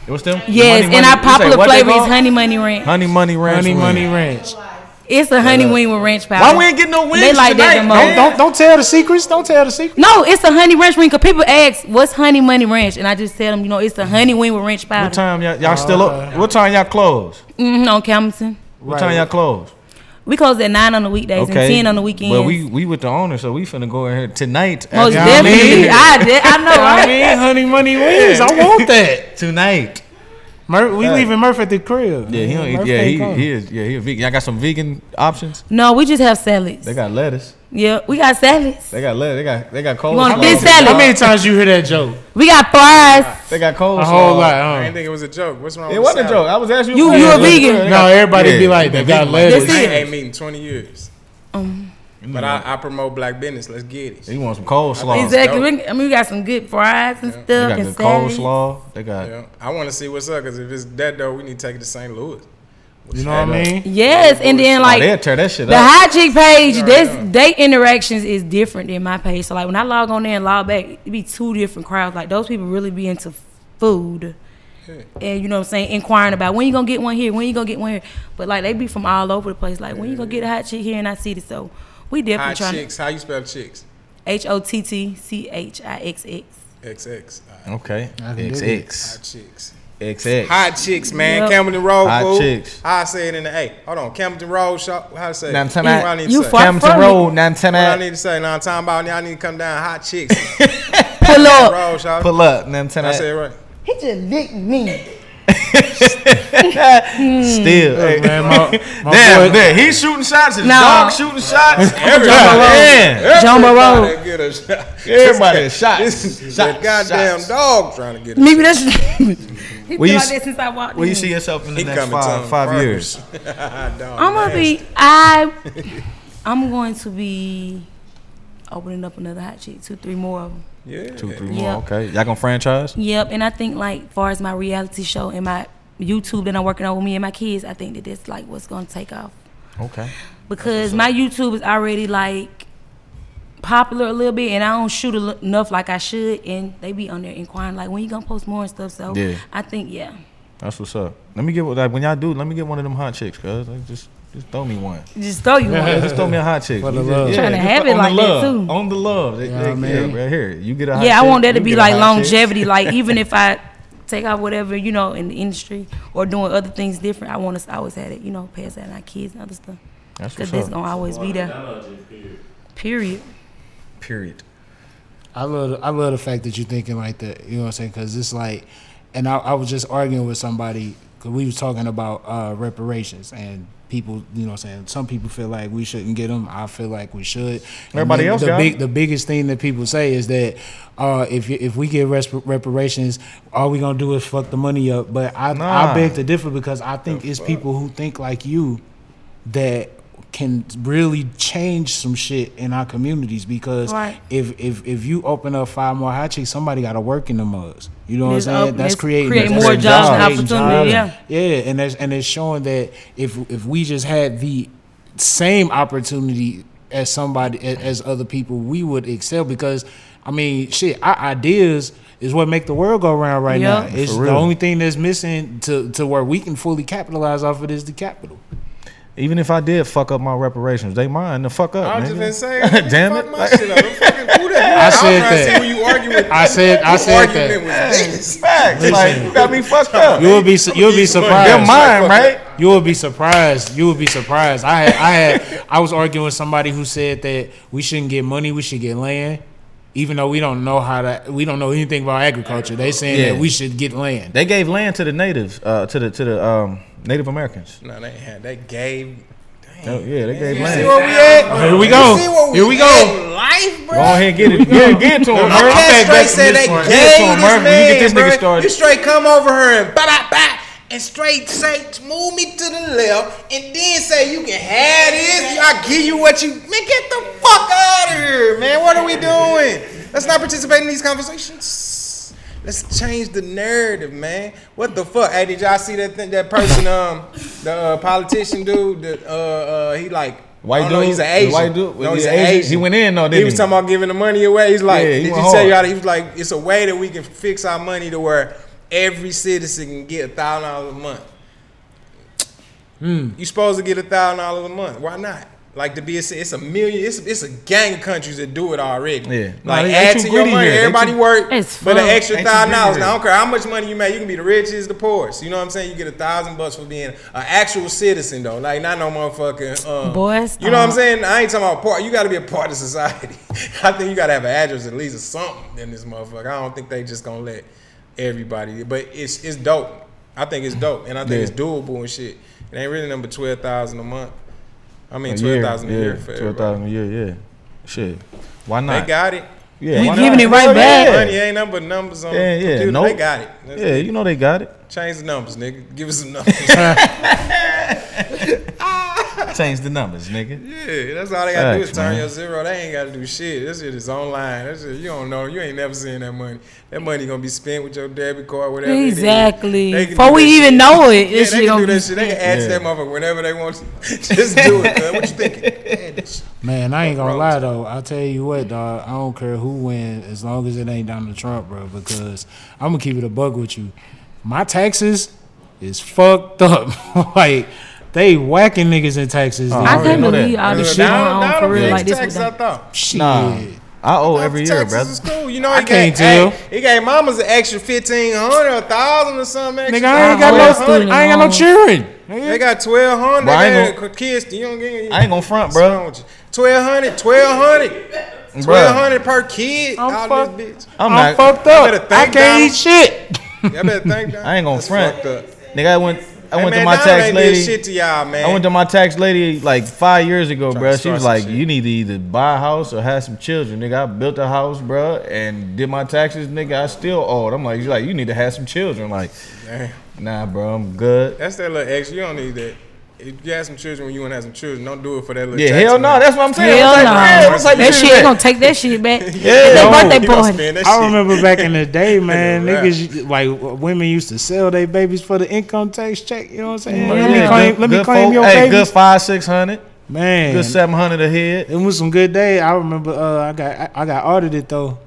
[SPEAKER 2] What's them? Money,
[SPEAKER 4] Yes, and
[SPEAKER 2] money-
[SPEAKER 4] our
[SPEAKER 2] you say
[SPEAKER 4] popular
[SPEAKER 2] what they
[SPEAKER 4] flavor is
[SPEAKER 2] called?
[SPEAKER 4] honey money ranch.
[SPEAKER 2] Honey money ranch.
[SPEAKER 1] Honey
[SPEAKER 2] wing.
[SPEAKER 1] Money Ranch.
[SPEAKER 4] It's a honey wing with ranch powder.
[SPEAKER 2] Uh, Why we ain't getting no wings
[SPEAKER 4] They like that
[SPEAKER 2] tonight,
[SPEAKER 4] the
[SPEAKER 2] man?
[SPEAKER 4] most.
[SPEAKER 1] Don't, don't don't tell the secrets. Don't tell the secrets.
[SPEAKER 4] No, it's a honey ranch wing. Cause people ask, "What's honey money ranch?" And I just tell them, you know, it's a honey wing with ranch
[SPEAKER 2] What
[SPEAKER 4] powder.
[SPEAKER 2] time y'all, y'all still up? What time y'all close?
[SPEAKER 4] hmm on Camilton.
[SPEAKER 2] What time y'all close?
[SPEAKER 4] We close at nine on the weekdays and ten on the weekends.
[SPEAKER 2] But we we with the owner, so we finna go in here tonight.
[SPEAKER 4] Most
[SPEAKER 2] after-
[SPEAKER 1] I mean?
[SPEAKER 4] definitely. I, did. I know,
[SPEAKER 1] I
[SPEAKER 4] right?
[SPEAKER 1] mean, Honey Money wins. I want that.
[SPEAKER 2] tonight.
[SPEAKER 1] Mur- we leaving Murph at the crib.
[SPEAKER 2] Yeah, he don't eat,
[SPEAKER 1] Murph
[SPEAKER 2] yeah
[SPEAKER 1] can't
[SPEAKER 2] he,
[SPEAKER 1] come.
[SPEAKER 2] he is yeah he a vegan. Y'all got some vegan options?
[SPEAKER 4] No, we just have salads.
[SPEAKER 2] They got lettuce.
[SPEAKER 4] yeah, we got salads.
[SPEAKER 2] They got lettuce. They got they got cold.
[SPEAKER 4] want a big salad?
[SPEAKER 1] How many times you hear that joke?
[SPEAKER 4] We got fries.
[SPEAKER 2] They got cold.
[SPEAKER 1] A whole
[SPEAKER 3] I
[SPEAKER 1] lot.
[SPEAKER 3] didn't
[SPEAKER 1] Huh?
[SPEAKER 3] think it was a joke. What's wrong?
[SPEAKER 2] It
[SPEAKER 3] with
[SPEAKER 2] wasn't a
[SPEAKER 3] salad?
[SPEAKER 2] joke. I was asking
[SPEAKER 4] You-
[SPEAKER 2] a
[SPEAKER 4] you a
[SPEAKER 2] question.
[SPEAKER 4] vegan.
[SPEAKER 2] They
[SPEAKER 1] No,
[SPEAKER 2] got-
[SPEAKER 1] everybody
[SPEAKER 2] Yeah,
[SPEAKER 1] be like, they got
[SPEAKER 2] vegan.
[SPEAKER 1] lettuce.
[SPEAKER 4] That's
[SPEAKER 3] I
[SPEAKER 4] it.
[SPEAKER 3] ain't ate meat in twenty years, but I, I promote black business. Let's get it.
[SPEAKER 2] He want some cold slaw.
[SPEAKER 4] exactly.
[SPEAKER 3] dope.
[SPEAKER 4] We, I mean, we got some good fries and stuff
[SPEAKER 2] They got
[SPEAKER 4] and
[SPEAKER 2] the cold
[SPEAKER 4] salads.
[SPEAKER 2] slaw. They got
[SPEAKER 3] Yeah, I want to see what's up because if it's that though, we need to take it to St. Louis.
[SPEAKER 1] You know what I mean?
[SPEAKER 4] Yes, and then
[SPEAKER 2] oh, they'll
[SPEAKER 4] like
[SPEAKER 2] tear that shit
[SPEAKER 4] the
[SPEAKER 2] up.
[SPEAKER 4] high chick page, this they interactions is different than my page. So like when I log on there and log back, it be two different crowds. Like those people really be into food. And you know what I'm saying, inquiring about when you gonna get one here, when you gonna get one here. But like they be from all over the place. Like when you gonna get a hot chick here and I see this. So we definitely
[SPEAKER 3] Hot
[SPEAKER 4] trying to
[SPEAKER 3] chicks. How you spell chicks?
[SPEAKER 4] H O T T C H I X X.
[SPEAKER 3] XX. All right,
[SPEAKER 2] Okay.
[SPEAKER 1] can
[SPEAKER 2] X
[SPEAKER 1] dig
[SPEAKER 2] X
[SPEAKER 3] Hot chicks.
[SPEAKER 2] X X.
[SPEAKER 3] Hot chicks, man.
[SPEAKER 4] Yep.
[SPEAKER 3] Camden Road.
[SPEAKER 2] Hot
[SPEAKER 3] fool.
[SPEAKER 2] chicks.
[SPEAKER 3] I say it in the A. Hold on. Camden Road. Shop, how to say it?
[SPEAKER 2] Now I'm talking
[SPEAKER 3] What
[SPEAKER 2] about-
[SPEAKER 3] I need to
[SPEAKER 4] You
[SPEAKER 3] say?
[SPEAKER 4] fuck-
[SPEAKER 2] Hampton
[SPEAKER 4] from
[SPEAKER 2] Road. Now I'm
[SPEAKER 3] What I
[SPEAKER 2] telling
[SPEAKER 3] need to say? Now I'm talking about now I need to come down. Hot chicks.
[SPEAKER 4] Pull
[SPEAKER 3] Camden
[SPEAKER 4] up.
[SPEAKER 3] Road. Shop.
[SPEAKER 2] Pull up. Now I'm telling
[SPEAKER 3] I said it right.
[SPEAKER 2] Still. Hey,
[SPEAKER 1] Man, my, my
[SPEAKER 2] Damn,
[SPEAKER 1] boy-
[SPEAKER 2] man, he's shooting shots. His
[SPEAKER 4] Nah.
[SPEAKER 2] dog shooting shots. Everybody, man,
[SPEAKER 4] John Moreau.
[SPEAKER 3] Everybody get a shot.
[SPEAKER 2] everybody is shots.
[SPEAKER 3] This is
[SPEAKER 2] Shots,
[SPEAKER 3] that goddamn
[SPEAKER 2] shots.
[SPEAKER 3] dog trying to get a
[SPEAKER 4] Maybe that's. he been
[SPEAKER 2] you
[SPEAKER 4] like
[SPEAKER 2] s-
[SPEAKER 4] that since I walked
[SPEAKER 2] Where you
[SPEAKER 4] in.
[SPEAKER 2] see yourself in the
[SPEAKER 3] He
[SPEAKER 2] next
[SPEAKER 3] coming
[SPEAKER 2] five,
[SPEAKER 3] to
[SPEAKER 2] five
[SPEAKER 3] him
[SPEAKER 2] years?
[SPEAKER 3] dog.
[SPEAKER 4] I'm gonna be. I. I'm going to be opening up another hot chick, two, three more of them.
[SPEAKER 3] Yeah.
[SPEAKER 2] Two, three
[SPEAKER 4] Yeah.
[SPEAKER 2] more. Okay, y'all gonna franchise?
[SPEAKER 4] Yep, and I think like far as my reality show and my YouTube that I'm working on with me and my kids, I think that that's like what's gonna take off
[SPEAKER 2] Okay.
[SPEAKER 4] because my YouTube is already like popular a little bit, and I don't shoot a l- enough like I should, and they be on there inquiring like when you gonna post more and stuff. So
[SPEAKER 2] Yeah.
[SPEAKER 4] I think yeah,
[SPEAKER 2] That's what's up. Let me get like when y'all do. Let me get one of them hot chicks, cause like, just just throw me one.
[SPEAKER 4] just throw you one.
[SPEAKER 2] Just throw me a hot chick.
[SPEAKER 1] For the
[SPEAKER 2] You
[SPEAKER 1] love.
[SPEAKER 2] Just,
[SPEAKER 4] Tryna
[SPEAKER 2] just
[SPEAKER 4] have
[SPEAKER 2] put-
[SPEAKER 4] it
[SPEAKER 2] on the
[SPEAKER 4] like that,
[SPEAKER 2] love,
[SPEAKER 4] too.
[SPEAKER 2] On the love. They-
[SPEAKER 1] Yeah,
[SPEAKER 2] they-
[SPEAKER 1] man.
[SPEAKER 2] yeah, right here. You get a hot
[SPEAKER 4] yeah, I
[SPEAKER 2] chick,
[SPEAKER 4] want that to
[SPEAKER 2] you
[SPEAKER 4] be
[SPEAKER 2] get a
[SPEAKER 4] like
[SPEAKER 2] hot chick.
[SPEAKER 4] longevity. Like even if I take out whatever you know in the industry or doing other things different, I want us. I always had it, you know, pass that to our kids and other stuff.
[SPEAKER 2] That's
[SPEAKER 4] Cause
[SPEAKER 2] what's
[SPEAKER 4] that's
[SPEAKER 2] up.
[SPEAKER 4] gonna always be there. Period.
[SPEAKER 2] Period.
[SPEAKER 1] I love the, I love the fact that you're thinking like that. You know what I'm saying? Because it's like, and I, I was just arguing with somebody because we was talking about uh, reparations and people. You know what I'm saying? Some people feel like we shouldn't get them. I feel like we should. And
[SPEAKER 2] Everybody
[SPEAKER 1] the,
[SPEAKER 2] else
[SPEAKER 1] the
[SPEAKER 2] got 'em.
[SPEAKER 1] big the biggest thing that people say is that uh, if you, if we get res- reparations, all we gonna do is fuck the money up. But I
[SPEAKER 2] Nah.
[SPEAKER 1] I beg to differ because I think it's people who think like you that can really change some shit in our communities because
[SPEAKER 4] Right.
[SPEAKER 1] if if if you open up five more hot chicks, somebody got to work in the mugs. You know what I'm
[SPEAKER 4] Let's
[SPEAKER 1] saying?
[SPEAKER 4] op-
[SPEAKER 1] that's
[SPEAKER 4] let's
[SPEAKER 1] creating
[SPEAKER 4] create
[SPEAKER 1] that's
[SPEAKER 4] more
[SPEAKER 1] creating
[SPEAKER 2] jobs and
[SPEAKER 1] creating
[SPEAKER 4] opportunity,
[SPEAKER 1] jobs. yeah, and that's and it's showing that if if we just had the same opportunity as somebody a- as other people, we would excel because I mean, shit, our ideas is what make the world go round right
[SPEAKER 4] Yeah.
[SPEAKER 1] now. It's
[SPEAKER 2] For
[SPEAKER 1] the
[SPEAKER 2] real.
[SPEAKER 1] only thing that's missing to to where we can fully capitalize off of is the capital.
[SPEAKER 2] Even if I did fuck up my reparations, they mine to fuck up.
[SPEAKER 3] I was
[SPEAKER 2] nigga.
[SPEAKER 3] just been saying,
[SPEAKER 2] Damn
[SPEAKER 3] fuck
[SPEAKER 2] it.
[SPEAKER 3] my shit up. I'm fucking, who the hell?
[SPEAKER 1] I said
[SPEAKER 3] was trying to
[SPEAKER 1] that.
[SPEAKER 3] see When you argue with,
[SPEAKER 1] I said- I
[SPEAKER 3] who
[SPEAKER 1] said
[SPEAKER 3] argument was this?
[SPEAKER 2] Facts, like you got me fucked up.
[SPEAKER 1] You would be su- you would be
[SPEAKER 2] They're
[SPEAKER 1] surprised.
[SPEAKER 2] mine, right?
[SPEAKER 1] You would be surprised. You would be surprised. I had I had I was arguing with somebody who said that we shouldn't get money, we should get land. Even though we don't know how to, we don't know anything about agriculture. They saying
[SPEAKER 2] Yeah.
[SPEAKER 1] that we should get land.
[SPEAKER 2] They gave land to the natives, uh, to the to the um, Native Americans.
[SPEAKER 3] No, they had they gave. Damn.
[SPEAKER 2] Oh, yeah, they gave
[SPEAKER 3] See
[SPEAKER 2] land.
[SPEAKER 3] where we at?
[SPEAKER 1] Here we
[SPEAKER 3] You
[SPEAKER 1] go.
[SPEAKER 3] See where we
[SPEAKER 1] Here we go.
[SPEAKER 3] at in life, bro.
[SPEAKER 2] Go ahead, and get it. Yeah, get it to them,
[SPEAKER 1] Okay, back
[SPEAKER 2] bro.
[SPEAKER 3] That straight
[SPEAKER 1] to
[SPEAKER 3] said
[SPEAKER 1] this
[SPEAKER 3] they
[SPEAKER 1] part.
[SPEAKER 3] gave
[SPEAKER 2] Get to him,
[SPEAKER 3] this
[SPEAKER 2] Murph.
[SPEAKER 3] man.
[SPEAKER 2] You get this nigga
[SPEAKER 3] bruh.
[SPEAKER 2] started.
[SPEAKER 3] You straight come over here and ba ba ba. And straight say, move me to the left, and then say you can have this. I give you what you man. Get the fuck out of here, man. What are we doing? Let's not participate in these conversations. Let's change the narrative, man. What the fuck? Hey, did y'all see that thing, that person? Um, the uh, politician dude. That uh, uh, he like
[SPEAKER 2] White
[SPEAKER 3] I don't know,
[SPEAKER 2] dude?
[SPEAKER 3] he's an
[SPEAKER 2] The
[SPEAKER 3] Asian.
[SPEAKER 2] white dude?
[SPEAKER 3] No,
[SPEAKER 2] He
[SPEAKER 3] he's
[SPEAKER 2] an
[SPEAKER 3] an
[SPEAKER 2] Asian?
[SPEAKER 3] Asian.
[SPEAKER 2] He went in, though,
[SPEAKER 3] he
[SPEAKER 2] didn't
[SPEAKER 3] was
[SPEAKER 2] he?
[SPEAKER 3] talking about giving the money away. He's like,
[SPEAKER 2] Yeah, he
[SPEAKER 3] did you
[SPEAKER 2] went
[SPEAKER 3] tell
[SPEAKER 2] hard.
[SPEAKER 3] y'all? He was like, it's a way that we can fix our money to where every citizen can get a thousand dollars a month.
[SPEAKER 2] Hmm.
[SPEAKER 3] You supposed to get a thousand dollars a month. Why not? Like to be a, ci- it's a million. It's it's a gang of countries that do it already.
[SPEAKER 2] Yeah. No,
[SPEAKER 3] Like
[SPEAKER 2] they- they
[SPEAKER 3] add
[SPEAKER 2] too
[SPEAKER 3] to your
[SPEAKER 2] greedy
[SPEAKER 3] money.
[SPEAKER 2] here. They
[SPEAKER 3] Everybody
[SPEAKER 2] too-
[SPEAKER 3] work
[SPEAKER 6] It's
[SPEAKER 3] for the
[SPEAKER 6] fun.
[SPEAKER 3] extra
[SPEAKER 2] They too
[SPEAKER 3] thousand dollars.
[SPEAKER 2] greedy
[SPEAKER 3] Now I
[SPEAKER 2] here.
[SPEAKER 3] don't care how much money you make. You can be the richest, the poorest. You know what I'm saying? You get a thousand bucks for being an actual citizen though. Like not no motherfucking. Um,
[SPEAKER 6] Boy,
[SPEAKER 3] you know what I'm
[SPEAKER 6] stop.
[SPEAKER 3] saying? I ain't talking about part. You got to be a part of society. I think you got to have an address at least or something in this motherfucker. I don't think they just gonna let everybody. But it's it's dope. I think it's dope, and I think
[SPEAKER 2] Yeah.
[SPEAKER 3] it's doable and shit. It ain't really number twelve thousand a month. I mean
[SPEAKER 2] A
[SPEAKER 3] twelve thousand a
[SPEAKER 2] yeah,
[SPEAKER 3] year for
[SPEAKER 2] twelve
[SPEAKER 3] everybody.
[SPEAKER 2] thousand a year, yeah. Shit, why
[SPEAKER 3] They
[SPEAKER 2] not?
[SPEAKER 3] got it.
[SPEAKER 2] yeah,
[SPEAKER 6] We
[SPEAKER 2] why
[SPEAKER 6] giving
[SPEAKER 2] not?
[SPEAKER 6] it right
[SPEAKER 2] Hell
[SPEAKER 6] back.
[SPEAKER 2] yeah.
[SPEAKER 3] Money ain't nothing but numbers on
[SPEAKER 2] Yeah,
[SPEAKER 3] yeah,
[SPEAKER 2] yeah,
[SPEAKER 3] computer.
[SPEAKER 2] nope.
[SPEAKER 3] They got it. That's
[SPEAKER 2] Yeah, you know they got it.
[SPEAKER 3] Change the numbers, nigga. Give us some numbers.
[SPEAKER 2] Change the numbers, nigga.
[SPEAKER 3] yeah, that's all they gotta do is
[SPEAKER 2] Facts,
[SPEAKER 3] turn
[SPEAKER 2] man.
[SPEAKER 3] your zero. They ain't gotta do shit. This shit is online. That shit, you don't know. You ain't never seen that money. That money gonna be spent with your debit card, whatever. it is.
[SPEAKER 6] Exactly.
[SPEAKER 3] They can
[SPEAKER 6] Before
[SPEAKER 3] do
[SPEAKER 6] we
[SPEAKER 3] that shit.
[SPEAKER 6] even know it, this
[SPEAKER 3] yeah,
[SPEAKER 6] shit
[SPEAKER 3] they can
[SPEAKER 6] gonna
[SPEAKER 3] do
[SPEAKER 6] be
[SPEAKER 3] that shit. They can add to that motherfucker whenever they want. to. Just do it. Man. What you thinking? Add that shit.
[SPEAKER 1] Man, I ain't gonna
[SPEAKER 3] Bro.
[SPEAKER 1] lie though. I tell you what, dog. I don't care who wins as long as it ain't Donald Trump, bro. Because I'm gonna keep it a bug with you. My taxes is fucked up. like they whacking niggas in taxes.
[SPEAKER 2] Oh,
[SPEAKER 1] dog.
[SPEAKER 6] I couldn't
[SPEAKER 2] know that.
[SPEAKER 6] believe all the
[SPEAKER 3] Now-
[SPEAKER 6] shit going on
[SPEAKER 3] now the
[SPEAKER 6] for real
[SPEAKER 3] fixed
[SPEAKER 6] like this.
[SPEAKER 3] tax,
[SPEAKER 6] was
[SPEAKER 3] I
[SPEAKER 6] done.
[SPEAKER 3] thought.
[SPEAKER 1] Shit.
[SPEAKER 2] Nah, I owe every year,
[SPEAKER 3] Taxes
[SPEAKER 2] brother.
[SPEAKER 3] is cool. You know,
[SPEAKER 1] I
[SPEAKER 3] he
[SPEAKER 1] can't
[SPEAKER 3] can't
[SPEAKER 1] tell.
[SPEAKER 3] tell. He gave mamas an extra fifteen hundred, a thousand or something. Extra.
[SPEAKER 1] Nigga, I ain't got
[SPEAKER 6] I
[SPEAKER 1] no
[SPEAKER 6] always
[SPEAKER 1] student. I ain't got no children.
[SPEAKER 3] They got twelve hundred.
[SPEAKER 2] Bro, I
[SPEAKER 3] They
[SPEAKER 2] ain't
[SPEAKER 3] got kids. You don't get.
[SPEAKER 2] I ain't gonna front,
[SPEAKER 3] What's
[SPEAKER 2] bro.
[SPEAKER 3] wrong with you? 1200 1200
[SPEAKER 2] Bro,
[SPEAKER 3] 1200 per kid.
[SPEAKER 1] I'm
[SPEAKER 3] out
[SPEAKER 1] fucked.
[SPEAKER 3] this bitch.
[SPEAKER 1] I'm,
[SPEAKER 2] I'm not.
[SPEAKER 1] fucked
[SPEAKER 3] I
[SPEAKER 1] up.
[SPEAKER 3] better
[SPEAKER 1] I,
[SPEAKER 3] thank
[SPEAKER 1] can't
[SPEAKER 3] Donald-
[SPEAKER 1] eat shit.
[SPEAKER 3] Y'all better think that.
[SPEAKER 2] I ain't gonna
[SPEAKER 3] That's
[SPEAKER 2] front.
[SPEAKER 3] fucked up.
[SPEAKER 2] Nigga, I went. I
[SPEAKER 3] Hey,
[SPEAKER 2] went
[SPEAKER 3] man,
[SPEAKER 2] to my
[SPEAKER 3] now
[SPEAKER 2] tax
[SPEAKER 3] they did
[SPEAKER 2] lady.
[SPEAKER 3] Shit to y'all, man.
[SPEAKER 2] I went to my tax lady like five years ago,
[SPEAKER 3] Trying
[SPEAKER 2] bro.
[SPEAKER 3] to
[SPEAKER 2] She was
[SPEAKER 3] start
[SPEAKER 2] like,
[SPEAKER 3] some
[SPEAKER 2] "You
[SPEAKER 3] shit.
[SPEAKER 2] need to either buy a house or have some children." Nigga, I built a house, bro, and did my taxes. Nigga, I still owe. it. I'm like, "You like, you need to have some children." Like,
[SPEAKER 3] Damn.
[SPEAKER 2] nah, bro, I'm good.
[SPEAKER 3] That's that little extra. You don't need that. If you have some children when you want to have some children, don't do it for that little
[SPEAKER 2] Yeah,
[SPEAKER 3] tax
[SPEAKER 2] hell no,
[SPEAKER 3] money.
[SPEAKER 2] that's what I'm saying.
[SPEAKER 6] Hell
[SPEAKER 2] What
[SPEAKER 6] no.
[SPEAKER 2] type- yeah, what type of
[SPEAKER 6] That
[SPEAKER 2] is
[SPEAKER 6] shit, they
[SPEAKER 2] that?
[SPEAKER 6] gonna take that shit back.
[SPEAKER 2] no.
[SPEAKER 6] It's their birthday
[SPEAKER 3] You Oh, gonna
[SPEAKER 6] party.
[SPEAKER 3] spend that
[SPEAKER 1] I
[SPEAKER 3] shit.
[SPEAKER 1] remember back in the day, man,
[SPEAKER 3] Yeah.
[SPEAKER 1] niggas like w- women used to sell their babies for the income tax check. You know what I'm saying?
[SPEAKER 2] Mm, Yeah,
[SPEAKER 1] Let me
[SPEAKER 2] good-
[SPEAKER 1] claim, let me
[SPEAKER 2] good
[SPEAKER 1] claim
[SPEAKER 2] folk-
[SPEAKER 1] your
[SPEAKER 2] hey,
[SPEAKER 1] babies,
[SPEAKER 2] good five, six hundred,
[SPEAKER 1] man.
[SPEAKER 2] good seven hundred a head.
[SPEAKER 1] It was some good day. I remember uh, I got I, I got audited though.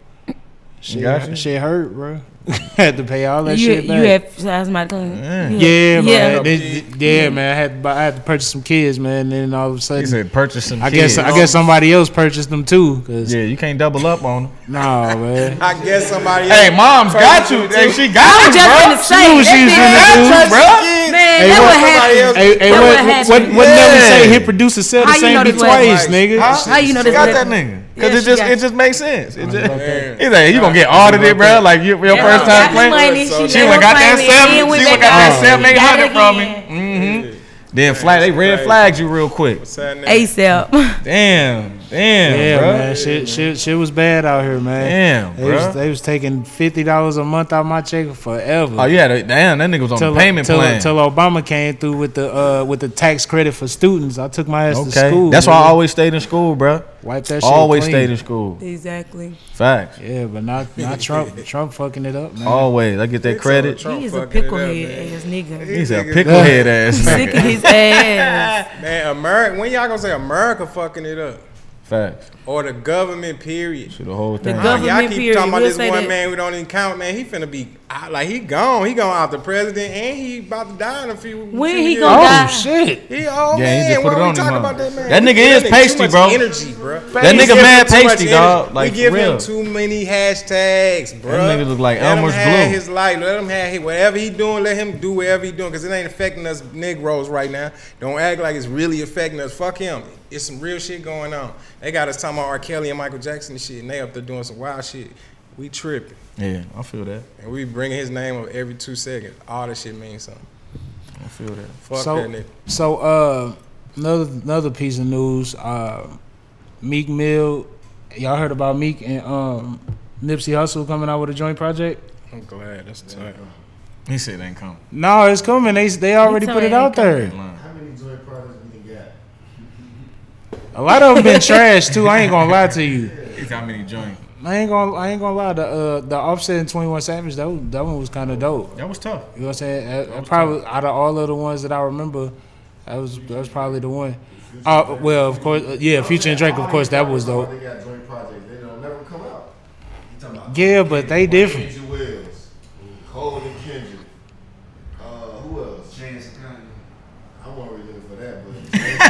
[SPEAKER 1] Shit,
[SPEAKER 2] Gotcha.
[SPEAKER 1] shit hurt, bro. had to pay all that
[SPEAKER 6] You,
[SPEAKER 1] shit
[SPEAKER 6] you
[SPEAKER 1] back.
[SPEAKER 6] have somebody coming.
[SPEAKER 2] Yeah.
[SPEAKER 1] yeah,
[SPEAKER 6] yeah.
[SPEAKER 1] man. They- they- yeah, man. I had to buy, I had to purchase some kids, man. And then all of a
[SPEAKER 2] He
[SPEAKER 1] sudden,
[SPEAKER 2] said, "Purchase some."
[SPEAKER 1] I
[SPEAKER 2] kids.
[SPEAKER 1] guess I guess somebody else purchased them too. Cause
[SPEAKER 2] Yeah, you can't double up on them.
[SPEAKER 1] nah, man.
[SPEAKER 3] I guess somebody.
[SPEAKER 2] Hey, mom's got you. Hey, she got
[SPEAKER 6] I'm
[SPEAKER 2] you,
[SPEAKER 6] just
[SPEAKER 2] bro.
[SPEAKER 6] gonna say,
[SPEAKER 1] knew she was in
[SPEAKER 6] that
[SPEAKER 1] the
[SPEAKER 6] bitch-
[SPEAKER 1] dude,
[SPEAKER 2] bro.
[SPEAKER 6] man,
[SPEAKER 1] Hey,
[SPEAKER 6] that
[SPEAKER 1] what-
[SPEAKER 6] what
[SPEAKER 3] somebody else-
[SPEAKER 6] happened.
[SPEAKER 1] Hey, hey,
[SPEAKER 6] That what
[SPEAKER 1] what
[SPEAKER 6] happened.
[SPEAKER 1] what, what
[SPEAKER 2] Yeah.
[SPEAKER 1] Nelly say? Hit producer said the
[SPEAKER 6] How you
[SPEAKER 1] same
[SPEAKER 6] know
[SPEAKER 1] thing
[SPEAKER 6] this wasn't
[SPEAKER 1] twice,
[SPEAKER 3] right?
[SPEAKER 1] nigga.
[SPEAKER 2] Huh?
[SPEAKER 6] Oh, How you know
[SPEAKER 2] She
[SPEAKER 6] this?
[SPEAKER 2] got
[SPEAKER 6] was-
[SPEAKER 2] that nigga. Cause
[SPEAKER 6] Yeah,
[SPEAKER 2] it
[SPEAKER 6] she
[SPEAKER 2] just
[SPEAKER 6] got
[SPEAKER 2] it
[SPEAKER 6] you.
[SPEAKER 2] just makes sense. It just,
[SPEAKER 3] Man.
[SPEAKER 2] he's like, you gonna get audited, bro. Like you, your
[SPEAKER 6] That
[SPEAKER 2] first
[SPEAKER 6] was
[SPEAKER 2] time
[SPEAKER 6] got the
[SPEAKER 2] claiming.
[SPEAKER 6] money.
[SPEAKER 3] So
[SPEAKER 6] She
[SPEAKER 2] She went got that seven. She went got that
[SPEAKER 1] back
[SPEAKER 2] seven eight hundred from me.
[SPEAKER 6] me.
[SPEAKER 2] Mm-hmm. Then flag, they red
[SPEAKER 3] Crazy.
[SPEAKER 2] flags you real quick.
[SPEAKER 3] Sign that.
[SPEAKER 6] ASAP.
[SPEAKER 2] Damn, damn,
[SPEAKER 1] Yeah,
[SPEAKER 2] bro.
[SPEAKER 1] man. Shit, shit, shit was bad out here, man.
[SPEAKER 2] Damn,
[SPEAKER 1] they was,
[SPEAKER 2] bruh.
[SPEAKER 1] they was taking fifty dollars a month out my check forever.
[SPEAKER 2] Oh yeah, they- damn, that nigga was on
[SPEAKER 1] Till,
[SPEAKER 2] the payment
[SPEAKER 1] till,
[SPEAKER 2] plan.
[SPEAKER 1] till Obama came through with the uh, with the tax credit for students, I took my ass to
[SPEAKER 2] okay,
[SPEAKER 1] school.
[SPEAKER 2] that's why I
[SPEAKER 1] man.
[SPEAKER 2] always stayed in school, bro.
[SPEAKER 1] wipe that. Shit
[SPEAKER 2] Always
[SPEAKER 1] clean.
[SPEAKER 2] stayed in school.
[SPEAKER 6] Exactly.
[SPEAKER 2] Facts.
[SPEAKER 1] Yeah, but not not Trump. Trump fucking it up, man.
[SPEAKER 2] Always, I get that credit.
[SPEAKER 3] Trump
[SPEAKER 6] He is a
[SPEAKER 3] fucking it up,
[SPEAKER 6] picklehead
[SPEAKER 3] man.
[SPEAKER 6] ass nigga.
[SPEAKER 2] He's a picklehead ass
[SPEAKER 6] Sick of
[SPEAKER 2] nigga.
[SPEAKER 6] his ass.
[SPEAKER 3] Man, America. When y'all gonna say America fucking it up
[SPEAKER 2] Facts.
[SPEAKER 3] or the government? Period.
[SPEAKER 2] To the whole thing.
[SPEAKER 3] Ah,
[SPEAKER 6] Government
[SPEAKER 3] y'all keep
[SPEAKER 6] period.
[SPEAKER 3] talking about
[SPEAKER 6] We'll
[SPEAKER 3] this
[SPEAKER 6] say
[SPEAKER 3] one
[SPEAKER 6] that.
[SPEAKER 3] man we don't even count, man. He finna be I, like he gone, he gone out the president, and he about to die in a few.
[SPEAKER 6] When
[SPEAKER 3] few
[SPEAKER 6] he
[SPEAKER 3] years.
[SPEAKER 6] gonna die?
[SPEAKER 1] Oh shit!
[SPEAKER 3] He
[SPEAKER 2] Yeah,
[SPEAKER 3] old
[SPEAKER 2] he
[SPEAKER 3] man.
[SPEAKER 2] just
[SPEAKER 3] Why
[SPEAKER 2] put it
[SPEAKER 3] we
[SPEAKER 2] on his
[SPEAKER 3] talking
[SPEAKER 2] mom.
[SPEAKER 3] about that man?
[SPEAKER 2] That nigga is
[SPEAKER 3] too
[SPEAKER 2] pasty,
[SPEAKER 3] much
[SPEAKER 2] bro.
[SPEAKER 3] Energy, bro.
[SPEAKER 2] That
[SPEAKER 3] We
[SPEAKER 2] nigga
[SPEAKER 3] give him
[SPEAKER 2] mad
[SPEAKER 3] too much
[SPEAKER 2] pasty,
[SPEAKER 3] energy.
[SPEAKER 2] dog. Like,
[SPEAKER 3] we give
[SPEAKER 2] real.
[SPEAKER 3] him too many hashtags, bro.
[SPEAKER 2] nigga look like
[SPEAKER 3] let
[SPEAKER 2] Elmer's
[SPEAKER 3] him have
[SPEAKER 2] glue.
[SPEAKER 3] his life. Let him have his, whatever he doing. Let him do whatever he doing because it ain't affecting us Negroes right now. Don't act like it's really affecting us. Fuck him. It's some real shit going on. They got us talking about R. Kelly and Michael Jackson and shit, and they up there doing some wild shit. We tripping,
[SPEAKER 2] Yeah, I feel that.
[SPEAKER 3] and we bringing his name up every two seconds. All that shit means something.
[SPEAKER 2] I feel that.
[SPEAKER 3] Fuck
[SPEAKER 1] so,
[SPEAKER 3] that nigga.
[SPEAKER 1] so uh, another another piece of news. Uh, Meek Mill, y'all heard about Meek and um, Nipsey Hussle coming out with a joint project?
[SPEAKER 3] I'm glad that's tight.
[SPEAKER 2] He said ain't coming.
[SPEAKER 1] No, it's coming. They they already put it out there.
[SPEAKER 5] How many joint products we done got?
[SPEAKER 1] A lot of them been trash too. I ain't gonna lie to you.
[SPEAKER 2] It's how many joints?
[SPEAKER 1] I ain't gonna I ain't gonna lie. The uh, the Offset and Twenty One Savage that was, that one was kind of dope.
[SPEAKER 2] That was tough.
[SPEAKER 1] You know what I'm saying? Uh, probably out of all of the ones that I remember, that was that was probably the one. Uh, well, of course, uh, yeah, Future and Drake, of course, that was dope.
[SPEAKER 5] They got joint projects. They don't never come out. You talking about
[SPEAKER 1] Yeah, but they different.
[SPEAKER 5] Kendrick Wells, Cole and Kendrick. Uh, who else? Chance I wasn't really looking for that, but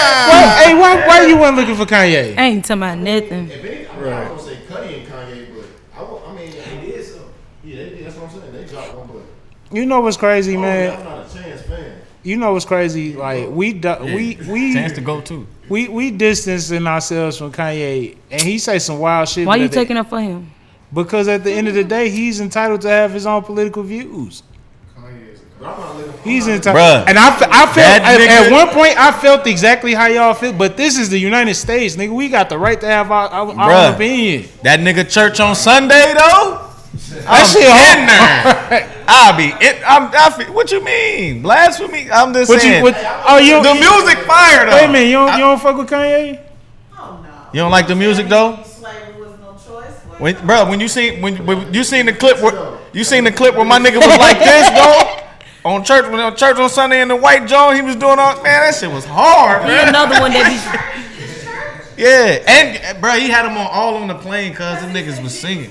[SPEAKER 2] Ah.
[SPEAKER 1] Why- hey, why why you weren't looking for Kanye?
[SPEAKER 6] I ain't talking about nothing.
[SPEAKER 5] if any, I, mean, I don't say Cudi and Kanye, but I, wa- I mean, they did some. Yeah, they did. That's what I'm saying. They dropped one, but
[SPEAKER 1] You know what's crazy,
[SPEAKER 5] oh,
[SPEAKER 1] man?
[SPEAKER 5] I'm not a Chance fan.
[SPEAKER 1] You know what's crazy? Like we do, we
[SPEAKER 2] Chance to
[SPEAKER 1] we
[SPEAKER 2] go too.
[SPEAKER 1] we we distancing ourselves from Kanye, and he say some wild shit.
[SPEAKER 6] Why
[SPEAKER 1] but
[SPEAKER 6] you
[SPEAKER 1] at the-
[SPEAKER 6] taking up for him?
[SPEAKER 1] Because at the end of the day, he's entitled to have his own political views.
[SPEAKER 5] But I'm not looking for
[SPEAKER 1] He's
[SPEAKER 2] Bruh.
[SPEAKER 1] entitled. And I, fe- I felt
[SPEAKER 2] That
[SPEAKER 1] at, at
[SPEAKER 2] nigga-
[SPEAKER 1] one point I felt exactly how y'all feel, but this is the United States, nigga. We got the right to have our, our, our
[SPEAKER 2] Bruh.
[SPEAKER 1] opinion.
[SPEAKER 2] That nigga church on Sunday though.
[SPEAKER 1] Oh. That shit
[SPEAKER 2] in
[SPEAKER 1] hard.
[SPEAKER 2] there. I'll be. It, I'm, I feel, what you mean? Blasphemy? I'm just
[SPEAKER 1] What
[SPEAKER 2] saying.
[SPEAKER 1] you? What, oh, you?
[SPEAKER 2] the music fire though.
[SPEAKER 1] Wait a minute. You don't, you don't fuck with Kanye?
[SPEAKER 10] Oh no.
[SPEAKER 2] You don't like the music, though?
[SPEAKER 10] Slavery was no choice. was
[SPEAKER 2] When,
[SPEAKER 10] it?
[SPEAKER 2] bro, when you seen when, when you seen the clip where you seen the clip where my nigga was like this, though. On church, when on church on Sunday in the white John, he was doing all man. That shit was hard,
[SPEAKER 6] He
[SPEAKER 2] man.
[SPEAKER 6] another one that
[SPEAKER 2] Yeah, and bro, he had them on all on the plane, cause them niggas was singing.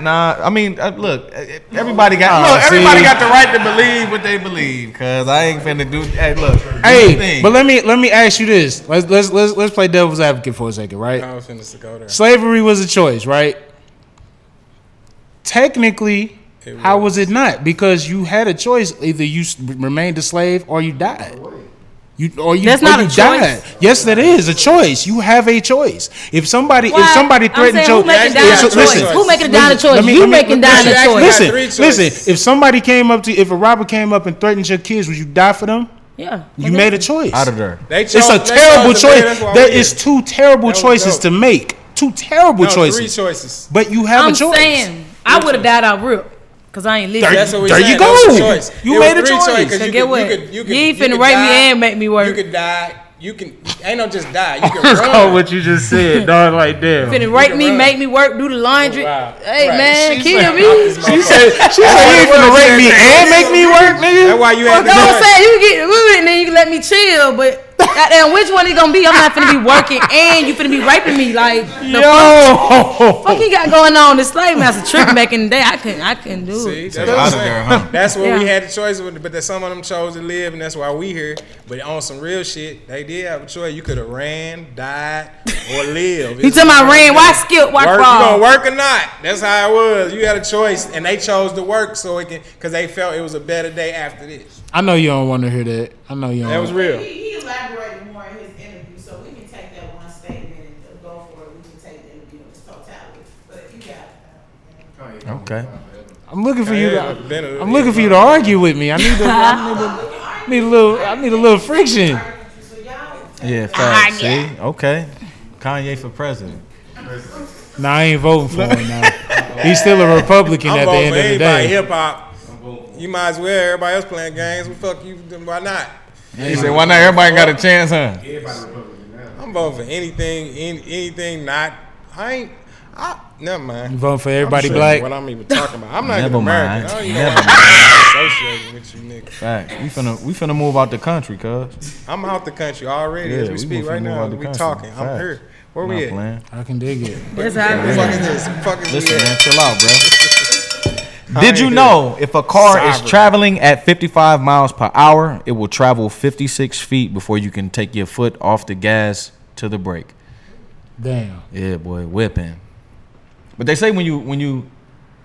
[SPEAKER 2] Nah, I mean, uh, look, uh, everybody got
[SPEAKER 1] Oh,
[SPEAKER 2] look, everybody
[SPEAKER 1] see.
[SPEAKER 2] got the right to believe what they believe. Cause I ain't finna do. Hey, look, do your
[SPEAKER 1] Hey,
[SPEAKER 2] thing.
[SPEAKER 1] but let me let me ask you this. Let's let's let's, let's play devil's advocate for a second, right?
[SPEAKER 3] I was finna go there.
[SPEAKER 1] Slavery was a choice, right? Technically,
[SPEAKER 3] It
[SPEAKER 1] how was it not? Because you had a choice: either you s- remained a slave or you died. You or you,
[SPEAKER 6] That's
[SPEAKER 1] or
[SPEAKER 6] not
[SPEAKER 1] you
[SPEAKER 6] a choice.
[SPEAKER 1] died. Yes, that is a choice. You have a choice. If somebody
[SPEAKER 6] Why?
[SPEAKER 1] if somebody
[SPEAKER 6] I'm
[SPEAKER 1] threatens
[SPEAKER 6] saying
[SPEAKER 1] your
[SPEAKER 6] who making
[SPEAKER 1] if
[SPEAKER 6] down
[SPEAKER 1] so-
[SPEAKER 6] a choice? Who making down a choice?
[SPEAKER 1] let me-
[SPEAKER 6] You
[SPEAKER 1] let me-
[SPEAKER 6] making down
[SPEAKER 3] you
[SPEAKER 6] a
[SPEAKER 3] actually
[SPEAKER 6] choice?
[SPEAKER 3] got three
[SPEAKER 1] Listen, listen.
[SPEAKER 3] choices.
[SPEAKER 1] If somebody came up to if a robber came up and threatened your kids, would you die for them?
[SPEAKER 6] Yeah.
[SPEAKER 1] You made a choice.
[SPEAKER 2] out of there.
[SPEAKER 3] They
[SPEAKER 1] It's a
[SPEAKER 3] chose- they
[SPEAKER 1] terrible
[SPEAKER 3] chose to be,
[SPEAKER 1] choice.
[SPEAKER 3] that's why
[SPEAKER 1] There
[SPEAKER 3] we
[SPEAKER 1] is
[SPEAKER 3] here.
[SPEAKER 1] two terrible
[SPEAKER 3] That was
[SPEAKER 1] choices
[SPEAKER 3] dope.
[SPEAKER 1] to make. Two terrible
[SPEAKER 3] No,
[SPEAKER 1] choices.
[SPEAKER 3] Three choices.
[SPEAKER 1] But you have
[SPEAKER 6] I'm
[SPEAKER 1] a choice.
[SPEAKER 6] saying I would have died out real, cause I ain't living.
[SPEAKER 3] That's what we
[SPEAKER 1] There
[SPEAKER 3] saying.
[SPEAKER 1] you
[SPEAKER 3] That was
[SPEAKER 1] go.
[SPEAKER 3] a choice.
[SPEAKER 1] You
[SPEAKER 3] It was
[SPEAKER 1] made a
[SPEAKER 3] three
[SPEAKER 1] choice.
[SPEAKER 3] choice, 'cause
[SPEAKER 6] So
[SPEAKER 3] you
[SPEAKER 6] get
[SPEAKER 3] could-
[SPEAKER 6] what?
[SPEAKER 3] you could- you could-
[SPEAKER 6] You ain't
[SPEAKER 3] you
[SPEAKER 6] finna
[SPEAKER 3] could
[SPEAKER 6] rape me
[SPEAKER 3] die.
[SPEAKER 6] and make me work.
[SPEAKER 3] You could die. You can ain't no just die. You can
[SPEAKER 1] That's called
[SPEAKER 3] run.
[SPEAKER 1] what you just said, dog. Like damn.
[SPEAKER 6] Finna rape
[SPEAKER 3] can
[SPEAKER 6] me,
[SPEAKER 3] run.
[SPEAKER 6] make me work, do the laundry.
[SPEAKER 3] Oh, Wow.
[SPEAKER 6] Hey
[SPEAKER 3] Right.
[SPEAKER 6] man,
[SPEAKER 3] She's
[SPEAKER 6] kill
[SPEAKER 3] like,
[SPEAKER 6] me.
[SPEAKER 3] "Fuck this motherfucker."
[SPEAKER 1] She said you ain't gonna rape me and make me work, nigga.
[SPEAKER 3] That's why you
[SPEAKER 6] Well,
[SPEAKER 3] had
[SPEAKER 6] no, I'm
[SPEAKER 3] to
[SPEAKER 6] saying you get rid and then you can let me chill, but goddamn, which one is gonna be? I'm not finna be working and you finna be raping me. Like the
[SPEAKER 1] Yo.
[SPEAKER 6] fuck he got going on? The slave master trick back in the day. I couldn't, I couldn't do
[SPEAKER 3] See,
[SPEAKER 6] it.
[SPEAKER 3] that's what I'm
[SPEAKER 2] Outta there,
[SPEAKER 3] saying.
[SPEAKER 2] huh?
[SPEAKER 3] That's what we
[SPEAKER 6] Yeah.
[SPEAKER 3] had the choice with, but that some of them chose to live, and that's why we here. But on some real shit, they did have a choice. You could have ran, died, or lived.
[SPEAKER 6] You talking about ran? Why skip? Why
[SPEAKER 3] work, you
[SPEAKER 6] crawl?
[SPEAKER 3] gonna work or not? That's how it was. You had a choice, and they chose to work so it can, cause they felt it was a better day after this.
[SPEAKER 1] I know you don't want to hear that. I know you don't.
[SPEAKER 3] That was
[SPEAKER 1] Mm.
[SPEAKER 3] real.
[SPEAKER 10] He, he elaborated more in his interview, so we can take that one statement and go for it. We can take the interview in its totality. But you got
[SPEAKER 2] Okay.
[SPEAKER 1] I'm looking for you. To,
[SPEAKER 3] Been a-
[SPEAKER 1] I'm looking for you to argue with me. I need to. I need, a- need a little. I need a little friction.
[SPEAKER 10] so y'all.
[SPEAKER 2] Yeah, facts. See, okay. Kanye for president.
[SPEAKER 1] Nah, I ain't voting for him now. He's still a Republican
[SPEAKER 3] I'm
[SPEAKER 1] at the
[SPEAKER 3] voting
[SPEAKER 1] end
[SPEAKER 3] for
[SPEAKER 1] of the
[SPEAKER 3] anybody
[SPEAKER 1] day.
[SPEAKER 3] hip hop. You might as well. Everybody else playing games. Well, fuck you. then Why not?
[SPEAKER 2] He said, "Why not? Everybody got a chance, huh?"
[SPEAKER 3] I'm voting for anything. Any, anything not. I ain't. I never mind.
[SPEAKER 1] I'm voting for everybody
[SPEAKER 3] I'm
[SPEAKER 1] black.
[SPEAKER 3] What I'm even talking about. I'm not even
[SPEAKER 2] Never
[SPEAKER 3] American.
[SPEAKER 2] mind.
[SPEAKER 3] I don't even
[SPEAKER 2] Never
[SPEAKER 3] know why I'm associating with you niggas.
[SPEAKER 2] Facts. We finna we finna move out the country, cuz.
[SPEAKER 3] I'm out the country already
[SPEAKER 2] Yeah,
[SPEAKER 3] as
[SPEAKER 2] we
[SPEAKER 3] we speak
[SPEAKER 2] finna
[SPEAKER 3] right
[SPEAKER 2] move
[SPEAKER 3] now.
[SPEAKER 2] out the
[SPEAKER 3] We
[SPEAKER 2] country.
[SPEAKER 3] talking. I'm
[SPEAKER 2] Facts.
[SPEAKER 3] here. Where
[SPEAKER 2] Not
[SPEAKER 3] we at?
[SPEAKER 2] playing.
[SPEAKER 1] I can dig it.
[SPEAKER 6] That's how I
[SPEAKER 3] What the fuck is this? Fuck is
[SPEAKER 2] Listen,
[SPEAKER 3] we at?
[SPEAKER 2] man, chill out, bro. Did you know if a car
[SPEAKER 3] Cyber.
[SPEAKER 2] is traveling at 55 miles per hour, it will travel 56 feet before you can take your foot off the gas to the brake?
[SPEAKER 1] Damn.
[SPEAKER 2] Yeah, boy, whipping. But they say when you when you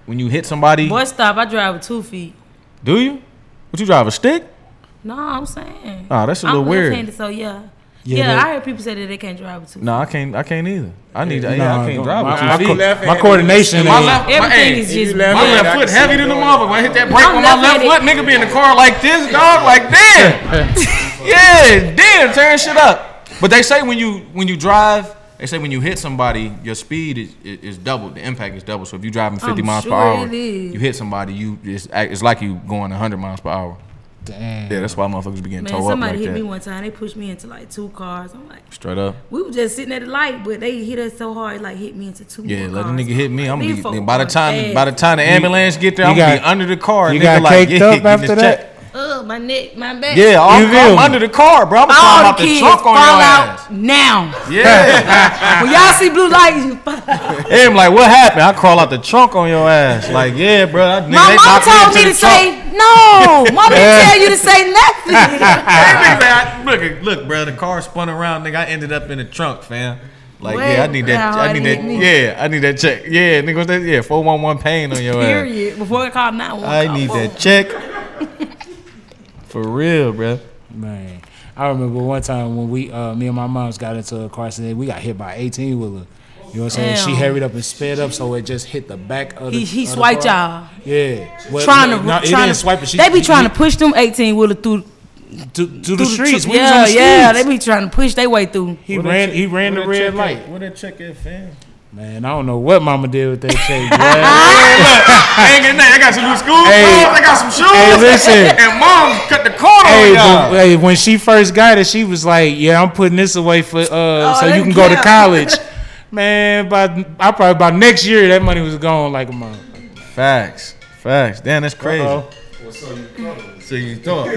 [SPEAKER 2] when you hit somebody,
[SPEAKER 4] Boy, stop. I drive with two feet.
[SPEAKER 2] do you? What you drive a stick?
[SPEAKER 4] No, I'm saying.
[SPEAKER 2] Oh, that's a
[SPEAKER 4] I'm
[SPEAKER 2] little weird.
[SPEAKER 4] left-handed, so yeah.
[SPEAKER 1] Yeah,
[SPEAKER 4] Yeah,
[SPEAKER 1] that-
[SPEAKER 4] I heard people say that they can't drive with two. feet.
[SPEAKER 2] No, I can't. I can't either. I need. Yeah,
[SPEAKER 1] Nah,
[SPEAKER 2] I can't
[SPEAKER 1] don't-
[SPEAKER 2] drive
[SPEAKER 1] my-
[SPEAKER 2] with two
[SPEAKER 1] my
[SPEAKER 2] feet.
[SPEAKER 1] co-
[SPEAKER 3] Left-handed.
[SPEAKER 1] My coordination.
[SPEAKER 2] My
[SPEAKER 1] is-
[SPEAKER 2] left, my,
[SPEAKER 4] Everything
[SPEAKER 2] hey,
[SPEAKER 4] is just.
[SPEAKER 2] my
[SPEAKER 3] left-handed, I
[SPEAKER 2] left
[SPEAKER 3] can
[SPEAKER 2] foot
[SPEAKER 3] see
[SPEAKER 2] heavy
[SPEAKER 3] you
[SPEAKER 2] than the
[SPEAKER 3] doing
[SPEAKER 2] motherfucker.
[SPEAKER 3] that.
[SPEAKER 2] When I hit that brake
[SPEAKER 4] I'm
[SPEAKER 2] with my left
[SPEAKER 4] left-handed.
[SPEAKER 2] foot, nigga be in the car like this, dog. Like damn, yeah, damn, tearing shit up. But they say when you when you drive, they say when you hit somebody, your speed is is, is double. The impact is double. So if you're driving 50
[SPEAKER 4] I'm
[SPEAKER 2] miles per
[SPEAKER 4] sure
[SPEAKER 2] hour,
[SPEAKER 4] it is.
[SPEAKER 2] you hit somebody, you it's, it's like you going 100 miles per hour.
[SPEAKER 1] Damn.
[SPEAKER 2] Yeah, that's why motherfuckers be getting
[SPEAKER 4] Man,
[SPEAKER 2] towed up
[SPEAKER 4] somebody
[SPEAKER 2] like
[SPEAKER 4] hit me
[SPEAKER 2] that.
[SPEAKER 4] one time. They pushed me into like two cars. I'm like,
[SPEAKER 2] Straight up.
[SPEAKER 4] we were just sitting at the light, but they hit us so hard, it, like hit me into two.
[SPEAKER 2] Yeah,
[SPEAKER 4] more
[SPEAKER 2] let the
[SPEAKER 4] cars.
[SPEAKER 2] nigga hit me. I'm
[SPEAKER 4] These
[SPEAKER 2] gonna be,
[SPEAKER 4] folks
[SPEAKER 2] by the
[SPEAKER 4] going
[SPEAKER 2] time by the
[SPEAKER 4] fast.
[SPEAKER 2] time the ambulance get there,
[SPEAKER 1] you
[SPEAKER 2] I'm gonna be
[SPEAKER 1] got-
[SPEAKER 2] under the car.
[SPEAKER 1] you
[SPEAKER 2] nigga,
[SPEAKER 1] got
[SPEAKER 2] like,
[SPEAKER 1] caked
[SPEAKER 2] yeah,
[SPEAKER 1] up
[SPEAKER 2] getting
[SPEAKER 1] after
[SPEAKER 2] this
[SPEAKER 1] that?
[SPEAKER 2] check.
[SPEAKER 4] Ugh, my neck, my back.
[SPEAKER 2] Yeah, I'm,
[SPEAKER 1] You feel
[SPEAKER 2] I'm
[SPEAKER 1] me?
[SPEAKER 2] under the car, bro. I'm gonna climb
[SPEAKER 4] all
[SPEAKER 2] out
[SPEAKER 4] the
[SPEAKER 2] the
[SPEAKER 4] kids
[SPEAKER 2] trunk on
[SPEAKER 4] fall
[SPEAKER 2] your
[SPEAKER 4] out
[SPEAKER 2] ass.
[SPEAKER 4] now.
[SPEAKER 2] Yeah,
[SPEAKER 4] when y'all see blue lights, you fall out.
[SPEAKER 2] and I'm like, what happened? I crawl out the trunk on your ass. Like, yeah, bro. I, nigga,
[SPEAKER 4] My
[SPEAKER 2] they
[SPEAKER 4] mom
[SPEAKER 2] knocked
[SPEAKER 4] told
[SPEAKER 2] into
[SPEAKER 4] me
[SPEAKER 2] the
[SPEAKER 4] to
[SPEAKER 2] trunk.
[SPEAKER 4] say no. Mama didn't tell you to say nothing.
[SPEAKER 2] Hey, nigga, say, I- look, look, bro. The car spun around, nigga. I ended up in the trunk, fam. Like, yeah, I
[SPEAKER 4] Wait,
[SPEAKER 2] need that.
[SPEAKER 4] how
[SPEAKER 2] I
[SPEAKER 4] it
[SPEAKER 2] need
[SPEAKER 4] hit
[SPEAKER 2] that.
[SPEAKER 4] me.
[SPEAKER 2] Yeah, I need that check. Yeah, nigga, what's that? Yeah, four one one pain on your ass.
[SPEAKER 4] Period. Before I call 911.
[SPEAKER 2] I need
[SPEAKER 4] call
[SPEAKER 2] that check. For real, bro.
[SPEAKER 1] Man, I remember one time when we, uh, me and my moms got into a car accident. We got hit by eighteen wheeler. You know what I'm saying? She
[SPEAKER 4] Damn.
[SPEAKER 1] hurried up and sped up, so it just hit the back of the.
[SPEAKER 4] He- he
[SPEAKER 1] of the
[SPEAKER 4] swiped
[SPEAKER 1] car. Yeah, Well,
[SPEAKER 4] Trying to,
[SPEAKER 1] no, it
[SPEAKER 4] trying
[SPEAKER 1] didn't
[SPEAKER 4] to
[SPEAKER 1] swipe it. She-
[SPEAKER 4] they be
[SPEAKER 1] he-
[SPEAKER 4] trying to push them 18 wheeler through, through
[SPEAKER 1] to, to the
[SPEAKER 4] tr-
[SPEAKER 1] streets. We was
[SPEAKER 4] yeah,
[SPEAKER 1] on the
[SPEAKER 4] yeah, they
[SPEAKER 1] streets.
[SPEAKER 4] be trying to push their way through.
[SPEAKER 1] He ran. He ran the red light.
[SPEAKER 2] What that check at, fam?
[SPEAKER 1] Man, I don't know what Mama did with that check.
[SPEAKER 2] I ain't getting nothing. I got some new school
[SPEAKER 1] Hey.
[SPEAKER 2] clothes. I got some shoes.
[SPEAKER 1] Hey, listen.
[SPEAKER 2] And mom cut the cord
[SPEAKER 1] Hey,
[SPEAKER 2] on
[SPEAKER 1] but,
[SPEAKER 2] y'all.
[SPEAKER 1] hey, when she first got it, she was like, "Yeah, I'm putting this away for uh,
[SPEAKER 2] Oh,
[SPEAKER 1] so you
[SPEAKER 4] that
[SPEAKER 1] can go to
[SPEAKER 4] count.
[SPEAKER 1] college." Man, by I probably by next year that money was gone like a month.
[SPEAKER 2] Facts. Facts. Damn, that's crazy.
[SPEAKER 1] Uh-oh.
[SPEAKER 2] So you thought.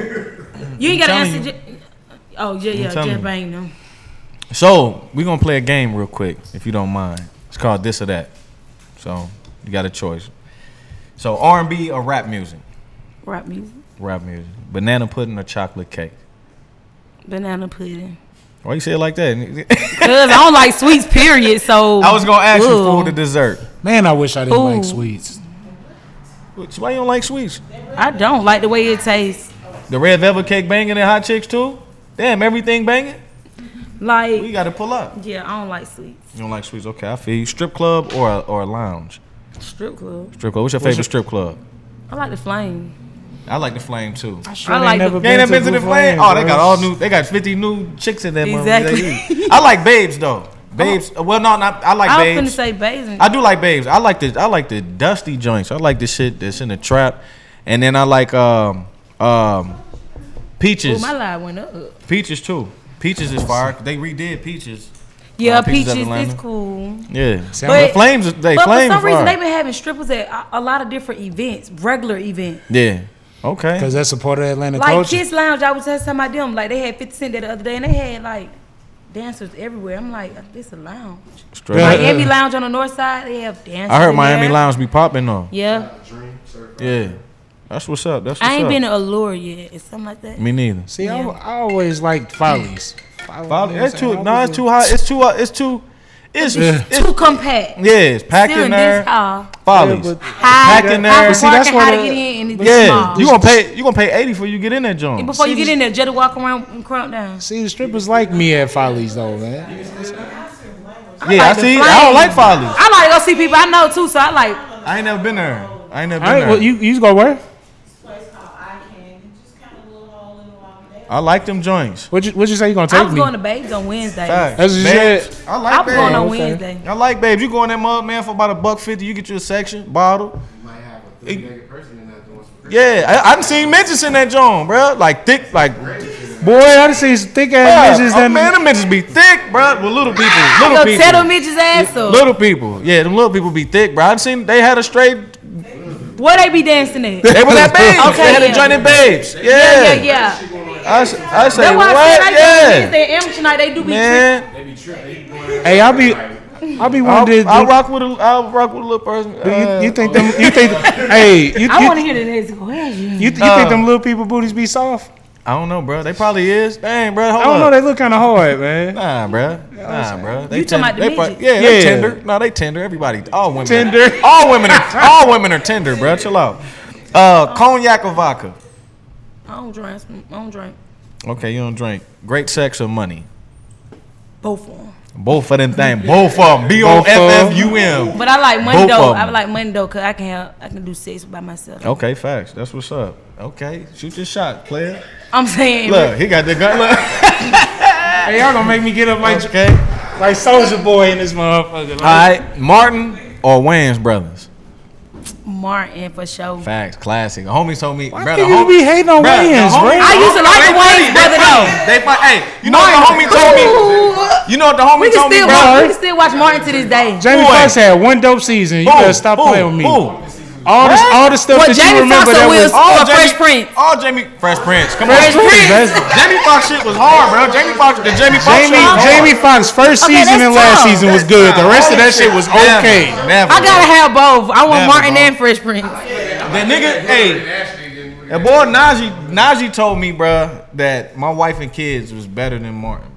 [SPEAKER 4] You ain't got to
[SPEAKER 2] telling
[SPEAKER 4] answer.
[SPEAKER 2] you.
[SPEAKER 4] J- oh, yeah, yeah,
[SPEAKER 2] telling
[SPEAKER 4] Jeff
[SPEAKER 2] you.
[SPEAKER 4] Bang, no.
[SPEAKER 2] So we gonna play a game real quick, if you don't mind. It's called this or that. So you got a choice. So R and B or rap music?
[SPEAKER 4] Rap music.
[SPEAKER 2] Rap music. Banana pudding or chocolate cake?
[SPEAKER 4] Banana pudding.
[SPEAKER 2] Why you say it like that?
[SPEAKER 4] Cause I don't like sweets, period. So
[SPEAKER 2] I was gonna ask you for
[SPEAKER 4] Ugh.
[SPEAKER 2] the dessert.
[SPEAKER 1] Man, I wish I didn't like
[SPEAKER 4] Ooh.
[SPEAKER 1] sweets.
[SPEAKER 2] Which- Why you don't like sweets?
[SPEAKER 4] I don't like the way it tastes.
[SPEAKER 2] The red velvet cake banging and hot chicks too? Damn, everything banging? We
[SPEAKER 4] Like,
[SPEAKER 2] gotta pull up.
[SPEAKER 4] yeah, I don't like sweets.
[SPEAKER 2] You don't like sweets? Okay, I feel you. Strip club or a, or a lounge?
[SPEAKER 4] Strip club.
[SPEAKER 2] Strip club. What's your favorite strip club?
[SPEAKER 4] I like the flame.
[SPEAKER 2] I like the Flame too.
[SPEAKER 1] I, sure
[SPEAKER 4] I
[SPEAKER 1] ain't
[SPEAKER 4] like
[SPEAKER 1] never
[SPEAKER 4] the-
[SPEAKER 2] You ain't never been to the
[SPEAKER 1] Blue
[SPEAKER 2] Flame? Oh, they
[SPEAKER 1] bro.
[SPEAKER 2] got all new. They got 50 new chicks in that motherfucker.
[SPEAKER 4] Exactly.
[SPEAKER 2] I like babes though. Babes. Well, no, not. I like
[SPEAKER 4] I was
[SPEAKER 2] babes.
[SPEAKER 4] finna say basin.
[SPEAKER 2] I do like babes. I like the I like the dusty joints. I like the shit that's in the trap, and then I like um um
[SPEAKER 4] Ooh,
[SPEAKER 2] peaches.
[SPEAKER 4] my line went up.
[SPEAKER 2] Oh, Peaches too. Peaches is fire. They redid peaches.
[SPEAKER 4] Yeah,
[SPEAKER 2] Uh, Peaches
[SPEAKER 4] peaches
[SPEAKER 2] of
[SPEAKER 4] is
[SPEAKER 2] Atlanta.
[SPEAKER 4] cool.
[SPEAKER 2] Yeah.
[SPEAKER 1] Sound
[SPEAKER 2] But,
[SPEAKER 1] like-
[SPEAKER 2] the flames. is- They
[SPEAKER 4] but for
[SPEAKER 2] flames
[SPEAKER 4] some reason,
[SPEAKER 2] fire.
[SPEAKER 4] they've been having strippers at a, a lot of different events, regular events.
[SPEAKER 2] yeah. Okay.
[SPEAKER 1] Cause that's a part of Atlanta
[SPEAKER 4] Like
[SPEAKER 1] culture.
[SPEAKER 4] Kids Lounge, I was just talking about them. Like they had 50 Cent there the other day, and they had like dancers everywhere. I'm like, this a lounge.
[SPEAKER 2] Straight
[SPEAKER 4] Like
[SPEAKER 2] up.
[SPEAKER 4] every lounge on the north side, they have dancers.
[SPEAKER 2] I heard
[SPEAKER 4] in
[SPEAKER 2] Miami
[SPEAKER 4] there.
[SPEAKER 2] Lounge be popping though.
[SPEAKER 4] Yeah,
[SPEAKER 11] Dream, certified.
[SPEAKER 2] Yeah. That's what's up. That's what's
[SPEAKER 4] I ain't
[SPEAKER 2] up.
[SPEAKER 4] been to Allure yet. It's something like that.
[SPEAKER 2] Me neither.
[SPEAKER 1] See, I, I always liked Follies.
[SPEAKER 2] Folly- That's too. No, it's too hot. It's too. Uh, it's too. It's.
[SPEAKER 1] Yeah.
[SPEAKER 2] it's
[SPEAKER 4] Too compact.
[SPEAKER 2] yeah. It's packed
[SPEAKER 4] Still
[SPEAKER 2] in
[SPEAKER 4] in
[SPEAKER 2] there.
[SPEAKER 4] this hall.
[SPEAKER 2] Follies.
[SPEAKER 1] Yeah, but-
[SPEAKER 4] High,
[SPEAKER 2] Packed in
[SPEAKER 4] high
[SPEAKER 2] there.
[SPEAKER 4] for
[SPEAKER 1] See, that's
[SPEAKER 4] parking,
[SPEAKER 1] why
[SPEAKER 4] how to
[SPEAKER 1] the-
[SPEAKER 4] get in, and it's
[SPEAKER 2] Yeah.
[SPEAKER 4] small.
[SPEAKER 2] You gonna pay. You gonna pay eighty for you get in there, John.
[SPEAKER 4] Before you
[SPEAKER 1] See,
[SPEAKER 4] get in there, just walk around and crump down.
[SPEAKER 1] See, the strippers like me at Follies though, man.
[SPEAKER 2] yeah,
[SPEAKER 4] like
[SPEAKER 2] I
[SPEAKER 4] the
[SPEAKER 2] see. I don't
[SPEAKER 4] flames.
[SPEAKER 2] like Follies.
[SPEAKER 4] I like to go see people I know too, so I like
[SPEAKER 2] I ain't never been there. I ain't never been
[SPEAKER 1] All right,
[SPEAKER 2] there.
[SPEAKER 1] well, you you go where?
[SPEAKER 10] This place called Eye Candy, just kind of a little hole in the wall. They
[SPEAKER 2] I like them joints.
[SPEAKER 1] What you what you say you gonna
[SPEAKER 4] I
[SPEAKER 1] take
[SPEAKER 4] was
[SPEAKER 1] me?
[SPEAKER 4] going to babes on Wednesday.
[SPEAKER 2] Facts.
[SPEAKER 1] That's what you
[SPEAKER 2] Babes.
[SPEAKER 1] said.
[SPEAKER 2] I
[SPEAKER 4] I
[SPEAKER 2] like
[SPEAKER 4] was going
[SPEAKER 2] babes.
[SPEAKER 4] on
[SPEAKER 1] okay.
[SPEAKER 4] Wednesday.
[SPEAKER 2] I like babes. You go in that mug man for about a buck fifty. You get you a section bottle.
[SPEAKER 11] You might have a three legged person in that doing some crazy
[SPEAKER 2] Yeah, I, I done seen midgets in that joint, bro. Like thick, like
[SPEAKER 1] Boy, I done seen some thick ass bitches
[SPEAKER 2] yeah, oh,
[SPEAKER 1] that
[SPEAKER 2] man, them midgets be thick, bro. With little people,
[SPEAKER 4] I
[SPEAKER 2] little
[SPEAKER 4] go tear
[SPEAKER 2] people.
[SPEAKER 4] them bitches ass up.
[SPEAKER 2] Little people, yeah, them little people be thick, bro. I've seen they had a straight.
[SPEAKER 4] Where they be dancing at?
[SPEAKER 2] They were that babes.
[SPEAKER 4] Okay,
[SPEAKER 2] they had a
[SPEAKER 4] yeah.
[SPEAKER 2] joint at babes. Yeah,
[SPEAKER 4] yeah, yeah.
[SPEAKER 2] I, s- I say
[SPEAKER 4] That's why I
[SPEAKER 2] what?
[SPEAKER 4] said I go on
[SPEAKER 2] Yeah,
[SPEAKER 4] Wednesday and amateur night. They do be tripping.
[SPEAKER 2] man.
[SPEAKER 1] Hey, I be I be
[SPEAKER 2] I'll,
[SPEAKER 1] wondering.
[SPEAKER 2] I'll
[SPEAKER 1] do-
[SPEAKER 2] rock with a, I'll rock with a little person.
[SPEAKER 1] do
[SPEAKER 2] Uh,
[SPEAKER 1] you, you think them? You think? hey, you,
[SPEAKER 6] I
[SPEAKER 1] you,
[SPEAKER 6] want to hear the next question.
[SPEAKER 1] you, you think them little people booties be soft?
[SPEAKER 2] I don't know, bro. They probably is. Dang, bro. Hold
[SPEAKER 1] I don't know.
[SPEAKER 2] up.
[SPEAKER 1] They look kind of hard, man.
[SPEAKER 2] Nah, bro. Nah, bro. They
[SPEAKER 6] You talking about the
[SPEAKER 2] they
[SPEAKER 6] midgets?
[SPEAKER 2] pro- yeah, they
[SPEAKER 1] Yeah.
[SPEAKER 2] tender. No, they tender. Everybody, all women,
[SPEAKER 1] Tender.
[SPEAKER 2] All women, are, all women are tender, bro. Chill out. Uh, cognac or vodka?
[SPEAKER 6] I don't drink. I don't drink.
[SPEAKER 2] Okay, you don't drink. Great sex or money?
[SPEAKER 6] Both of them.
[SPEAKER 2] Both of them things. Both of them. B O F F U M.
[SPEAKER 6] But I like money
[SPEAKER 2] Both
[SPEAKER 6] though.
[SPEAKER 2] of 'em.
[SPEAKER 6] I like money though, cause I can have, I can do sex by myself.
[SPEAKER 2] Okay, facts. That's what's up. Okay, shoot your shot, player.
[SPEAKER 6] I'm saying.
[SPEAKER 2] Look, he got the gun. Look.
[SPEAKER 1] Hey, y'all gonna make me get up like
[SPEAKER 2] Okay.
[SPEAKER 1] like Soldier Boy in this motherfucker. Like,
[SPEAKER 2] All right, Martin or Wayne's brothers.
[SPEAKER 6] Martin for sure.
[SPEAKER 2] Facts, classic. The homies told me. Why
[SPEAKER 1] I think you be hating on Wayans, bro.
[SPEAKER 6] I used to like the Wayans brother though.
[SPEAKER 2] They fight. Hey, you know what the homie told me? You know what the homie
[SPEAKER 6] We can
[SPEAKER 2] told me,
[SPEAKER 6] still
[SPEAKER 2] bro?
[SPEAKER 6] watch, we can still watch Martin to this day.
[SPEAKER 1] Jamie
[SPEAKER 2] Boy.
[SPEAKER 1] Foxx had one dope season. You
[SPEAKER 2] Who?
[SPEAKER 1] better stop
[SPEAKER 2] Who?
[SPEAKER 1] playing with me.
[SPEAKER 2] Who?
[SPEAKER 1] All this, all the stuff
[SPEAKER 6] Well,
[SPEAKER 1] that
[SPEAKER 6] Jamie
[SPEAKER 1] you remember
[SPEAKER 6] Foxx
[SPEAKER 1] that
[SPEAKER 6] will
[SPEAKER 1] was
[SPEAKER 6] Oh,
[SPEAKER 2] All
[SPEAKER 6] Fresh Prince.
[SPEAKER 2] All Jamie Fresh Prince. Come
[SPEAKER 1] Fresh
[SPEAKER 2] on.
[SPEAKER 1] Prince. That's-
[SPEAKER 2] Jamie Foxx shit was hard, bro. Jamie Foxx, the Jamie Foxx shit
[SPEAKER 1] Jamie
[SPEAKER 2] was hard.
[SPEAKER 1] Jamie Foxx first
[SPEAKER 6] Okay,
[SPEAKER 1] season
[SPEAKER 6] that's
[SPEAKER 1] and last
[SPEAKER 6] tough.
[SPEAKER 1] season was good. The rest of that shit was
[SPEAKER 2] Never,
[SPEAKER 1] okay.
[SPEAKER 2] Never.
[SPEAKER 6] I gotta have both. I want
[SPEAKER 2] Never,
[SPEAKER 6] Martin
[SPEAKER 2] bro.
[SPEAKER 6] and Fresh Prince.
[SPEAKER 2] That nigga, hey, that boy Najee, Najee told me, bro, that my wife and kids was better than Martin, bro.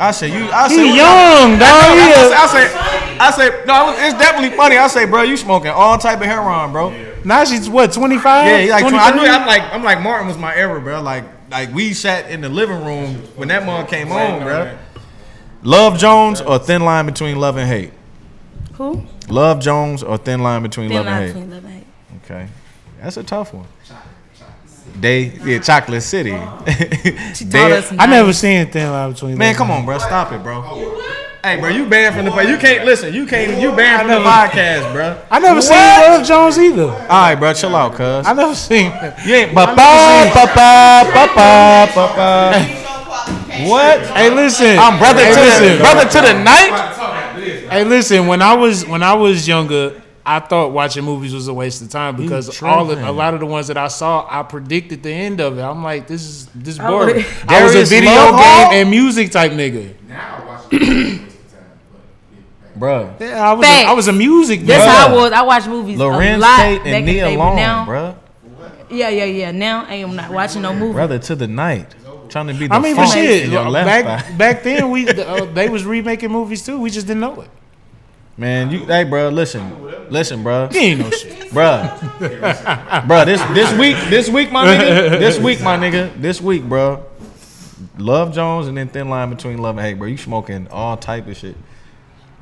[SPEAKER 2] I said, you, I said,
[SPEAKER 1] He
[SPEAKER 2] what-
[SPEAKER 1] young, dog. He a-
[SPEAKER 2] I, say, I say, I say, no, it was- it's definitely funny. I say, bro, you smoking all type of heroin, bro.
[SPEAKER 1] Now she's what, 25?
[SPEAKER 2] Yeah, he like, tw- I knew,
[SPEAKER 1] 23?
[SPEAKER 2] I'm like, I'm like, Martin was my era, bro. Like, like we sat in the living room when that mom came on, bro. Love Jones or thin line between love and hate?
[SPEAKER 6] Who?
[SPEAKER 2] Love Jones or thin line between love and hate?
[SPEAKER 6] between love and hate.
[SPEAKER 2] Okay, that's a tough one. They, yeah, Chocolate City.
[SPEAKER 6] taught
[SPEAKER 2] They-
[SPEAKER 6] us
[SPEAKER 1] I never seen a thin line between
[SPEAKER 2] Man,
[SPEAKER 1] them.
[SPEAKER 2] come on, bro. Stop it, bro. Hey, bro, you banned from the podcast. You can't listen. You can't. You banned from the podcast, bro.
[SPEAKER 1] I never seen Love Jones either.
[SPEAKER 2] All right, bro. Chill out, cuz.
[SPEAKER 1] I never seen that.
[SPEAKER 2] You ain't.
[SPEAKER 1] I never seen-
[SPEAKER 2] What?
[SPEAKER 1] Hey, listen.
[SPEAKER 2] I'm brother
[SPEAKER 1] hey,
[SPEAKER 2] to
[SPEAKER 1] listen.
[SPEAKER 2] the brother to the night.
[SPEAKER 1] Hey, listen. When I was when I was younger, I thought watching movies was a waste of time because all of, a lot of the ones that I saw, I predicted the end of it. I'm like, this is this is boring. I was a
[SPEAKER 2] Darius
[SPEAKER 1] video
[SPEAKER 2] Love Hall?
[SPEAKER 1] game and music type nigga.
[SPEAKER 5] Now I watch it. Waste of time, but yeah,
[SPEAKER 2] Bro,
[SPEAKER 1] Yeah, I was a,
[SPEAKER 6] Facts.
[SPEAKER 1] I was a music
[SPEAKER 6] That's
[SPEAKER 1] nigga.
[SPEAKER 6] how I
[SPEAKER 2] Bruh.
[SPEAKER 6] was. I watched movies a
[SPEAKER 2] Lorenz
[SPEAKER 6] lot
[SPEAKER 2] Tate
[SPEAKER 6] back in
[SPEAKER 2] and
[SPEAKER 6] the
[SPEAKER 2] Nia
[SPEAKER 6] day. but now,
[SPEAKER 2] Long, bro.
[SPEAKER 6] yeah, yeah, yeah. Now I am not watching no movies.
[SPEAKER 2] Brother to the night. Trying to be the
[SPEAKER 1] I mean, but
[SPEAKER 2] funk
[SPEAKER 1] shit,
[SPEAKER 2] in your left eye.
[SPEAKER 1] back back then we uh, they was remaking movies too. We just didn't know it.
[SPEAKER 2] Man, you. Hey, bro. Listen, listen, bro.
[SPEAKER 1] You ain't know shit.
[SPEAKER 2] Bruh. bruh, this this week, this week, my nigga, this week, my nigga, this week, bruh. Love Jones and then thin line between love and hate, bro. You smoking all type of shit.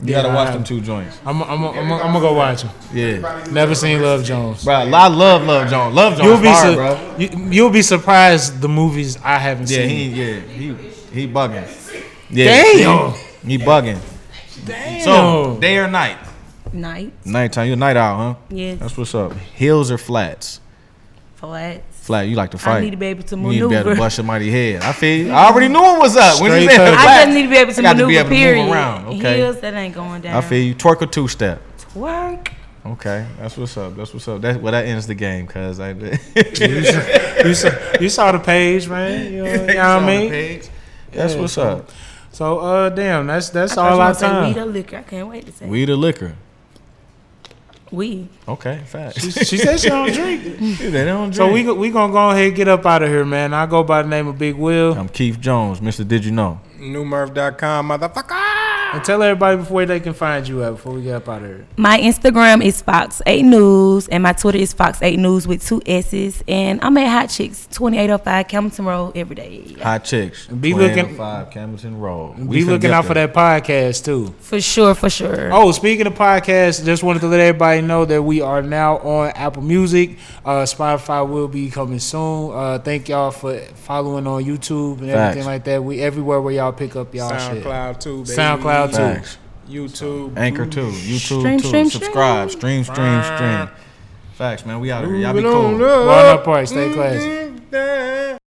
[SPEAKER 2] You gotta
[SPEAKER 1] Yeah,
[SPEAKER 2] watch
[SPEAKER 1] I-
[SPEAKER 2] them two joints.
[SPEAKER 1] I'm I'm I'm, I'm gonna go watch them.
[SPEAKER 2] Yeah,
[SPEAKER 1] Never seen Love Jones.
[SPEAKER 2] bro. I love Love Jones. Love Jones,
[SPEAKER 1] You'll be
[SPEAKER 2] fire,
[SPEAKER 1] su-
[SPEAKER 2] bro.
[SPEAKER 1] you, you'll be surprised the movies I haven't
[SPEAKER 2] Yeah,
[SPEAKER 1] seen.
[SPEAKER 2] he yeah he he bugging. Yeah,
[SPEAKER 1] Damn.
[SPEAKER 2] he bugging.
[SPEAKER 1] Damn.
[SPEAKER 2] So day or night?
[SPEAKER 6] Night.
[SPEAKER 2] Nighttime. You a night owl, huh?
[SPEAKER 6] Yes.
[SPEAKER 2] That's what's up. Hills or flats?
[SPEAKER 6] Flat.
[SPEAKER 2] Flat. You like to fight.
[SPEAKER 6] I need to be able to
[SPEAKER 2] You need to be able
[SPEAKER 6] maneuver.
[SPEAKER 2] to bust your mighty head. I feel. You. I already knew it was up when you
[SPEAKER 1] Straight
[SPEAKER 2] said
[SPEAKER 1] cut.
[SPEAKER 2] the
[SPEAKER 1] I
[SPEAKER 6] I
[SPEAKER 2] black.
[SPEAKER 6] just need to be able to
[SPEAKER 2] I got
[SPEAKER 6] maneuver.
[SPEAKER 2] to be able to move
[SPEAKER 6] period.
[SPEAKER 2] around, okay.
[SPEAKER 6] Heels that ain't going down.
[SPEAKER 2] I feel you. Twerk or two step.
[SPEAKER 6] Twerk.
[SPEAKER 2] Okay, that's what's up. That's what's up. That's well, that ends the game, cause I.
[SPEAKER 1] you, saw, you saw the page, man. You know, you know what
[SPEAKER 2] On
[SPEAKER 1] I
[SPEAKER 2] the
[SPEAKER 1] mean?
[SPEAKER 2] page. That's
[SPEAKER 1] Yeah,
[SPEAKER 2] what's
[SPEAKER 1] so-
[SPEAKER 2] up.
[SPEAKER 1] So, uh, damn, that's that's all
[SPEAKER 6] I
[SPEAKER 1] our
[SPEAKER 6] was gonna say weed
[SPEAKER 1] time.
[SPEAKER 6] or liquor. I can't wait to say
[SPEAKER 2] Weed or liquor.
[SPEAKER 6] weed.
[SPEAKER 2] Okay, facts.
[SPEAKER 1] She, she said she don't drink.
[SPEAKER 2] they don't drink.
[SPEAKER 1] So we go- we gonna go ahead and get up out of here, man. I go by the name of Big Will.
[SPEAKER 2] I'm Keith Jones, Mr. Did you know?
[SPEAKER 3] Newmurph.com, motherfucker.
[SPEAKER 1] And tell everybody before they can find you at before we get up out of here.
[SPEAKER 6] My Instagram is Fox8 News and my Twitter is Fox8 News with two S's. And I'm at Hot Chicks, 2805 Camilton Road every day.
[SPEAKER 2] Hot chicks.
[SPEAKER 1] Be looking-
[SPEAKER 2] Five Camilton Road.
[SPEAKER 1] Be looking out for that podcast too.
[SPEAKER 6] For sure, for sure.
[SPEAKER 1] Oh, speaking of podcasts, just wanted to let everybody know that we are now on Apple Music. Uh, Spotify will be coming soon. Uh, thank y'all for following on YouTube and everything
[SPEAKER 2] Facts.
[SPEAKER 1] like that. We everywhere where y'all pick up y'all
[SPEAKER 3] SoundCloud too, baby.
[SPEAKER 1] Oh, shit. SoundCloud too.
[SPEAKER 2] Facts.
[SPEAKER 3] YouTube.
[SPEAKER 2] Anchor too. YouTube
[SPEAKER 6] Stream,
[SPEAKER 2] too.
[SPEAKER 6] stream,
[SPEAKER 2] Subscribe. Stream, stream, stream. Facts, man. We out of here. Y'all be
[SPEAKER 3] Moving on
[SPEAKER 2] cool.
[SPEAKER 3] up.
[SPEAKER 1] Run up, party, stay classy.